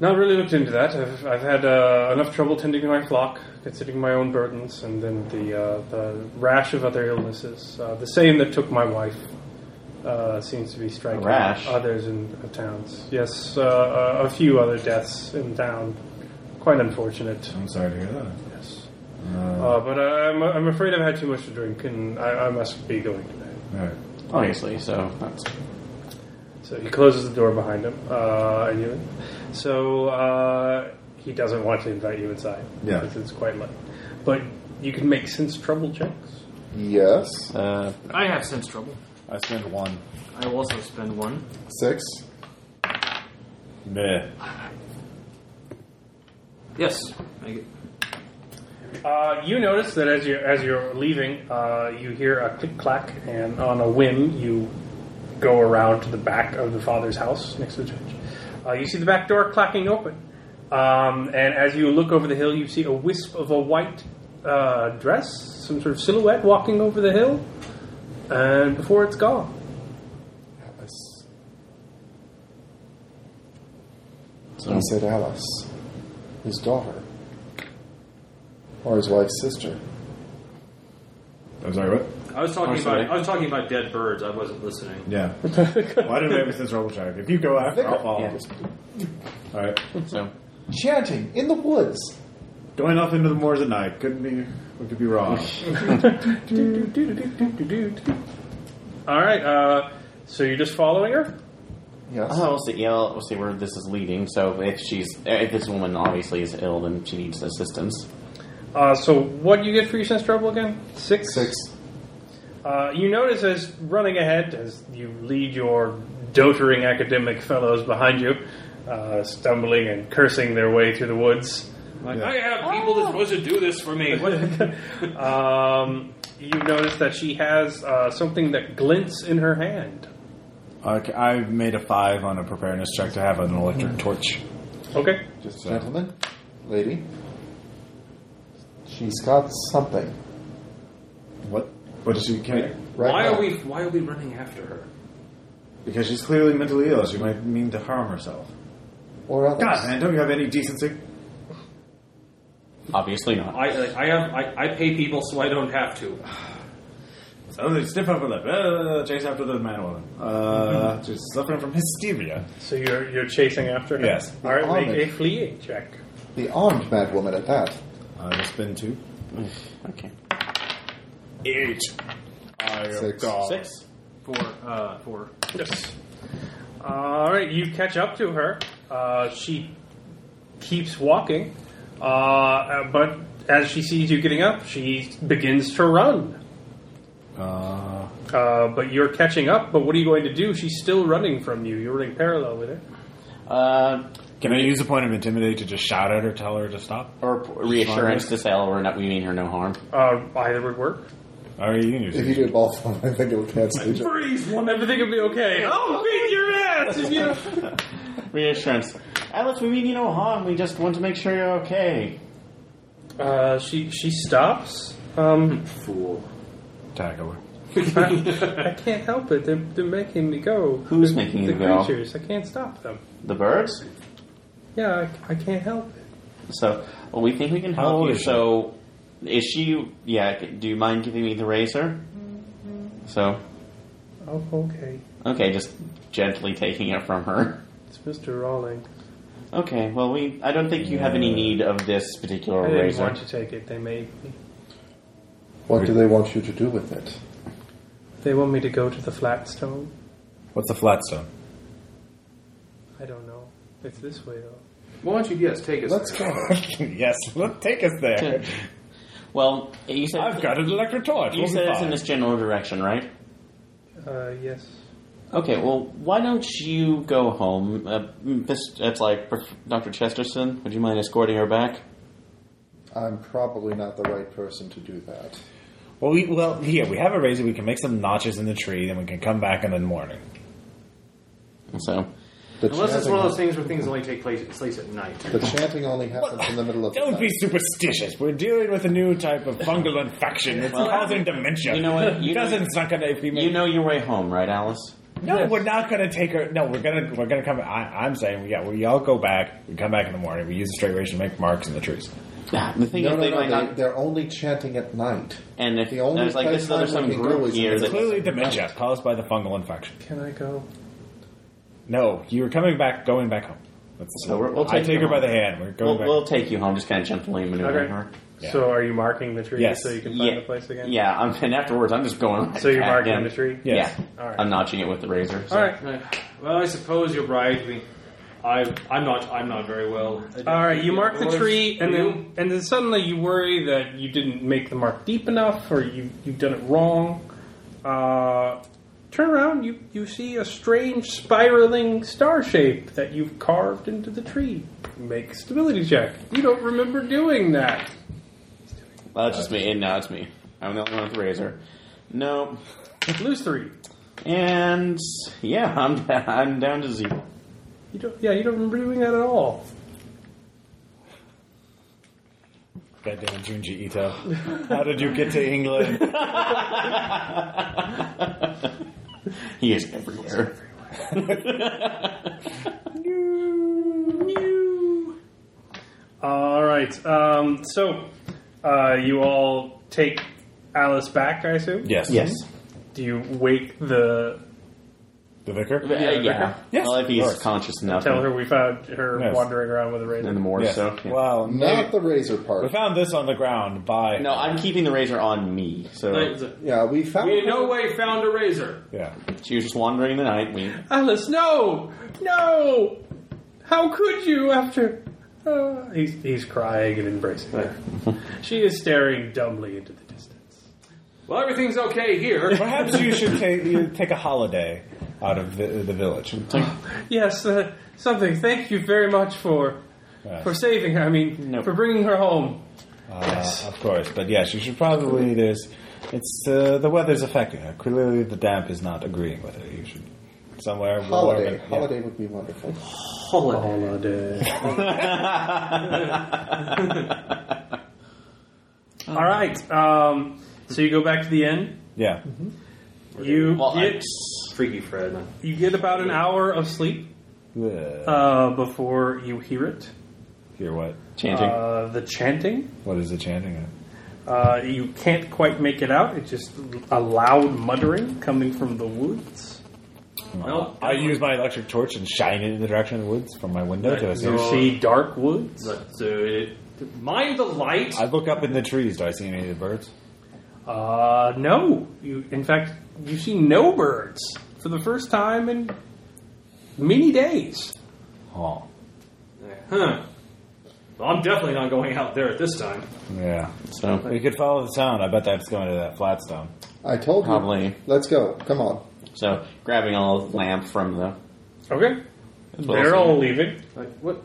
not really looked into that. I've I've had uh, enough trouble tending to my flock, considering my own burdens, and then the uh, the rash of other illnesses. Uh, the same that took my wife uh, seems to be striking rash? others in uh, towns. Yes, uh, a, a few other deaths in town. Quite unfortunate. I'm sorry to hear that. Yes. Uh, Uh, but I'm, I'm afraid I've had too much to drink, and I, I must be going today. all right. obviously, so that's So he closes the door behind him. Uh, and you, so uh, he doesn't want to invite you inside. Yeah. Because it's quite late. But you can make sense trouble checks. Yes. uh, I have sense trouble. I spend one. I will also spend one. Six. Meh. Yes. I get, Uh, you notice that as you're, as you're leaving, uh, you hear a click clack, and on a whim, you go around to the back of the father's house next to the church. Uh, you see the back door clacking open. Um, and as you look over the hill, you see a wisp of a white uh, dress, some sort of silhouette walking over the hill, and before it's gone. Alice. so said Alice, his daughter, or his wife's sister. I'm sorry, what? I was talking Honestly. about I was talking about dead birds. I wasn't listening. <laughs> Yeah. Why did I make this trouble check? If you go after, I'll follow. Yeah. All right. so Chanting in the woods. Going off into the moors at night. Couldn't be. We could be <laughs> wrong. All right, uh, so you're just following her? Yes. Uh, we'll see. Yeah, we'll see where this is leading. So if she's, if this woman obviously is ill, then she needs assistance. Uh, so what do you get for your sense trouble again? Six? Uh, you notice as running ahead, as you lead your dotering academic fellows behind you, uh, stumbling and cursing their way through the woods, Like, I have people Oh. that's supposed to do this for me. What? um, you notice that she has uh, something that glints in her hand. Okay, I've made a five on a preparedness check to have an electric torch. uh, Okay. Just gentlemen, lady. She's got something. What? What does she care? Right why now. are we Why are we running after her? Because she's clearly mentally ill. She might mean to harm herself. Or others. God, man, don't you have any decency? Obviously not. I like, I have I, I pay people so I don't have to. Suddenly Oh, stiff upper lip. Uh, chase after the man woman. Uh, <laughs> she's suffering from hysteria. So you're you're chasing after her. Yes. All right. Make Almond. a fleeing check. The armed mad woman at that. I just been two. okay, Eight. I Six. got- six. for uh, for Yes. Uh, All right, you catch up to her. Uh, she keeps walking, uh, but as she sees you getting up, she begins to run. Uh, Uh, but you're catching up. But what are you going to do? She's still running from you. You're running parallel with her. Uh, Can I use a point of intimidate to just shout at her, tell her to stop? or p- reassurance to tell her not we mean her no harm. Uh, either would work. Or you can use If you do it both of them, I think it'll cancel each other. Freeze! One, everything will be okay. Oh, beat your ass! You know? Reassurance. Alex, we mean you no harm. We just want to make sure you're okay. Uh, she she stops. Um, Fool. tackle her. I, I can't help it. They're, they're making me go. Who's making The you go? creatures. I can't stop them. The birds. Yeah, I, I can't help it. So well, we think we can How help old you. is she? so is she? Yeah. c- Do you mind giving me the razor? So Oh, okay. okay, just gently taking it from her. It's Mr. Rawling. Okay. Well, we. I don't think you have any need of this I particular didn't razor. want to take it. They made me. What do they want you to do with it? They want me to go to the Flatstone. What's the flat stone? <laughs> I don't know. It's this way though. Why don't you, yes, take us. <laughs> Let's there. go. yes, let take us there. Well, you said I've got an electric torch. you We'll be said it's in fine. this general direction, right? Uh, yes. Okay, well, why don't you go home? Uh, this, it's like Prof- Dr. Chesterton. Would you mind escorting her back? I'm probably not the right person to do that. Well, we, well, here we have a razor. We can make some notches in the tree, then we can come back in the morning. So, The Unless it's chanting- one of those things where things only take place, place at night. The chanting only happens in the middle of the Don't night. be superstitious. We're dealing with a new type of fungal infection. It's causing dementia. you know what? You You know, doesn't. It's not gonna. If we make, you know your way home, right, Alice? no, we're not gonna take her. No, we're gonna we're gonna come. I, I'm saying we got. We all go back. We come back in the morning. We use a straight razor to make marks in the trees. Ah, The thing No, is, no, they no. might They, not. they're only chanting at night. And if the only there's like this place other I some would go group is here in the that Clearly, dementia caused by the fungal infection. Can I go? No, you were coming back, going back home. That's, So we're- we'll I take take her her by home. the hand. We're going we'll, back. we'll take you home. Just kind of gently maneuvering Okay. her. Yeah. So are you marking the tree Yes. so you can find yeah, the place again? yeah. I'm, and afterwards, I'm just going. Right So you're back marking in. the tree? Yes. Yeah, All right. I'm notching it with the razor. so- All right. Uh, Well, I suppose you're right. I mean, I, I'm not. I'm not very well. All right, you mark the Boys, tree, and you- then and then suddenly you worry that you didn't make the mark deep enough, or you you've done it wrong. Uh, turn around, you you see a strange spiraling star shape that you've carved into the tree. Make a stability check. You don't remember doing that. Well, it's just me. And now it's me. I'm the only one with the razor. Nope. Lose three. And yeah, I'm <laughs> I'm down to zero. You don't. Yeah, you don't remember doing that at all. Goddamn Junji Ito. How did you get to England? He <laughs> is everywhere. All right. Um, so uh, you all take Alice back, I assume. yes. Yes. Do you wake the The vicar? Uh, yeah. Yes. Well, if he's Of course. conscious enough. Tell her we found her Yes. wandering around with a razor. And the more Yes. so. yeah. Wow. Not the razor We part. found this on the ground by. No, I'm keeping the razor on me. So Yeah, we found. We in no way found a razor. Yeah. she was just wandering in the night. We Alice, no, no! How could you? After uh, he's he's crying and embracing <laughs> her, she is staring dumbly into the distance. Well, everything's okay here. <laughs> Perhaps you should take you take a holiday out of the, the village. Yes, uh, something. Thank you very much for Yes. for saving her. I mean, No. for bringing her home. Uh, Of course, but yes, you should probably. There's, it's uh, the weather's affecting her. Clearly, the damp is not agreeing with her. You should somewhere warm Holiday. and- yeah. Holiday would be wonderful. Holiday. All right. Um, so you go back to the inn. Yeah. You well, I- get Freaky Fred. you get about an hour of sleep Ugh. uh, before you hear it. Hear what? chanting. Uh, the chanting. What is it chanting? At? Uh, you can't quite make it out. It's just a loud muttering coming from the woods. Well, I use my electric torch and shine it in the direction of the woods from my window to You see. No. see dark woods. Let's do it. Mind the light. I look up in the trees. Do I see any of the birds? Uh, no. You, in fact, you see no birds for the first time in many days. Oh, Huh. Well, I'm definitely not going out there at this time. yeah. so We could follow the sound. I bet that's going to that flat stone. I told you. probably Let's go. Come on. so grabbing a lamp from the Okay. As well as- They're all leaving. Like, what?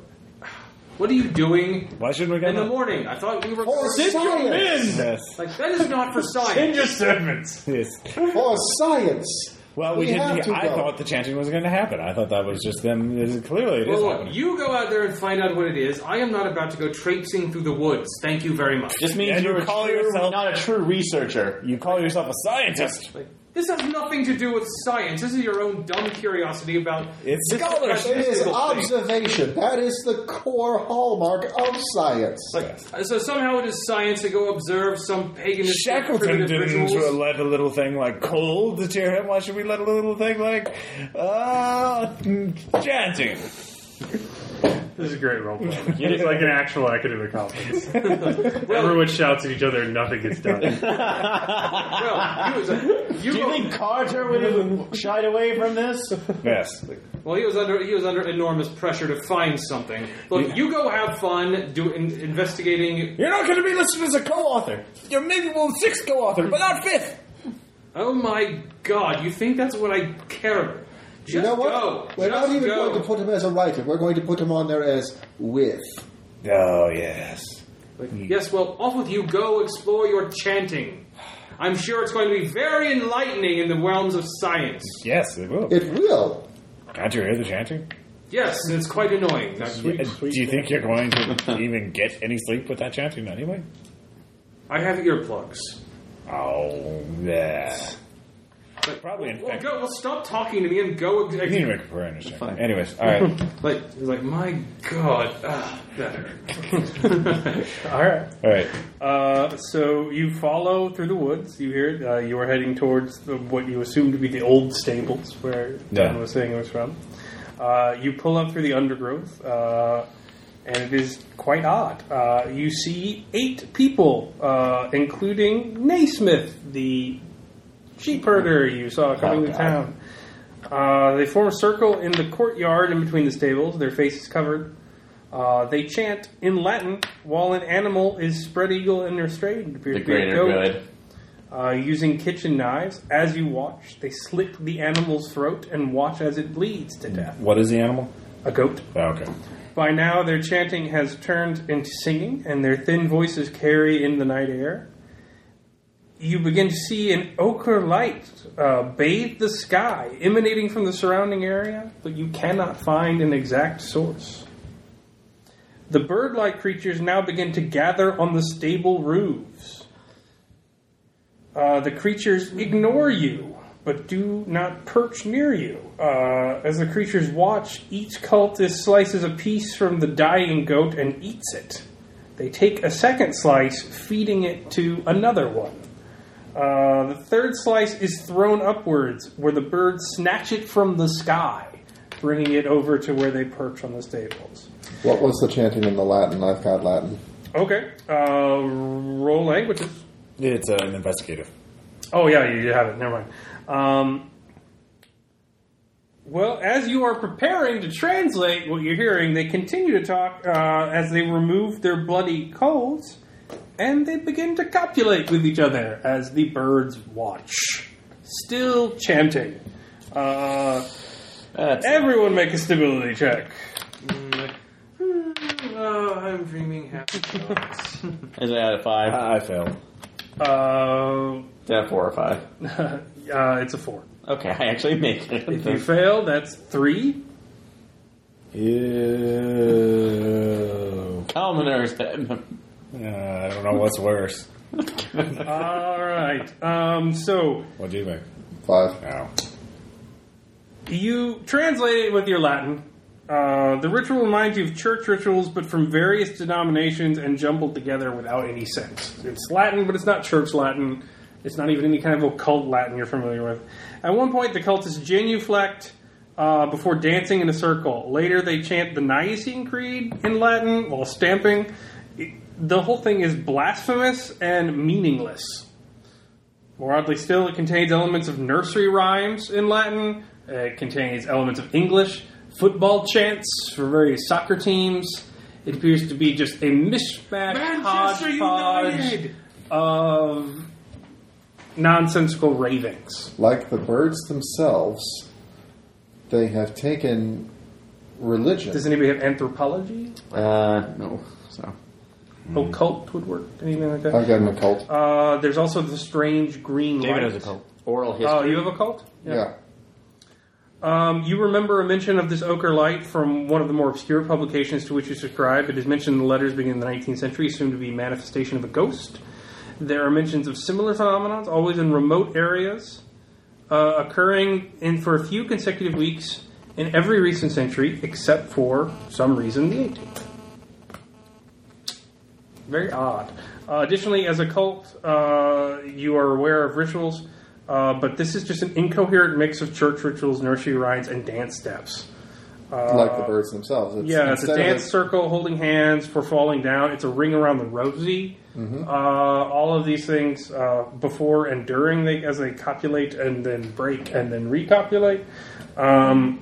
What are you doing Why shouldn't we get in the up? morning? I thought we were. For science! Yes. Like that is not for In science. disturbance. Yes. For science! Well, we, We didn't. have to I go. thought the chanting was going to happen. I thought that was just them. Clearly, it is Well, look, happening. you go out there and find out what it is. I am not about to go traipsing through the woods. Thank you very much. Just means And you're you a call true- yourself- not a true researcher. You call yourself a scientist? This has nothing to do with science. This is your own dumb curiosity about. It's this scholarship. It is thing. observation. That is the core hallmark of science. Uh, So somehow it is science to go observe some paganistic Shackleton primitive didn't uh, rituals. let a little thing like cold deter him. Why should we let a little thing like uh, chanting? This is a great role play. <laughs> It's like an actual academic conference. Everyone shouts at each other and nothing gets <laughs> done. well, he <laughs> was, you Do you go- think Carter would have shied away from this? Yes. well, he was under he was under enormous pressure to find something. Look, you go have fun do in, investigating. You're not going to be listed as a co-author. You're maybe well sixth co-author, but not fifth. Oh my God! You think that's what I care about? Just you know what? go. We're Just not even go. going to put him as a writer. We're going to put him on there as with. Oh yes. Yes, well, off with you. Go explore your chanting. I'm sure it's going to be very enlightening in the realms of science. Yes, it will. It will. Can't you hear the chanting? Yes, and it's quite annoying. Uh, Do you think you're going to even get any sleep with that chanting anyway? I have earplugs. Oh, yeah. But Probably well, infected. go. Well, stop talking to me and go. ex- You need to ex- make a prayer and a chanting. Anyways, all <laughs> right. Like, like my God, ah, better. <laughs> All right. All right. Uh, so you follow through the woods. You hear it. Uh, you are heading towards the, what you assume to be the old stables where Yeah. Dan was saying it was from. Uh, you pull up through the undergrowth, uh, and it is quite odd. Uh, you see eight people, uh, including Naismith, the sheep herder you saw coming to town. Uh, they form a circle in the courtyard in between the stables, their faces covered. Uh, they chant in Latin while an animal is spread eagle and restrained. appears The to be a greater goat. good. Uh, using kitchen knives, as you watch, they slit the animal's throat and watch as it bleeds to death. What is the animal? A goat. Oh, okay. By now, their chanting has turned into singing, and their thin voices carry in the night air. You begin to see an ochre light uh, bathe the sky, emanating from the surrounding area, but you cannot find an exact source. The bird like creatures now begin to gather on the stable roofs. Uh, the creatures ignore you, but do not perch near you. Uh, as the creatures watch, each cultist slices a piece from the dying goat and eats it. They take a second slice, feeding it to another one. Uh, the third slice is thrown upwards, where the birds snatch it from the sky, bringing it over to where they perch on the stables. What was the chanting in the Latin? I've got Latin. Okay, uh, roll languages. It's uh, an investigative. Oh yeah, you you have it. Never mind. Um, well, as you are preparing to translate what you're hearing, they continue to talk uh, as they remove their bloody colds, and they begin to copulate with each <laughs> other as the birds watch, still chanting. Uh, That's everyone, make a stability check. Mm, Oh, uh, I'm dreaming happy thoughts. is it out of five? I, I failed. Uh, Yeah, four or five. <laughs> uh, it's a four. Okay, I actually make it. If you <laughs> fail, that's three. Ew. Commoners. Uh, I don't know what's worse. All right. Um, so. What do you think? Five. No. You translate it with your Latin. Uh, the ritual reminds you of church rituals, but from various denominations and jumbled together without any sense. It's Latin, but it's not church Latin. It's not even any kind of occult Latin you're familiar with. At one point, the cultists genuflect uh, before dancing in a circle. Later, they chant the Nicene Creed in Latin while stamping. It- the whole thing is blasphemous and meaningless. More oddly still, it contains elements of nursery rhymes in Latin. It contains elements of English, football chants for various soccer teams. It appears to be just a mishmash Manchester hodgepodge United! of nonsensical ravings. Like the birds themselves, they have taken religion. Does anybody have anthropology? Uh, no. So Hmm. Occult would work. Anything like that? I've got an occult. Uh, there's also the strange green. David light. has a cult. oral history. Oh, you have a cult? Yeah. Um, you remember a mention of this ochre light from one of the more obscure publications to which you subscribe. It is mentioned in the letters beginning in the 19th century, assumed to be a manifestation of a ghost. There are mentions of similar phenomena, always in remote areas, uh, occurring in for a few consecutive weeks in every recent century, except for some reason the 18th. Very odd. Uh, additionally, as a cult, uh, you are aware of rituals, uh, but this is just an incoherent mix of church rituals, nursery rhymes, and dance steps. like the birds themselves. It's, Yeah, it's a instead of dance circle, holding hands for falling down. It's a ring around the rosy. Uh, all of these things uh, before and during they as they copulate and then break and then recopulate. Um,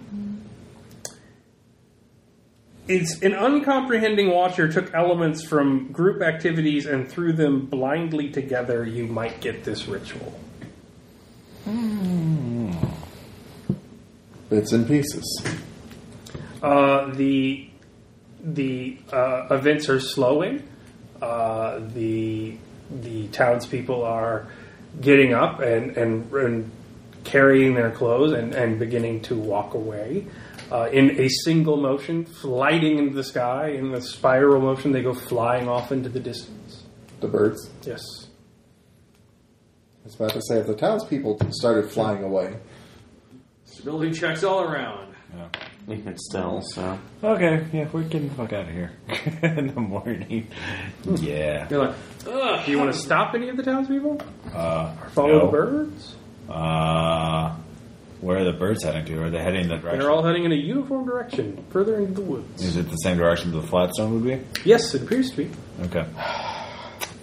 it's an uncomprehending watcher took elements from group activities and threw them blindly together. You might get this ritual. bits and pieces. Uh, the the uh, events are slowing. Uh, the the townspeople are getting up and and, and carrying their clothes and, and beginning to walk away uh, in a single motion, flighting into the sky in the spiral motion. They go flying off into the distance. The birds. Yes. I was about to say, if the townspeople started flying away, Stability checks all around. Leave it still. So Okay, yeah, we're getting the fuck out of here <laughs> in the morning. Yeah. You're like, Ugh, do you want to stop any of the townspeople? Uh, Follow no. the birds? Uh, where are the birds heading to? Are they heading in the direction? They're all heading in a uniform direction, further into the woods. Is it the same direction the flatstone would be? Yes, it appears to be. Okay.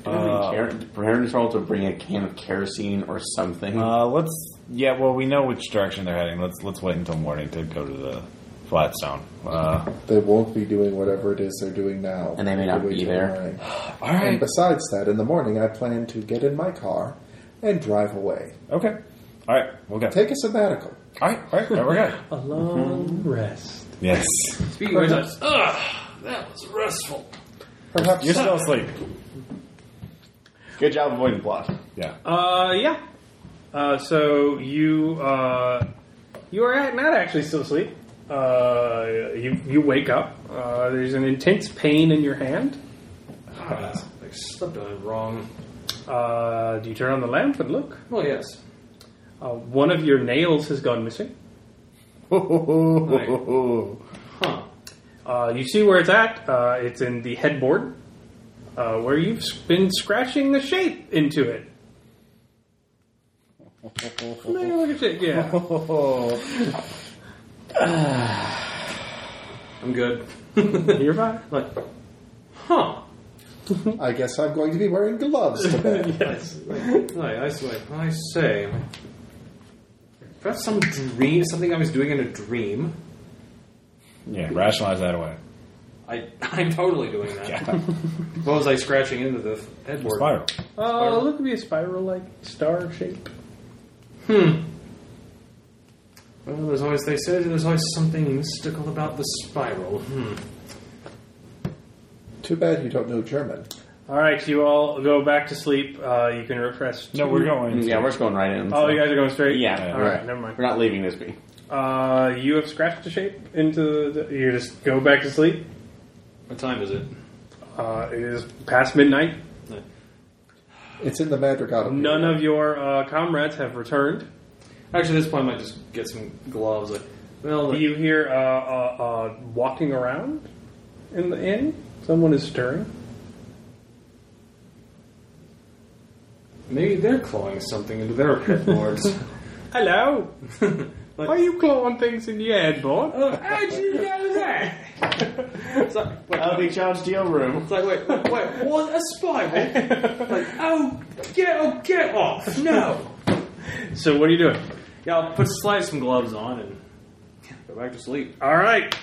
uh, Baron told to bring a can of kerosene or something. Uh, let's. Yeah, well, we know which direction they're heading. Let's let's wait until morning to go to the flatstone. Uh, they won't be doing whatever it is they're doing now. And they may not They'll wait be till there. morning. all And besides that, in the morning, I plan to get in my car and drive away. Okay. All right. We'll go. Take a sabbatical. All right. All right. There we <laughs> go. A long rest. Yes. Speaking of which, Perhaps You're still asleep. Good job avoiding plot. Yeah. Uh, yeah. Uh, so you uh, you are at, not actually still asleep. Uh, you you wake up. Uh, there's an intense pain in your hand. I slept on it wrong. Uh, do you turn on the lamp and look? Well, Oh, yes. Uh, one of your nails has gone missing. Huh. Uh, you see where it's at. Uh, it's in the headboard, uh, where you've s- been scratching the shape into it. Look at it, yeah. I'm good. You're fine. <laughs> Like, huh. I guess I'm going to be wearing gloves <laughs> to bed. Yes. Like, I swear, I say. That's some dream, something I was doing in a dream. Yeah. Rationalize that away. I, <laughs> I'm totally doing that. What was I scratching into the headboard? Spiral. Uh, look at be a spiral-like star shape. Well, there's always, they say there's always something mystical about the spiral. Hmm. Too bad you don't know German. All right, so you all go back to sleep. Uh, you can refresh. No, we're going. Yeah, we're just going right in. Oh, so- you guys are going straight. Yeah, All right. Never mind. We're not leaving this be. Uh, you have scratched the shape into the. You just go back to sleep. What time is it? Uh, it is past midnight. It's in the Madrigal. None of your uh, comrades have returned. Actually, at this point, I might just get some gloves. Like, well, Do you hear uh, uh, uh, walking around in the inn? Someone is stirring. maybe they're clawing something into their <laughs> headboards. Hello. Why Are you clawing things in your headboard? How'd Oh, you know that? it's like, wait, I'll be charged to your room. it's like, wait, wait, what? A spiral? like, oh, get, oh, get off! No. So what are you doing? Yeah, I'll put slide some gloves on and go back to sleep. All right.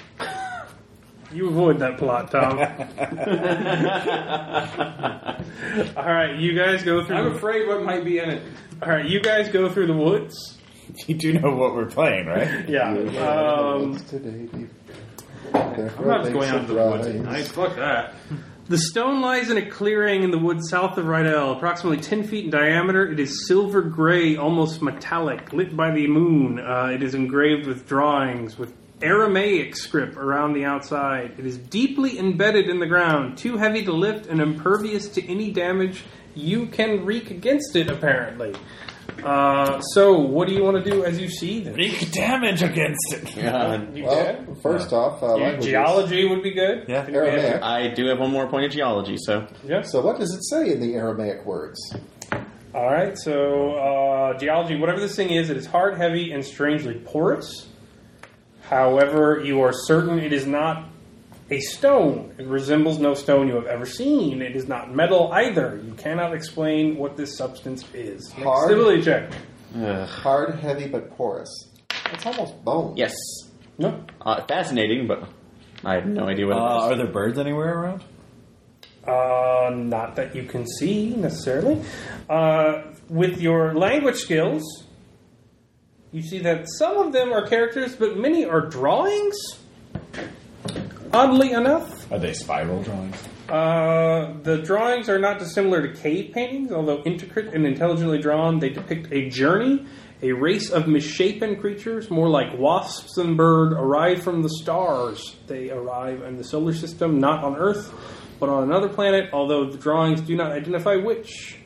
You avoid that plot, <laughs> Tom. All right, you guys go through. I'm afraid what might be in it. all right, you guys go through the woods. You do know what we're playing, right? Yeah. Um, Today, I'm I'm not going out into the woods at night. Fuck that. The stone lies in a clearing in the woods south of Rydell, approximately 10 feet in diameter. It is silver gray, almost metallic, lit by the moon. Uh, it is engraved with drawings with Aramaic script around the outside. It is deeply embedded in the ground, too heavy to lift and impervious to any damage you can wreak against it, apparently. Uh, so, what do you want to do as you see this? Big damage against it. God. Well, first off, uh, languages. Geology would be good. Yeah. Think we have- <laughs> Aramaic. I do have one more point of geology, so So what does it say in the Aramaic words? All right, so uh, geology, whatever this thing is, it is hard, heavy, and strangely porous. However, you are certain it is not a stone. It resembles no stone you have ever seen. It is not metal either. You cannot explain what this substance is. Make a Hard? Stability check. Hard, heavy, but porous. It's almost bone. yes, No. uh, fascinating, but I have no idea Uh, what it are is. there birds anywhere around? Uh, not that you can see necessarily. Uh, with your language skills, you see that some of them are characters, but many are drawings. Oddly enough, Are they spiral drawings? uh, the drawings are not dissimilar to cave paintings, although intricate and intelligently drawn. They depict a journey, a race of misshapen creatures, more like wasps than bird, arrive from the stars. They arrive in the solar system, not on Earth, but on another planet, although the drawings do not identify which.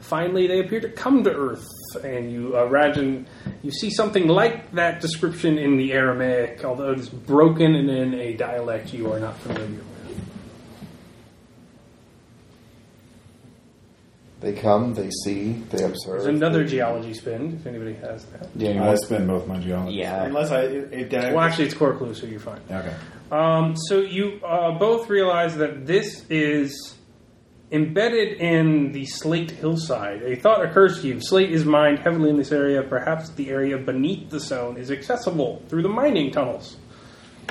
Finally, they appear to come to Earth, and you imagine you see something like that description in the Aramaic, although it is broken and in a dialect you are not familiar with. They come, they see, they observe. There's another geology spin, if anybody has that. Yeah, you I want- spend both my geology. Yeah. Unless I. It, it, Well, actually, it's core clue, so you're fine. okay. Um, so you uh, both realize that this is embedded in the slate hillside. A thought occurs to you. Slate is mined heavily in this area. Perhaps the area beneath the zone is accessible through the mining tunnels.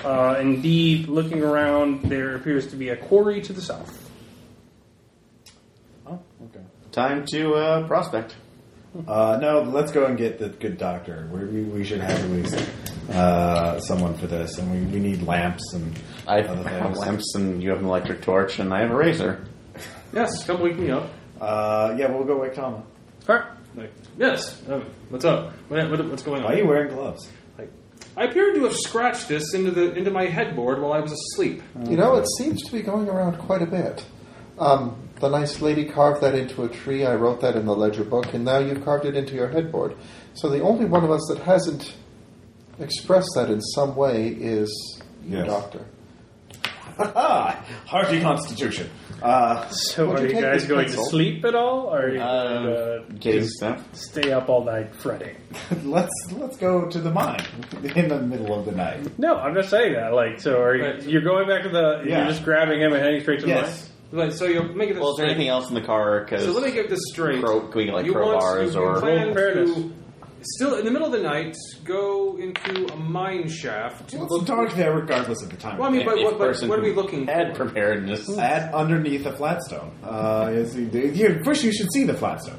Uh, indeed, looking around, there appears to be a quarry to the south. Oh, okay. time to uh, prospect. Uh, no, let's go and get the good doctor. We're, we we should have at least uh, someone for this, and we, we need lamps and I other have things. lamps, and you have an electric torch, and I have a razor. Yes, come wake me up. Uh, yeah, we'll go wake Tom. All right. Like, yes. um, What's up? What, what, what's going Why are on? you wearing gloves? I appear to have scratched this into the into my headboard while I was asleep. You know, it seems to be going around quite a bit. Um, the nice lady carved that into a tree. I wrote that in the ledger book, and now you've carved it into your headboard. So the only one of us that hasn't expressed that in some way is you, Yes. Doctor. Ah, hearty constitution. Uh, <laughs> So, Would are you you take guys this going pencil? to sleep at all? Or are you Um, going Uh, to getting stuff. stay up all night fretting? let's let's go to the mine in the middle of the night. No, I'm just saying that. Like, so are you, Right. you're going back to the? Yeah. You're just grabbing him and heading straight to the mine. Yes, Like, so you're making this Well, is there straight. anything else in the car? Because so let me get this straight. Crow- can we get, like, you want- crowbars you or- plan Fairness. to still in the middle of the night go into a mine shaft. well, it's dark there, regardless of the time. Well, I mean, but, if what, but person what are we who looking Had for? preparedness. At underneath a flat stone. Uh, is, you, first, you should see the flat stone.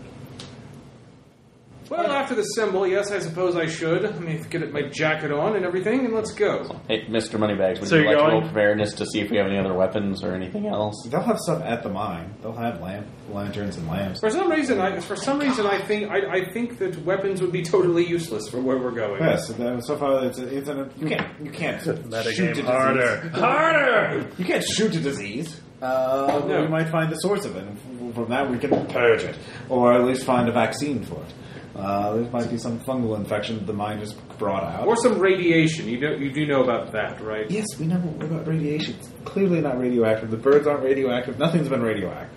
Well, after the symbol, yes, I suppose I should. Let me get my jacket on and everything, and let's go. Hey, Mr. Moneybags, would So you you're like to roll going? preparedness to see if we have any other weapons or anything else? They'll have stuff at the mine. They'll have lamp lanterns and lamps. For some reason, I for some reason I think I, I think that weapons would be totally useless for where we're going. Yes, that- so far it's, a, it's an, you can't you can't shoot a disease. harder. <laughs> You can't shoot a disease. Uh, No. We might find the source of it, and from that we can purge it, or at least find a vaccine for it. Uh, there might be some fungal infection that the mine just brought out. Or some radiation. You do, you do know about that, right? yes, we know about radiation. It's clearly not radioactive. The birds aren't radioactive. Nothing's been radioactive.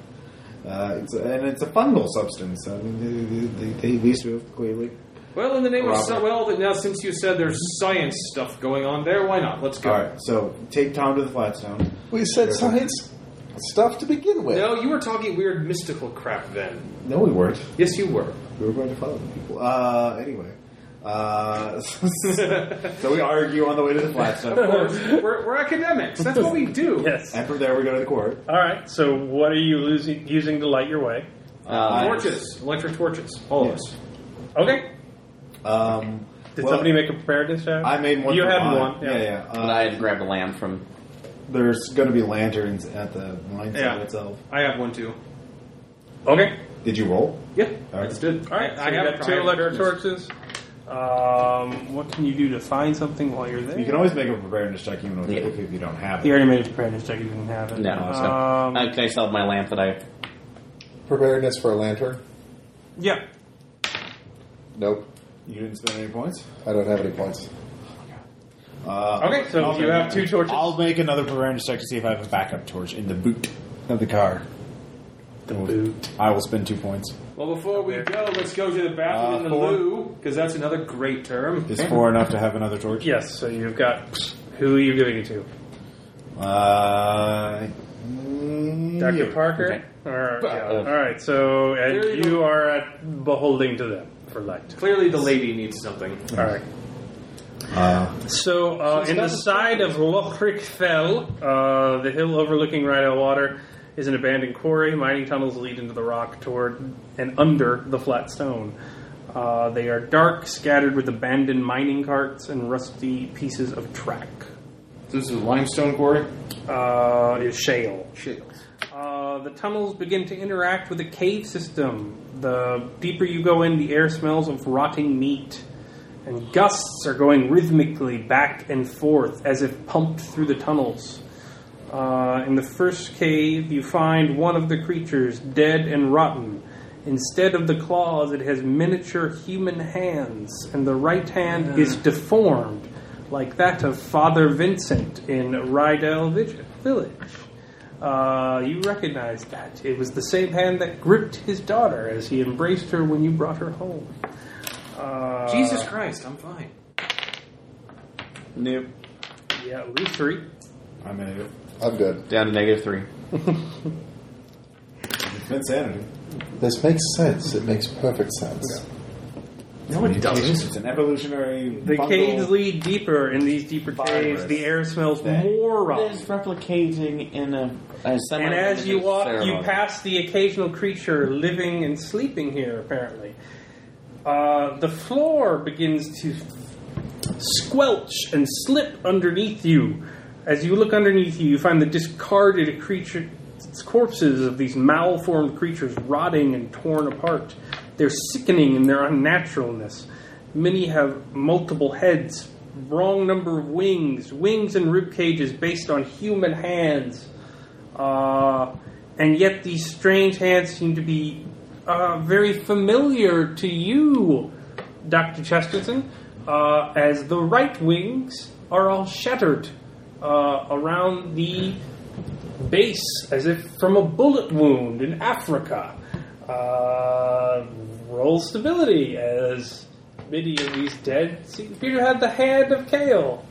Uh, it's a, and it's a fungal substance. I mean, they, they, they, these two have clearly Well, in the name of Robert. so, well, that now since you said there's science stuff going on there, why not? Let's go. All right, so take Tom to the flatstone. We said science stuff to begin with. No, you were talking weird mystical crap then. No, we weren't. Yes, you were. We were going to follow the people. Uh, anyway, uh, <laughs> so we argue on the way to the Of <laughs> flatstone. course, we're, we're academics. That's what we do. <laughs> <laughs> Yes. and from there we go to the court. All right. So, what are you losing, using to light your way? Uh, Torches, electric torches, all of us. Okay. Um, Did well, somebody make a preparedness check? I made one. You for had mine. one. Yeah, Yeah. yeah. But Uh, I had grabbed a lamb from. there's going to be lanterns at the mine Yeah. site itself. I have one too. Okay. Did you roll? Yeah. All right. good. All right. So I you got got two trial electric preparedness. torches. Um, what can you do to find something while you're there? You can always make a preparedness check even if, Yeah. if you don't have You it. already made a preparedness check. You didn't have it. No, so Um, I, I sell my lamp that I. Preparedness for a lantern? yeah. Nope. You didn't spend any points. I don't have any points. Uh, Okay. So I'll you make- have two torches. I'll make another preparedness check to see if I have a backup torch in the boot of the car. The boot. I will spend two points. Well, before we go, let's go to the Uh, bathroom in the four. loo, because that's another great term. Is four enough to have another torch? Yes. So you've got. Who are you giving it to? Uh, mm, Dr. you. Parker? Okay. Or, yeah. uh, All right, so There you and go. you are at beholding to them for light. Clearly, the lady needs something. All right. Uh, So, uh, in the side of Lochric Fell, uh, the hill overlooking Rhino Water, is an abandoned quarry. Mining tunnels lead into the rock toward and under the flat stone. Uh, they are dark, scattered with abandoned mining carts and rusty pieces of track. This is a limestone quarry. Uh, is shale. Shit. Uh, the tunnels begin to interact with the cave system. The deeper you go in, the air smells of rotting meat, and gusts are going rhythmically back and forth as if pumped through the tunnels. Uh, in the first cave, you find one of the creatures dead and rotten. Instead of the claws, it has miniature human hands, and the right hand is deformed, like that of Father Vincent in Rydell Vig- Village. Uh, you recognize that. It was the same hand that gripped his daughter as he embraced her when you brought her home. Uh, Jesus Christ, I'm fine. Nope. Yeah, lose three. I'm in it. I'm good. Down to negative three. Insanity. This makes sense. It makes perfect sense. No, it doesn't. It's an evolutionary. The fungal- caves lead deeper. In these deeper caves, the air smells That- more rotten. replicating in a. And as you walk, you pass the occasional creature living and sleeping here, apparently. Uh, the floor begins to squelch and slip underneath you. As you look underneath you, you find the discarded creature, corpses of these malformed creatures rotting and torn apart. They're sickening in their unnaturalness. Many have multiple heads, wrong number of wings, wings and rib cages based on human hands. Uh, and yet these strange hands seem to be uh, very familiar to you, Dr. Chesterton, uh, as the right wings are all shattered uh, around the base as if from a bullet wound in Africa. Uh, roll stability as many of these dead. See, Peter had the hand of Kale.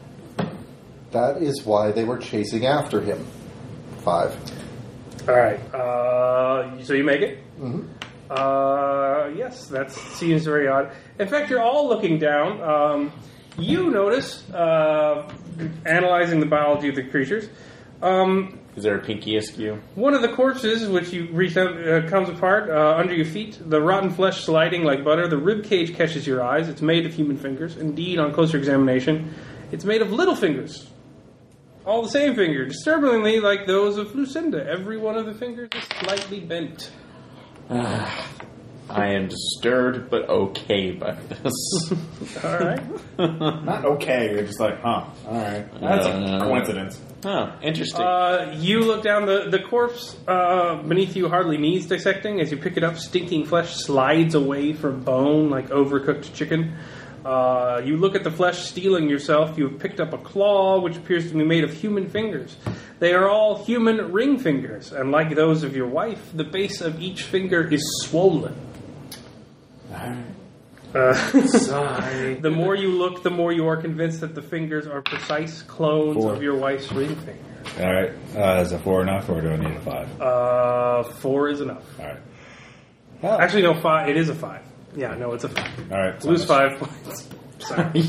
That is why they were chasing after him. Five. All right. Uh, so you make it. Uh, yes, that seems very odd. In fact, you're all looking down. Um, you notice, uh, analyzing the biology of the creatures, um, Is there a pinky askew? one of the corpses, which you reach out, uh, comes apart uh, under your feet. The rotten flesh sliding like butter. The rib cage catches your eyes. It's made of human fingers. Indeed, on closer examination, it's made of little fingers. All the same finger, disturbingly like those of Lucinda. Every one of the fingers is slightly bent. I am disturbed, but okay by this. All right. <laughs> Not okay. You're just like, huh? All right. That's a coincidence. oh, Uh, interesting. Uh, you look down. The, the corpse uh, beneath you hardly needs dissecting. As you pick it up, stinking flesh slides away from bone like overcooked chicken. Uh, you look at the flesh, stealing yourself. You have picked up a claw, which appears to be made of human fingers. They are all human ring fingers, and like those of your wife, the base of each finger is swollen. Uh, <laughs> the more you look, the more you are convinced that the fingers are precise clones Four. of your wife's ring finger. All right. Uh, is a four enough, or do I need a five? Uh, four is enough. All right. Actually, no, five. It is a five. Yeah, no, it's a five. All right. Lose so much- five points. Sorry.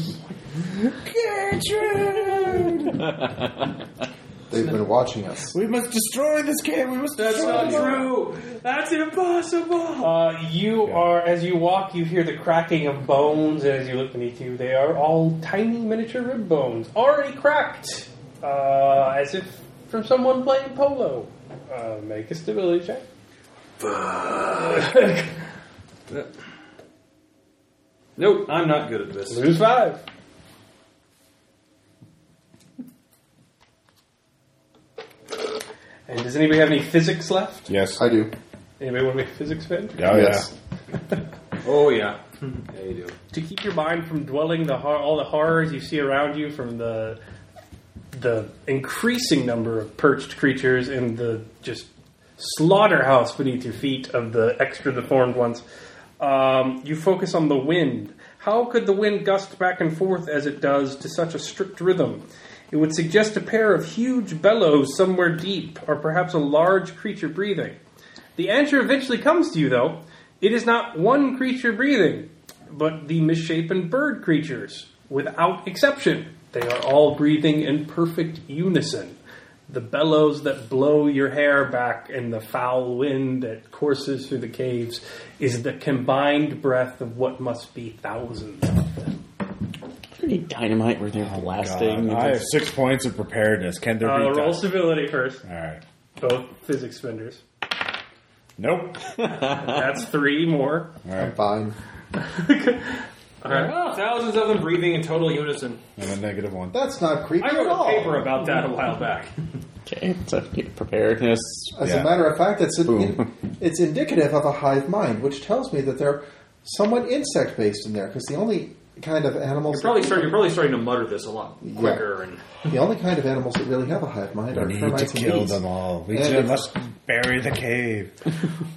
They've been watching us. We must destroy this camp. We must destroy not this camp. true. That's impossible. Uh, you are, as you walk, you hear the cracking of bones, and as you look beneath you, they are all tiny miniature rib bones, already cracked, uh, as if from someone playing polo. Uh, make a stability check. <laughs> Nope, I'm not good at this. Lose five. And does anybody have any physics left? Yes. I do. Anybody want to make a physics fit? Oh, yes. Oh yeah, yeah you <laughs> do. to keep your mind from dwelling the hor- all the horrors you see around you from the the increasing number of perched creatures and the just slaughterhouse beneath your feet of the extra deformed ones. Um, you focus on the wind. How could the wind gust back and forth as it does to such a strict rhythm? It would suggest a pair of huge bellows somewhere deep, or perhaps a large creature breathing. The answer eventually comes to you, though. It is not one creature breathing, but the misshapen bird creatures, without exception. They are all breathing in perfect unison. The bellows that blow your hair back and the foul wind that courses through the caves is the combined breath of what must be thousands. Pretty dynamite were there Oh, for God, lasting. I have six points of preparedness. Can there Uh, be roll dust? civility first. All right. Both physics spenders. Nope. That's three more. All right. Fine. Oh, thousands of them breathing in total unison. And a negative one. That's not creepy I wrote at a all. paper about that a while back. Okay, so preparedness. As Yeah. a matter of fact, it's, in, <laughs> it's indicative of a hive mind, which tells me that they're somewhat insect based in there, because the only kind of animals. You're probably starting. You're probably starting to mutter this a lot quicker. And The only kind of animals that really have a hive mind We are need to termites and kill bees. them all. We And should, it's- must bury the cave.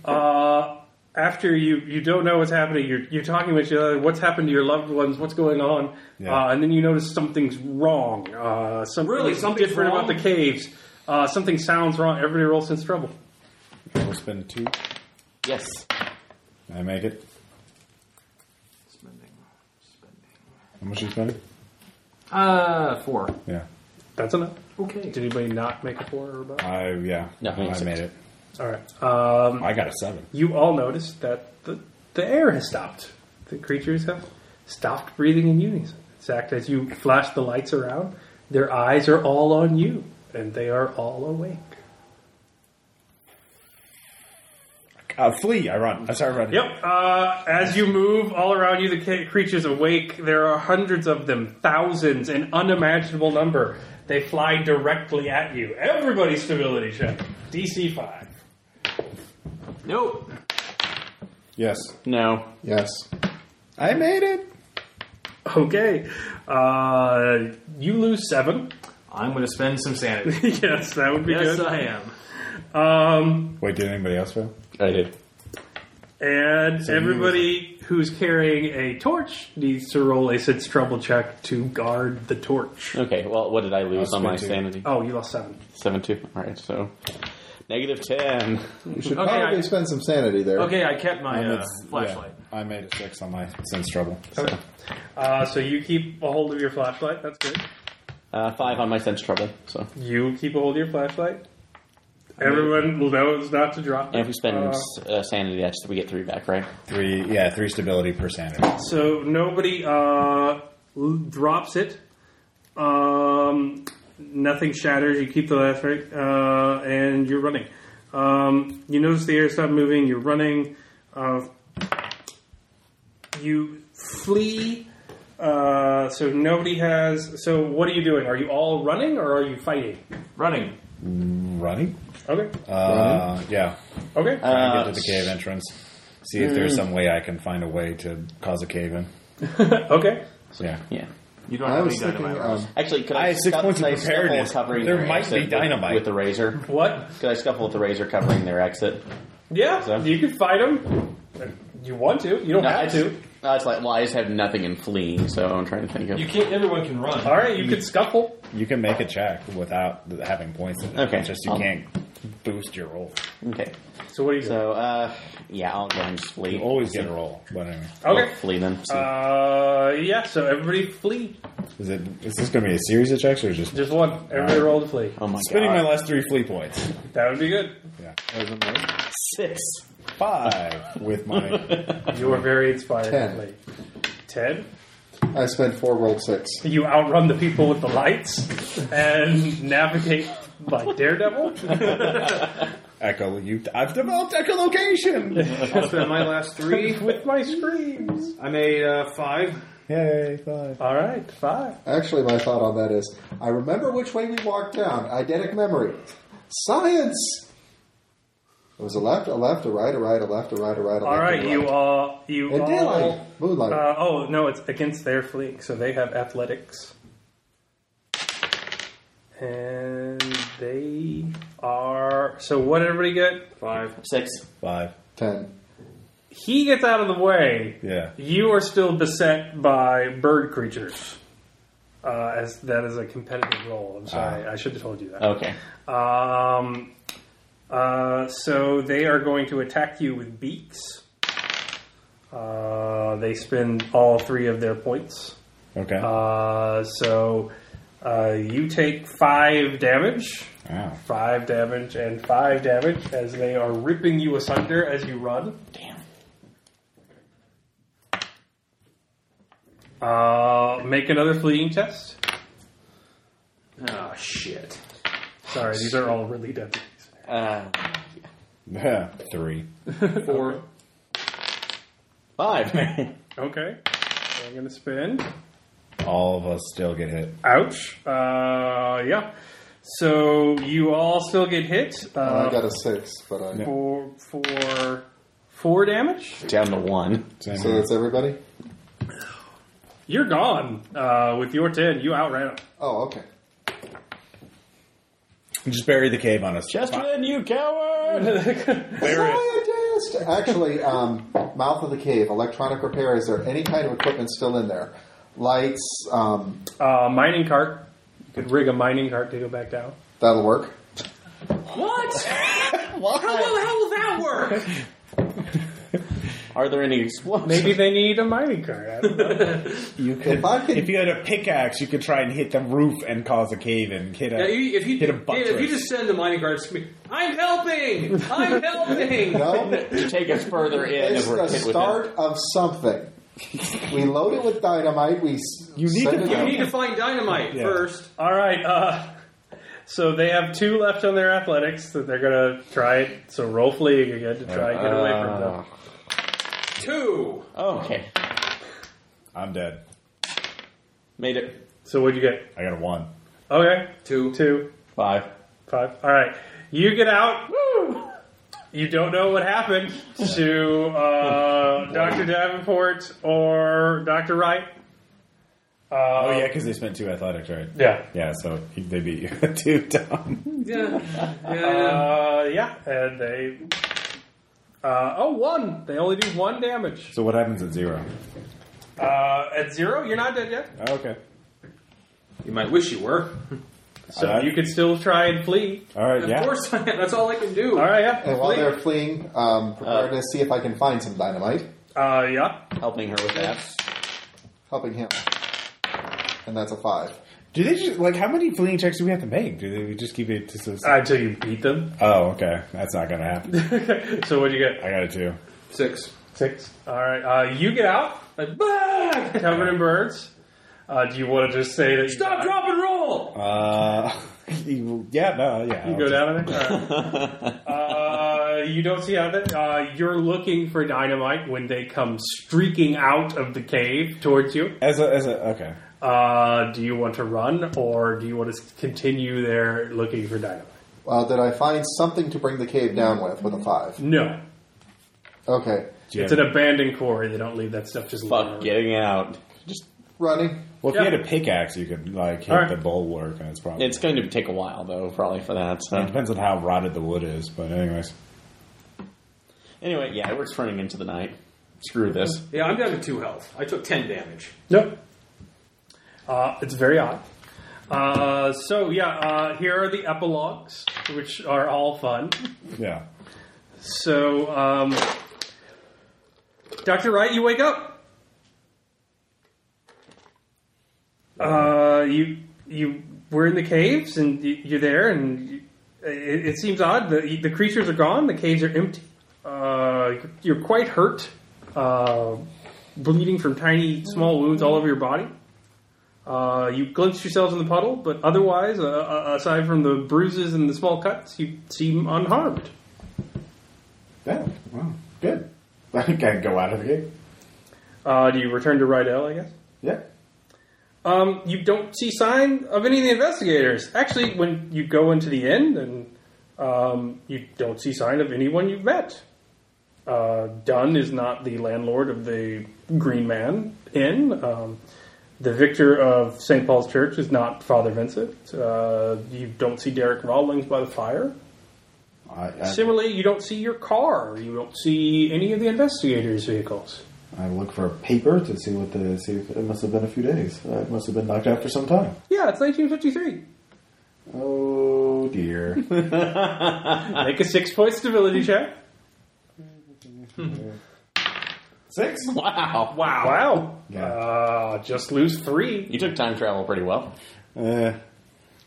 Uh, after you, you don't know what's happening. You're, you're talking with each other. What's happened to your loved ones? What's going on? Yeah. Uh, and then you notice something's wrong. Uh, something, Really? Something's different wrong? about the caves. Uh, something sounds wrong. Everybody roll sense trouble. We'll spend two. Yes. I make it. How much you spending? uh, four. Yeah. That's enough. Okay. Did anybody not make a four or above? I yeah. No, I made Oh, I six. made it. All right. Um, I got a seven. you all notice that the, the air has stopped. The creatures have stopped breathing in unison. In fact, as you flash the lights around, their eyes are all on you, and they are all awake. Uh, flee! I run. I start running. Yep. Uh, as you move all around you, the ca- creatures awake. There are hundreds of them, thousands, an unimaginable number. They fly directly at you. Everybody's stability check. DC five. Nope. Yes. No. Yes. I made it. Okay. Uh, you lose seven. I'm going to spend some sanity. <laughs> yes, that would be yes, uh, good. I am. Um, Wait, did anybody else fail? I did. and everybody who's carrying a torch needs to roll a sense trouble check to guard the torch. Okay, well, what did I lose I'll on my spend two. sanity? Oh, you lost seven. 7 2. Alright, so. Negative 10. You should Okay, probably I- spend some sanity there. Okay, I kept my Um, uh, it's- yeah. flashlight. I made a six on my sense trouble. Uh, so you keep a hold of your flashlight. That's good. Uh, 5 on my sense trouble, so. You keep a hold of your flashlight. Everyone will know it's not to drop. And if we spend Uh, uh, sanity, that's we get 3 back, right? Three. Yeah, three stability per sanity. so nobody uh, l- drops it. Um, nothing shatters. You keep the last right, uh, and you're running. Um, you notice the air stop moving. You're running. Uh, you flee. Uh, so nobody has. So what are you doing? Are you all running or are you fighting? Running. Running. Okay. Uh, yeah. Okay. Try and Uh, mm. get to the cave entrance. See if there's some way I can find a way to cause a cave in. okay. Yeah. Yeah. You don't I have was any thinking, dynamite. um, Actually, could I I, had six scuff- points could of I scuffle preparedness. covering There their might be exit with- dynamite. With, the razor. What? Could I scuffle with the razor covering their exit? Yeah, So? you can fight him. You want to? You don't No, have it's- to. No, it's like, well, I just have nothing in fleeing, so I'm trying to think of. You can't. Everyone can run. All right, you could scuffle. You can make a check without having points in it. Okay. It's just you I'll- can't boost your roll. Okay. So what do you say? So, uh, yeah, I'll go and just flee. You always get a roll, but anyway. Okay. I'll flee then. So, Uh, yeah, so everybody flee. Is it is this going to be a series of checks or just Just one. Everybody roll to flee. oh my spending my god. last three flee points? That would be good. Yeah, Six. five with <laughs> my You are very inspired Ten. to flee. Ted, um, I spent four rolled six. you outrun the people with the lights and navigate like Daredevil. <laughs> echo. You, I've developed echolocation. <laughs> I'll spend <laughs> my last three. with my screams. I made uh, five. Yay, five. All right, five. Actually, my thought on that is I remember which way we walked down. Eidetic memory. Science! It was a left, a left, a right, a right, a left, a right, a right, a left. All right, a you right. all. You And daylight. all. Moonlight. Uh, oh no, it's against their fleeing, so they have athletics, and they are. So what did everybody get? Five. Six. Five. Ten. He gets out of the way. Yeah. You are still beset by bird creatures. Uh, as that is a competitive role. I'm sorry, I should have told you that. Okay. Um, uh, so they are going to attack you with beaks. Uh, they spend all three of their points. Okay. Uh, so uh, you take five damage. wow. Five damage and five damage as they are ripping you asunder as you run. Damn. Uh, make another fleeing test. Oh shit. Sorry, these are all really deadly. Uh, Yeah. <laughs> Three. Four. five. <laughs> Okay. I'm going to spin. All of us still get hit. Ouch. Uh, yeah. So you all still get hit Oh, I uh, got a six, but I. for for four damage. Down to one. Same So here. that's everybody? You're gone uh, with your ten. You outran him. Oh, okay. Just bury the cave on us. Chesterton, <laughs> you coward! Scientist! Actually, um, mouth of the cave, electronic repair. Is there any kind of equipment still in there? Lights, um, Uh, mining cart. You could rig a mining cart to go back down. that'll work. Are there any explosions? Maybe they need a mining cart. I don't know. You could, If I could if you had a pickaxe, you could try and hit the roof and cause a cave in. Hit a <laughs> Yeah, you- if you hit a Dave, if you buttress. just send the mining guards to me, I'm helping, I'm helping. No, to take us further in It's if we're the hit with start of something. We load it with dynamite. We s- You need send to it get- out. You need to find dynamite Yeah. first. <laughs> all right. Uh, so they have two left on their athletics that they're gonna try it. So roll fleeing again to try and get away from them. Two. Oh, okay. I'm dead. Made it. So what'd you get? I got a one. Okay, Two. two. Five. Five. All right. You get out. You don't know what happened to <laughs> uh, Dr. Davenport or Dr. Wright. Uh, Oh yeah, because they spent two athletics, right? Yeah. Yeah, so he- they beat you <laughs> two down. Yeah. yeah. Uh, yeah. And they. Uh, oh, one. They only do one damage. So what happens at zero? Uh, at zero, you're not dead yet. Oh, okay. you might wish you were. So Uh, you can still try and flee. All right. Of yeah. course, I am. That's all I can do. All right, yeah. And while they're fleeing, um, Uh. prepare to see if I can find some dynamite, Uh, yeah. Helping her with that. helping him. And that's a five. Do they just like how many fleeing checks do we have to make? Do they just keep it? Just, just, Until you beat them. oh, okay. That's not gonna happen. so what'd you get? I got a two. Six. Six. All right. Uh, you get out. Like, bah! Covered in birds. Uh, do you want to just say that? You Stop, drop, and roll. Uh, <laughs> you- yeah, no, yeah. You go down in there. uh, you don't see how that. Uh, you're looking for dynamite when they come streaking out of the cave towards you. As a, as a okay. Uh, do you want to run or do you want to s- continue there looking for dynamite? Uh, did I find something to bring the cave down with, with a five? No, Okay. Do you it's have- an abandoned quarry. They don't leave that stuff just. lying Fuck, around. getting out. Running. well, if yeah. you had a pickaxe, you could like hit All right. the bulwark, and it's probably It's going to take a while, though, probably, for that. it So. depends on how rotted the wood is. But anyways, Anyway, yeah, we're turning into the night. Screw this. Yeah, I'm down to two health. I took ten damage. Nope. Uh, it's very odd. Uh, so yeah, uh, here are the epilogues, which are all fun. Yeah. So, um, Doctor Wright, you wake up. Uh, you you were in the caves, and you, you're there, and you, it, it seems odd. The the creatures are gone. The caves are empty. Uh, you're quite hurt, uh, bleeding from tiny small wounds all over your body. Uh, you glimpse yourselves in the puddle, but otherwise, uh, uh, aside from the bruises and the small cuts, you seem unharmed. Yeah. Wow. Good. <laughs> I think I can go out of the gate. Uh, do you return to Rydell, I guess? Yeah. Um, you don't see sign of any of the investigators. Actually, when you go into the inn, and um, you don't see sign of anyone you've met. Uh, Dunn is not the landlord of the Green Man Inn. Um, the victor of St. Paul's Church is not Father Vincent. Uh, you don't see Derek Rawlings by the fire. I, I, Similarly, you don't see your car. You don't see any of the investigators' vehicles. I look for a paper to see what the see if it must have been a few days. I must have been knocked out for some time. Yeah, it's 1953. Oh <laughs> dear. Make a six point stability check. Six. Wow. Wow. Yeah. Uh, just lose three. You took time travel pretty well. Uh,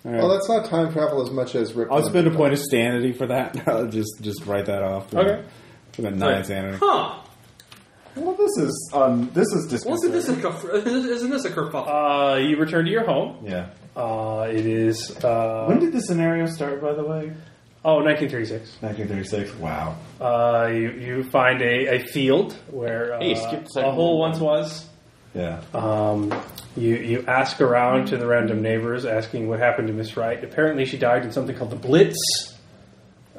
Well, that's not time travel as much as rip. I'll spend a point of sanity for that. <laughs> I'll just just write that off. For Okay. For that nine sanity. Huh. Well, this is um, this is Wasn't disconcerting. this a kerf- isn't this a kerfuffle? Uh, you return to your home. yeah. Uh, it is. Uh, When did the scenario start, by the way? oh, 1936. 1936. Wow. Uh, you, you find a, a field where uh, Hey, you skipped the a second hole one. once was. Yeah. Um, you, you ask around to the random neighbors asking what happened to Miss Wright. Apparently, she died in something called the Blitz.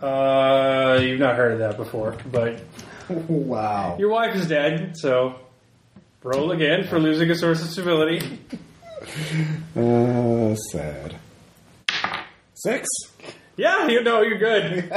Uh, you've not heard of that before, but <laughs> wow. Your wife is dead, so roll again for losing a source of stability. Uh, sad. Six. Yeah, you know <laughs> you're good.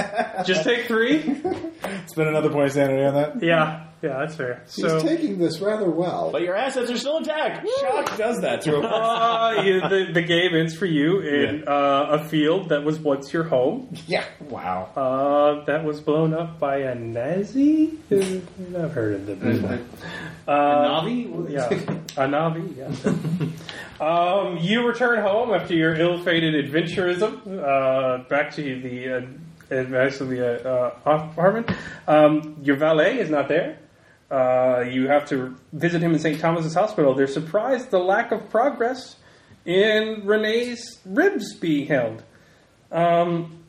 Just take three. Spend another point of sanity on that. Yeah, yeah, that's fair. He's So. taking this rather well. But your assets are still intact. Shock does that to a Uh, you, the, the game ends for you in uh, a field that was once your home. Yeah. Wow. Uh, that was blown up by a Nazi. I've heard of them. Uh, Navi? yeah, a Navi. Yeah. um, you return home after your ill-fated adventurism uh, back to the uh, advice of the uh, uh, apartment. Um, your valet is not there. Uh, you have to visit him in St. Thomas's Hospital. They're surprised the lack of progress in Renee's ribs being held. Um,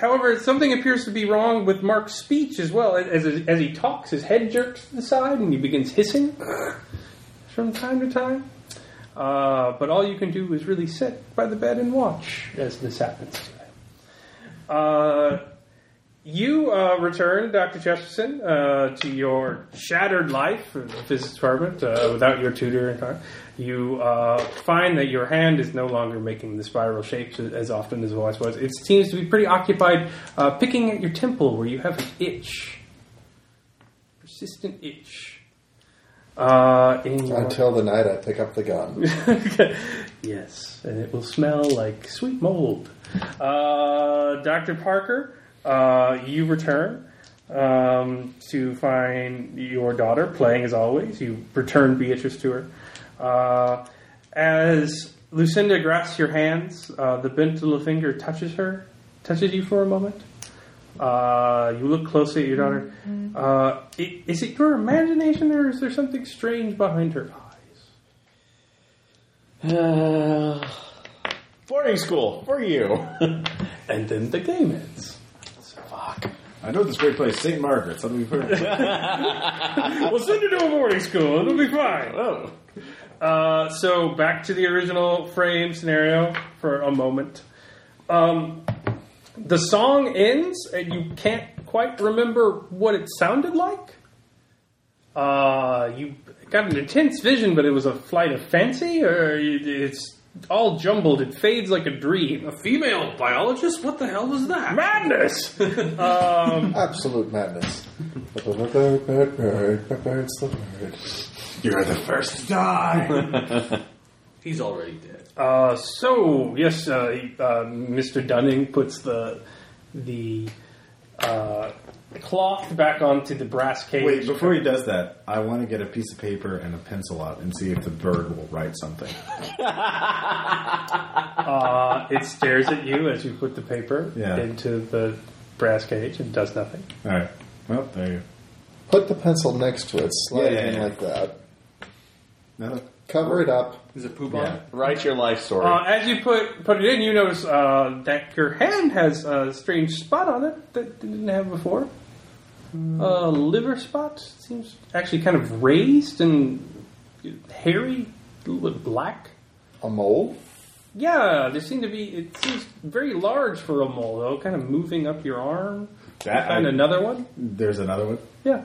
However, something appears to be wrong with Mark's speech as well. As, as, as he talks, his head jerks to the side and he begins hissing from time to time. Uh, but all you can do is really sit by the bed and watch as this happens. Uh, you uh, return, Dr. Chesterton, uh, to your shattered life in the physics department uh, without your tutor. And time. You uh, find that your hand is no longer making the spiral shapes as often as it once was. It seems to be pretty occupied uh, picking at your temple where you have an itch. Persistent itch. Uh, in your- Until the night I pick up the gun. yes, and it will smell like sweet mold. Uh, Dr. Parker, uh, you return um, to find your daughter playing as always. You return Beatrice to her. Uh, as Lucinda grasps your hands, uh, the bent little finger touches her, touches you for a moment. Uh, you look closely at your daughter. Uh, i- is it your imagination, or is there something strange behind her eyes? <sighs> Uh, boarding school for you. <laughs> And then the game ends. I know this great place, St. Margaret's. Let me put <laughs> it. Well, send her to a boarding school. It'll be fine. oh. Uh, so back to the original frame scenario for a moment. Um, the song ends, and you can't quite remember what it sounded like. Uh, you got an intense vision, but it was a flight of fancy, or it- it's all jumbled. It fades like a dream. A female biologist? What the hell was that? Madness. <laughs> Absolute madness. Bird, bird, bird, bird, bird, bird's the bird. You're the first to die. He's already dead. Uh, so yes, uh, he- uh, Mr. Dunning puts the the uh, cloth back onto the brass cage. Wait, before he does that, I want to get a piece of paper and a pencil out and see if the bird will write something. uh, it stares at you as you put the paper Yeah. into the brass cage and does nothing. All right. Well, there you Put the pencil next to it, slide Yeah, yeah, it in yeah. like that. go. Cover it up. Is it poop on Yeah. it? Write your life story. Uh, as you put put it in, you notice uh, that your hand has a strange spot on it that it didn't have before. Uh, liver spot seems actually kind of raised and hairy, a little bit black. A mole? Yeah, there seem to be. It seems very large for a mole, though. Kind of moving up your arm. That you found I- another one. There's another one, Yeah.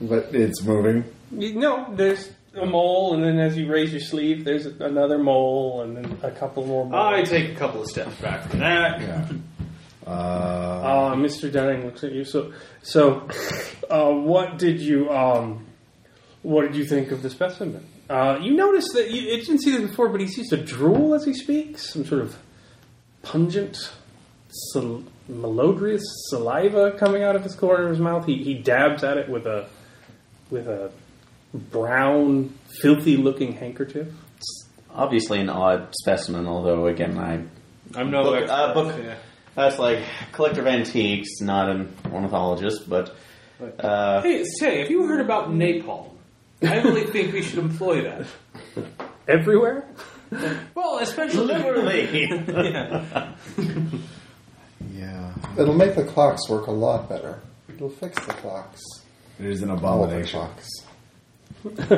but it's moving. You, no, there's a mole, and then as you raise your sleeve, there's another mole, and then a couple more. Moles. I take a couple of steps back from that. Yeah. Uh, Uh, Mr. Dunning looks at you. So, so, uh, what did you um, what did you think of the specimen? Uh, you notice that you, it didn't see this before, but he seems to drool as he speaks. Some sort of pungent, sal- malodorous saliva coming out of his corner of his mouth. He, he dabs at it with a with a brown, filthy-looking handkerchief. Obviously, an odd specimen. Although, again, I I'm no Book- expert. uh, book- yeah. that's like collector of antiques, not an ornithologist, <laughs> but uh, Hey, say, have you heard about napalm? I really think we should employ that. Everywhere? Well, especially literally. yeah. It'll make the clocks work a lot better. It'll fix the clocks. It is an All the abomination. clocks.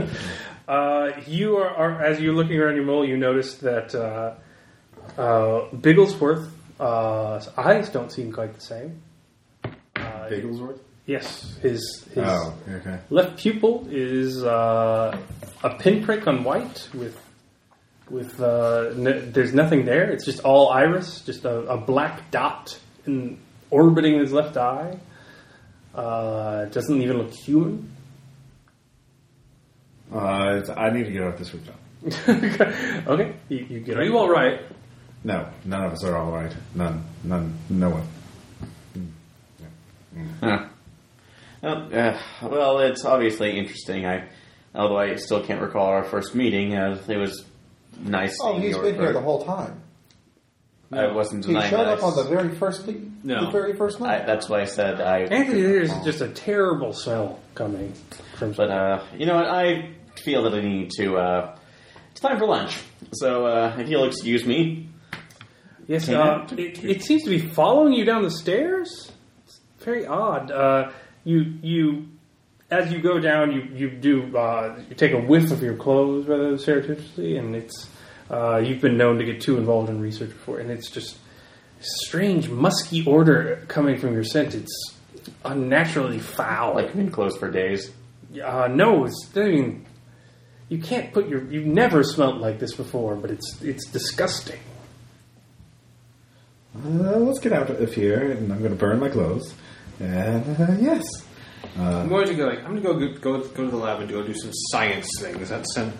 Uh, you are, are as you're looking around your mole, you notice that uh, uh, Bigglesworth's uh, eyes don't seem quite the same. Uh, Bigglesworth? yes, his his Oh, okay. left pupil is uh, a pinprick on white with with uh, n- there's nothing there. It's just all iris, just a, a black dot in, orbiting his left eye. Uh, doesn't even look human. Uh, it's, I need to get off this rooftop. okay, you, you get. Are you all right? No, none of us are all right. None, none, no one. Huh. Um, uh, well, it's obviously interesting. I, although I still can't recall our first meeting. Uh, it was nice. Oh, seeing he's your been here bird. the whole time. I wasn't He denying showed that. up on the <laughs> very first le- No. the very first I, night. that's why I said I. Anthony, there's just a terrible smell coming from. But uh, you know what? I feel that I need to. Uh, it's time for lunch. So uh, if you'll excuse me, yes, uh, it, it seems to be following you down the stairs. It's very odd. Uh, you you, as you go down, you you do uh, you take a whiff of your clothes rather surreptitiously, and it's uh, you've been known to get too involved in research before, and it's just strange musky odor coming from your scent. It's unnaturally foul. like I've been closed for days. Uh, no, it's. I mean, you can't put your. You've never smelled like this before, but it's it's disgusting. Uh, let's get out of here, and I'm going to burn my clothes. And uh, yes, I'm going to go. Like, I'm going to go, go go to the lab and go do some science things. That's uh,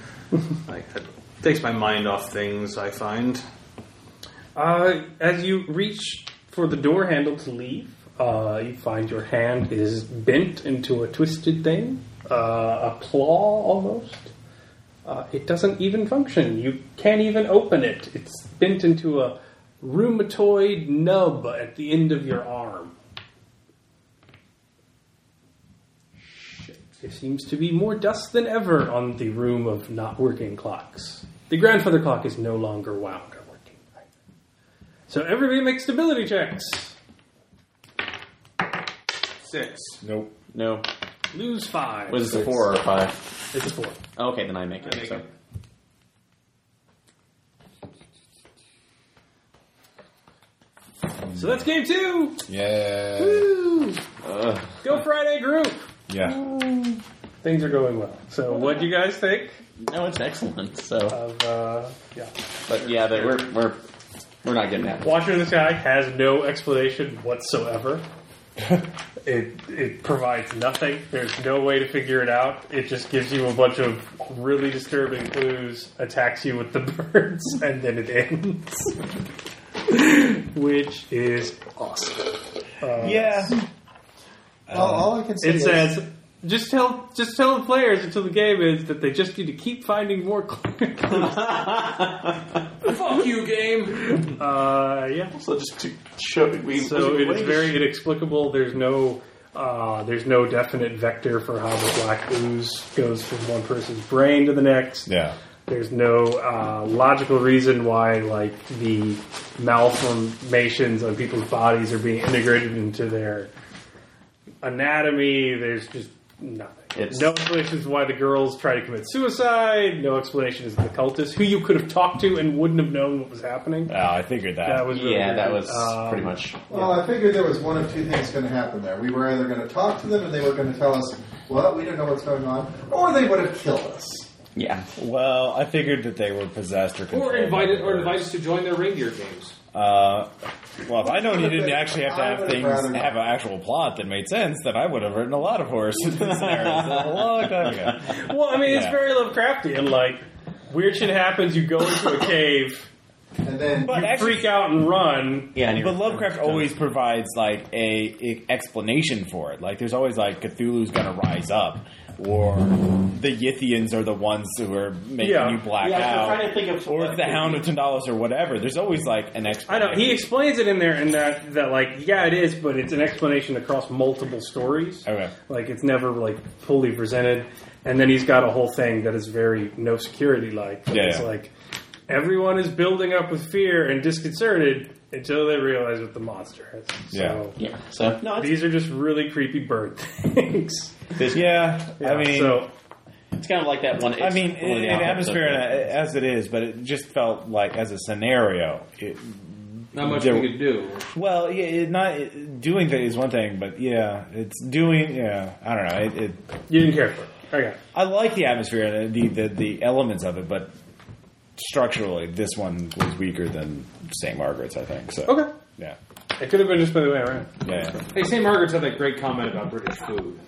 like that takes my mind off things. I find. Uh, as you reach for the door handle to leave, uh, you find your hand is bent into a twisted thing, uh, a claw almost. Uh, it doesn't even function. You can't even open it. It's bent into a rheumatoid nub at the end of your arm. Shit. There seems to be more dust than ever on the room of not working clocks. The grandfather clock is no longer wound or working. So everybody makes stability checks. Six. nope. No, Lose five. was it a four or a five? It's a four. Okay, then I make it. make so. it. So that's game two. Yeah, Woo! Go Friday group. yeah. Things are going well. So what do you guys think No, it's excellent. So, of uh, yeah? but yeah, they, we're we're we're not getting that. Watcher in the Sky has no explanation whatsoever. <laughs> It it provides nothing. There's no way to figure it out. It just gives you a bunch of really disturbing clues, attacks you with the <laughs> birds, and then it ends. <laughs> Which is awesome. yeah. all, all I can say It is says just tell just tell the players until the game ends that they just need to keep finding more <laughs> clues. Fuck you, game. Uh, yeah. So just to show we So it is very inexplicable. There's no uh, there's no definite vector for how the black ooze goes from one person's brain to the next. Yeah. There's no uh, logical reason why like the malformations on people's bodies are being integrated into their anatomy. There's just nothing. It's- no explanation as to why the girls try to commit suicide. No explanation as to the cultists who you could have talked to and wouldn't have known what was happening. Oh, I figured that. That was really yeah, that weird. was Um, pretty much. Well, I figured there was one of two things going to happen there. We were either going to talk to them, and they were going to tell us, "Well, we don't know what's going on," or they would have killed us. Yeah, well, I figured that they were possessed or controlled Or by invite, the or birds. invite us to join their reindeer games. Uh, well, if I known you didn't actually have to I have would've things rather not. have an actual plot that made sense, then I would have written a lot of horror <laughs> scenarios a long time ago. Uh, Well, I mean, it's Yeah. very Lovecraftian. Like, weird shit happens. You go into a cave, And then <laughs> But you actually- freak out and run. yeah. And you're- But Lovecraft always provides like a, a explanation for it. Like there's always like Cthulhu's gonna rise up, or the Yithians are the ones who are making Yeah. you black Yeah, I'm out, trying to think of or it's the Hound of Tandalos or whatever. There's always like an I explanation. know he explains it in there, in that that like, yeah, it is, but it's an explanation across multiple stories. Okay. like it's never like fully presented. And then he's got a whole thing that is very no security like. Yeah, it's yeah. like everyone is building up with fear and disconcerted until they realize what the monster is. So yeah. So no, it's, these are just really creepy bird <laughs> things. Yeah, I Yeah, mean, so it's kind of like that one. I it's mean, one of in, the in outfits atmosphere of- and, uh, as it is, but it just felt like as a scenario. It, Not much There- we could do. well, yeah, it, not it, doing that is one thing, but yeah, it's doing. Yeah, I don't know. It, it, you didn't care for it. Okay. I like the atmosphere and the, the the elements of it, but structurally, this one was weaker than St. Margaret's. I think so. Okay. Yeah. It could have been just by the way around. Yeah. yeah. Hey, St. Margaret's had that great comment about British food.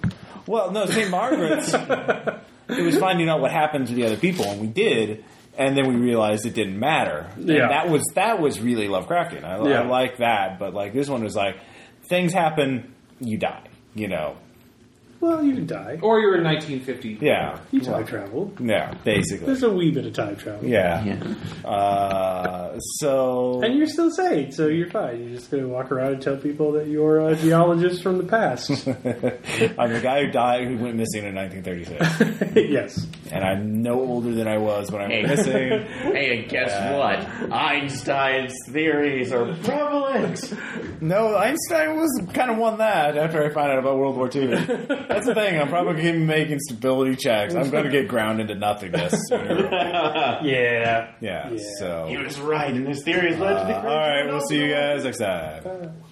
Well, no, St. Margaret's. <laughs> it was finding out what happened to the other people, and we did, and then we realized it didn't matter. And Yeah. that was that was really Lovecraftian. I, I Yeah. like that, but like this one was like things happen, you die. You know. Well, you didn't die. Or you're in 1950. Yeah. You time traveled. Yeah. Basically. There's a wee bit of time travel. Yeah. Yeah. Uh, so. And you're still sane, so you're fine. You're just going to walk around and tell people that you're a geologist from the <laughs> past. I'm the guy who died who went missing in 1936, yes. and I'm no older than I was when I Hey. went missing. Hey, and guess what? Einstein's theories are prevalent. No, Einstein was kind of won that after I found out about World War II. That's the thing. I'm probably gonna be making stability checks. I'm going to get ground into nothingness. yeah, Yeah. So, was right, and his theories uh, all right, we'll see you guys next time.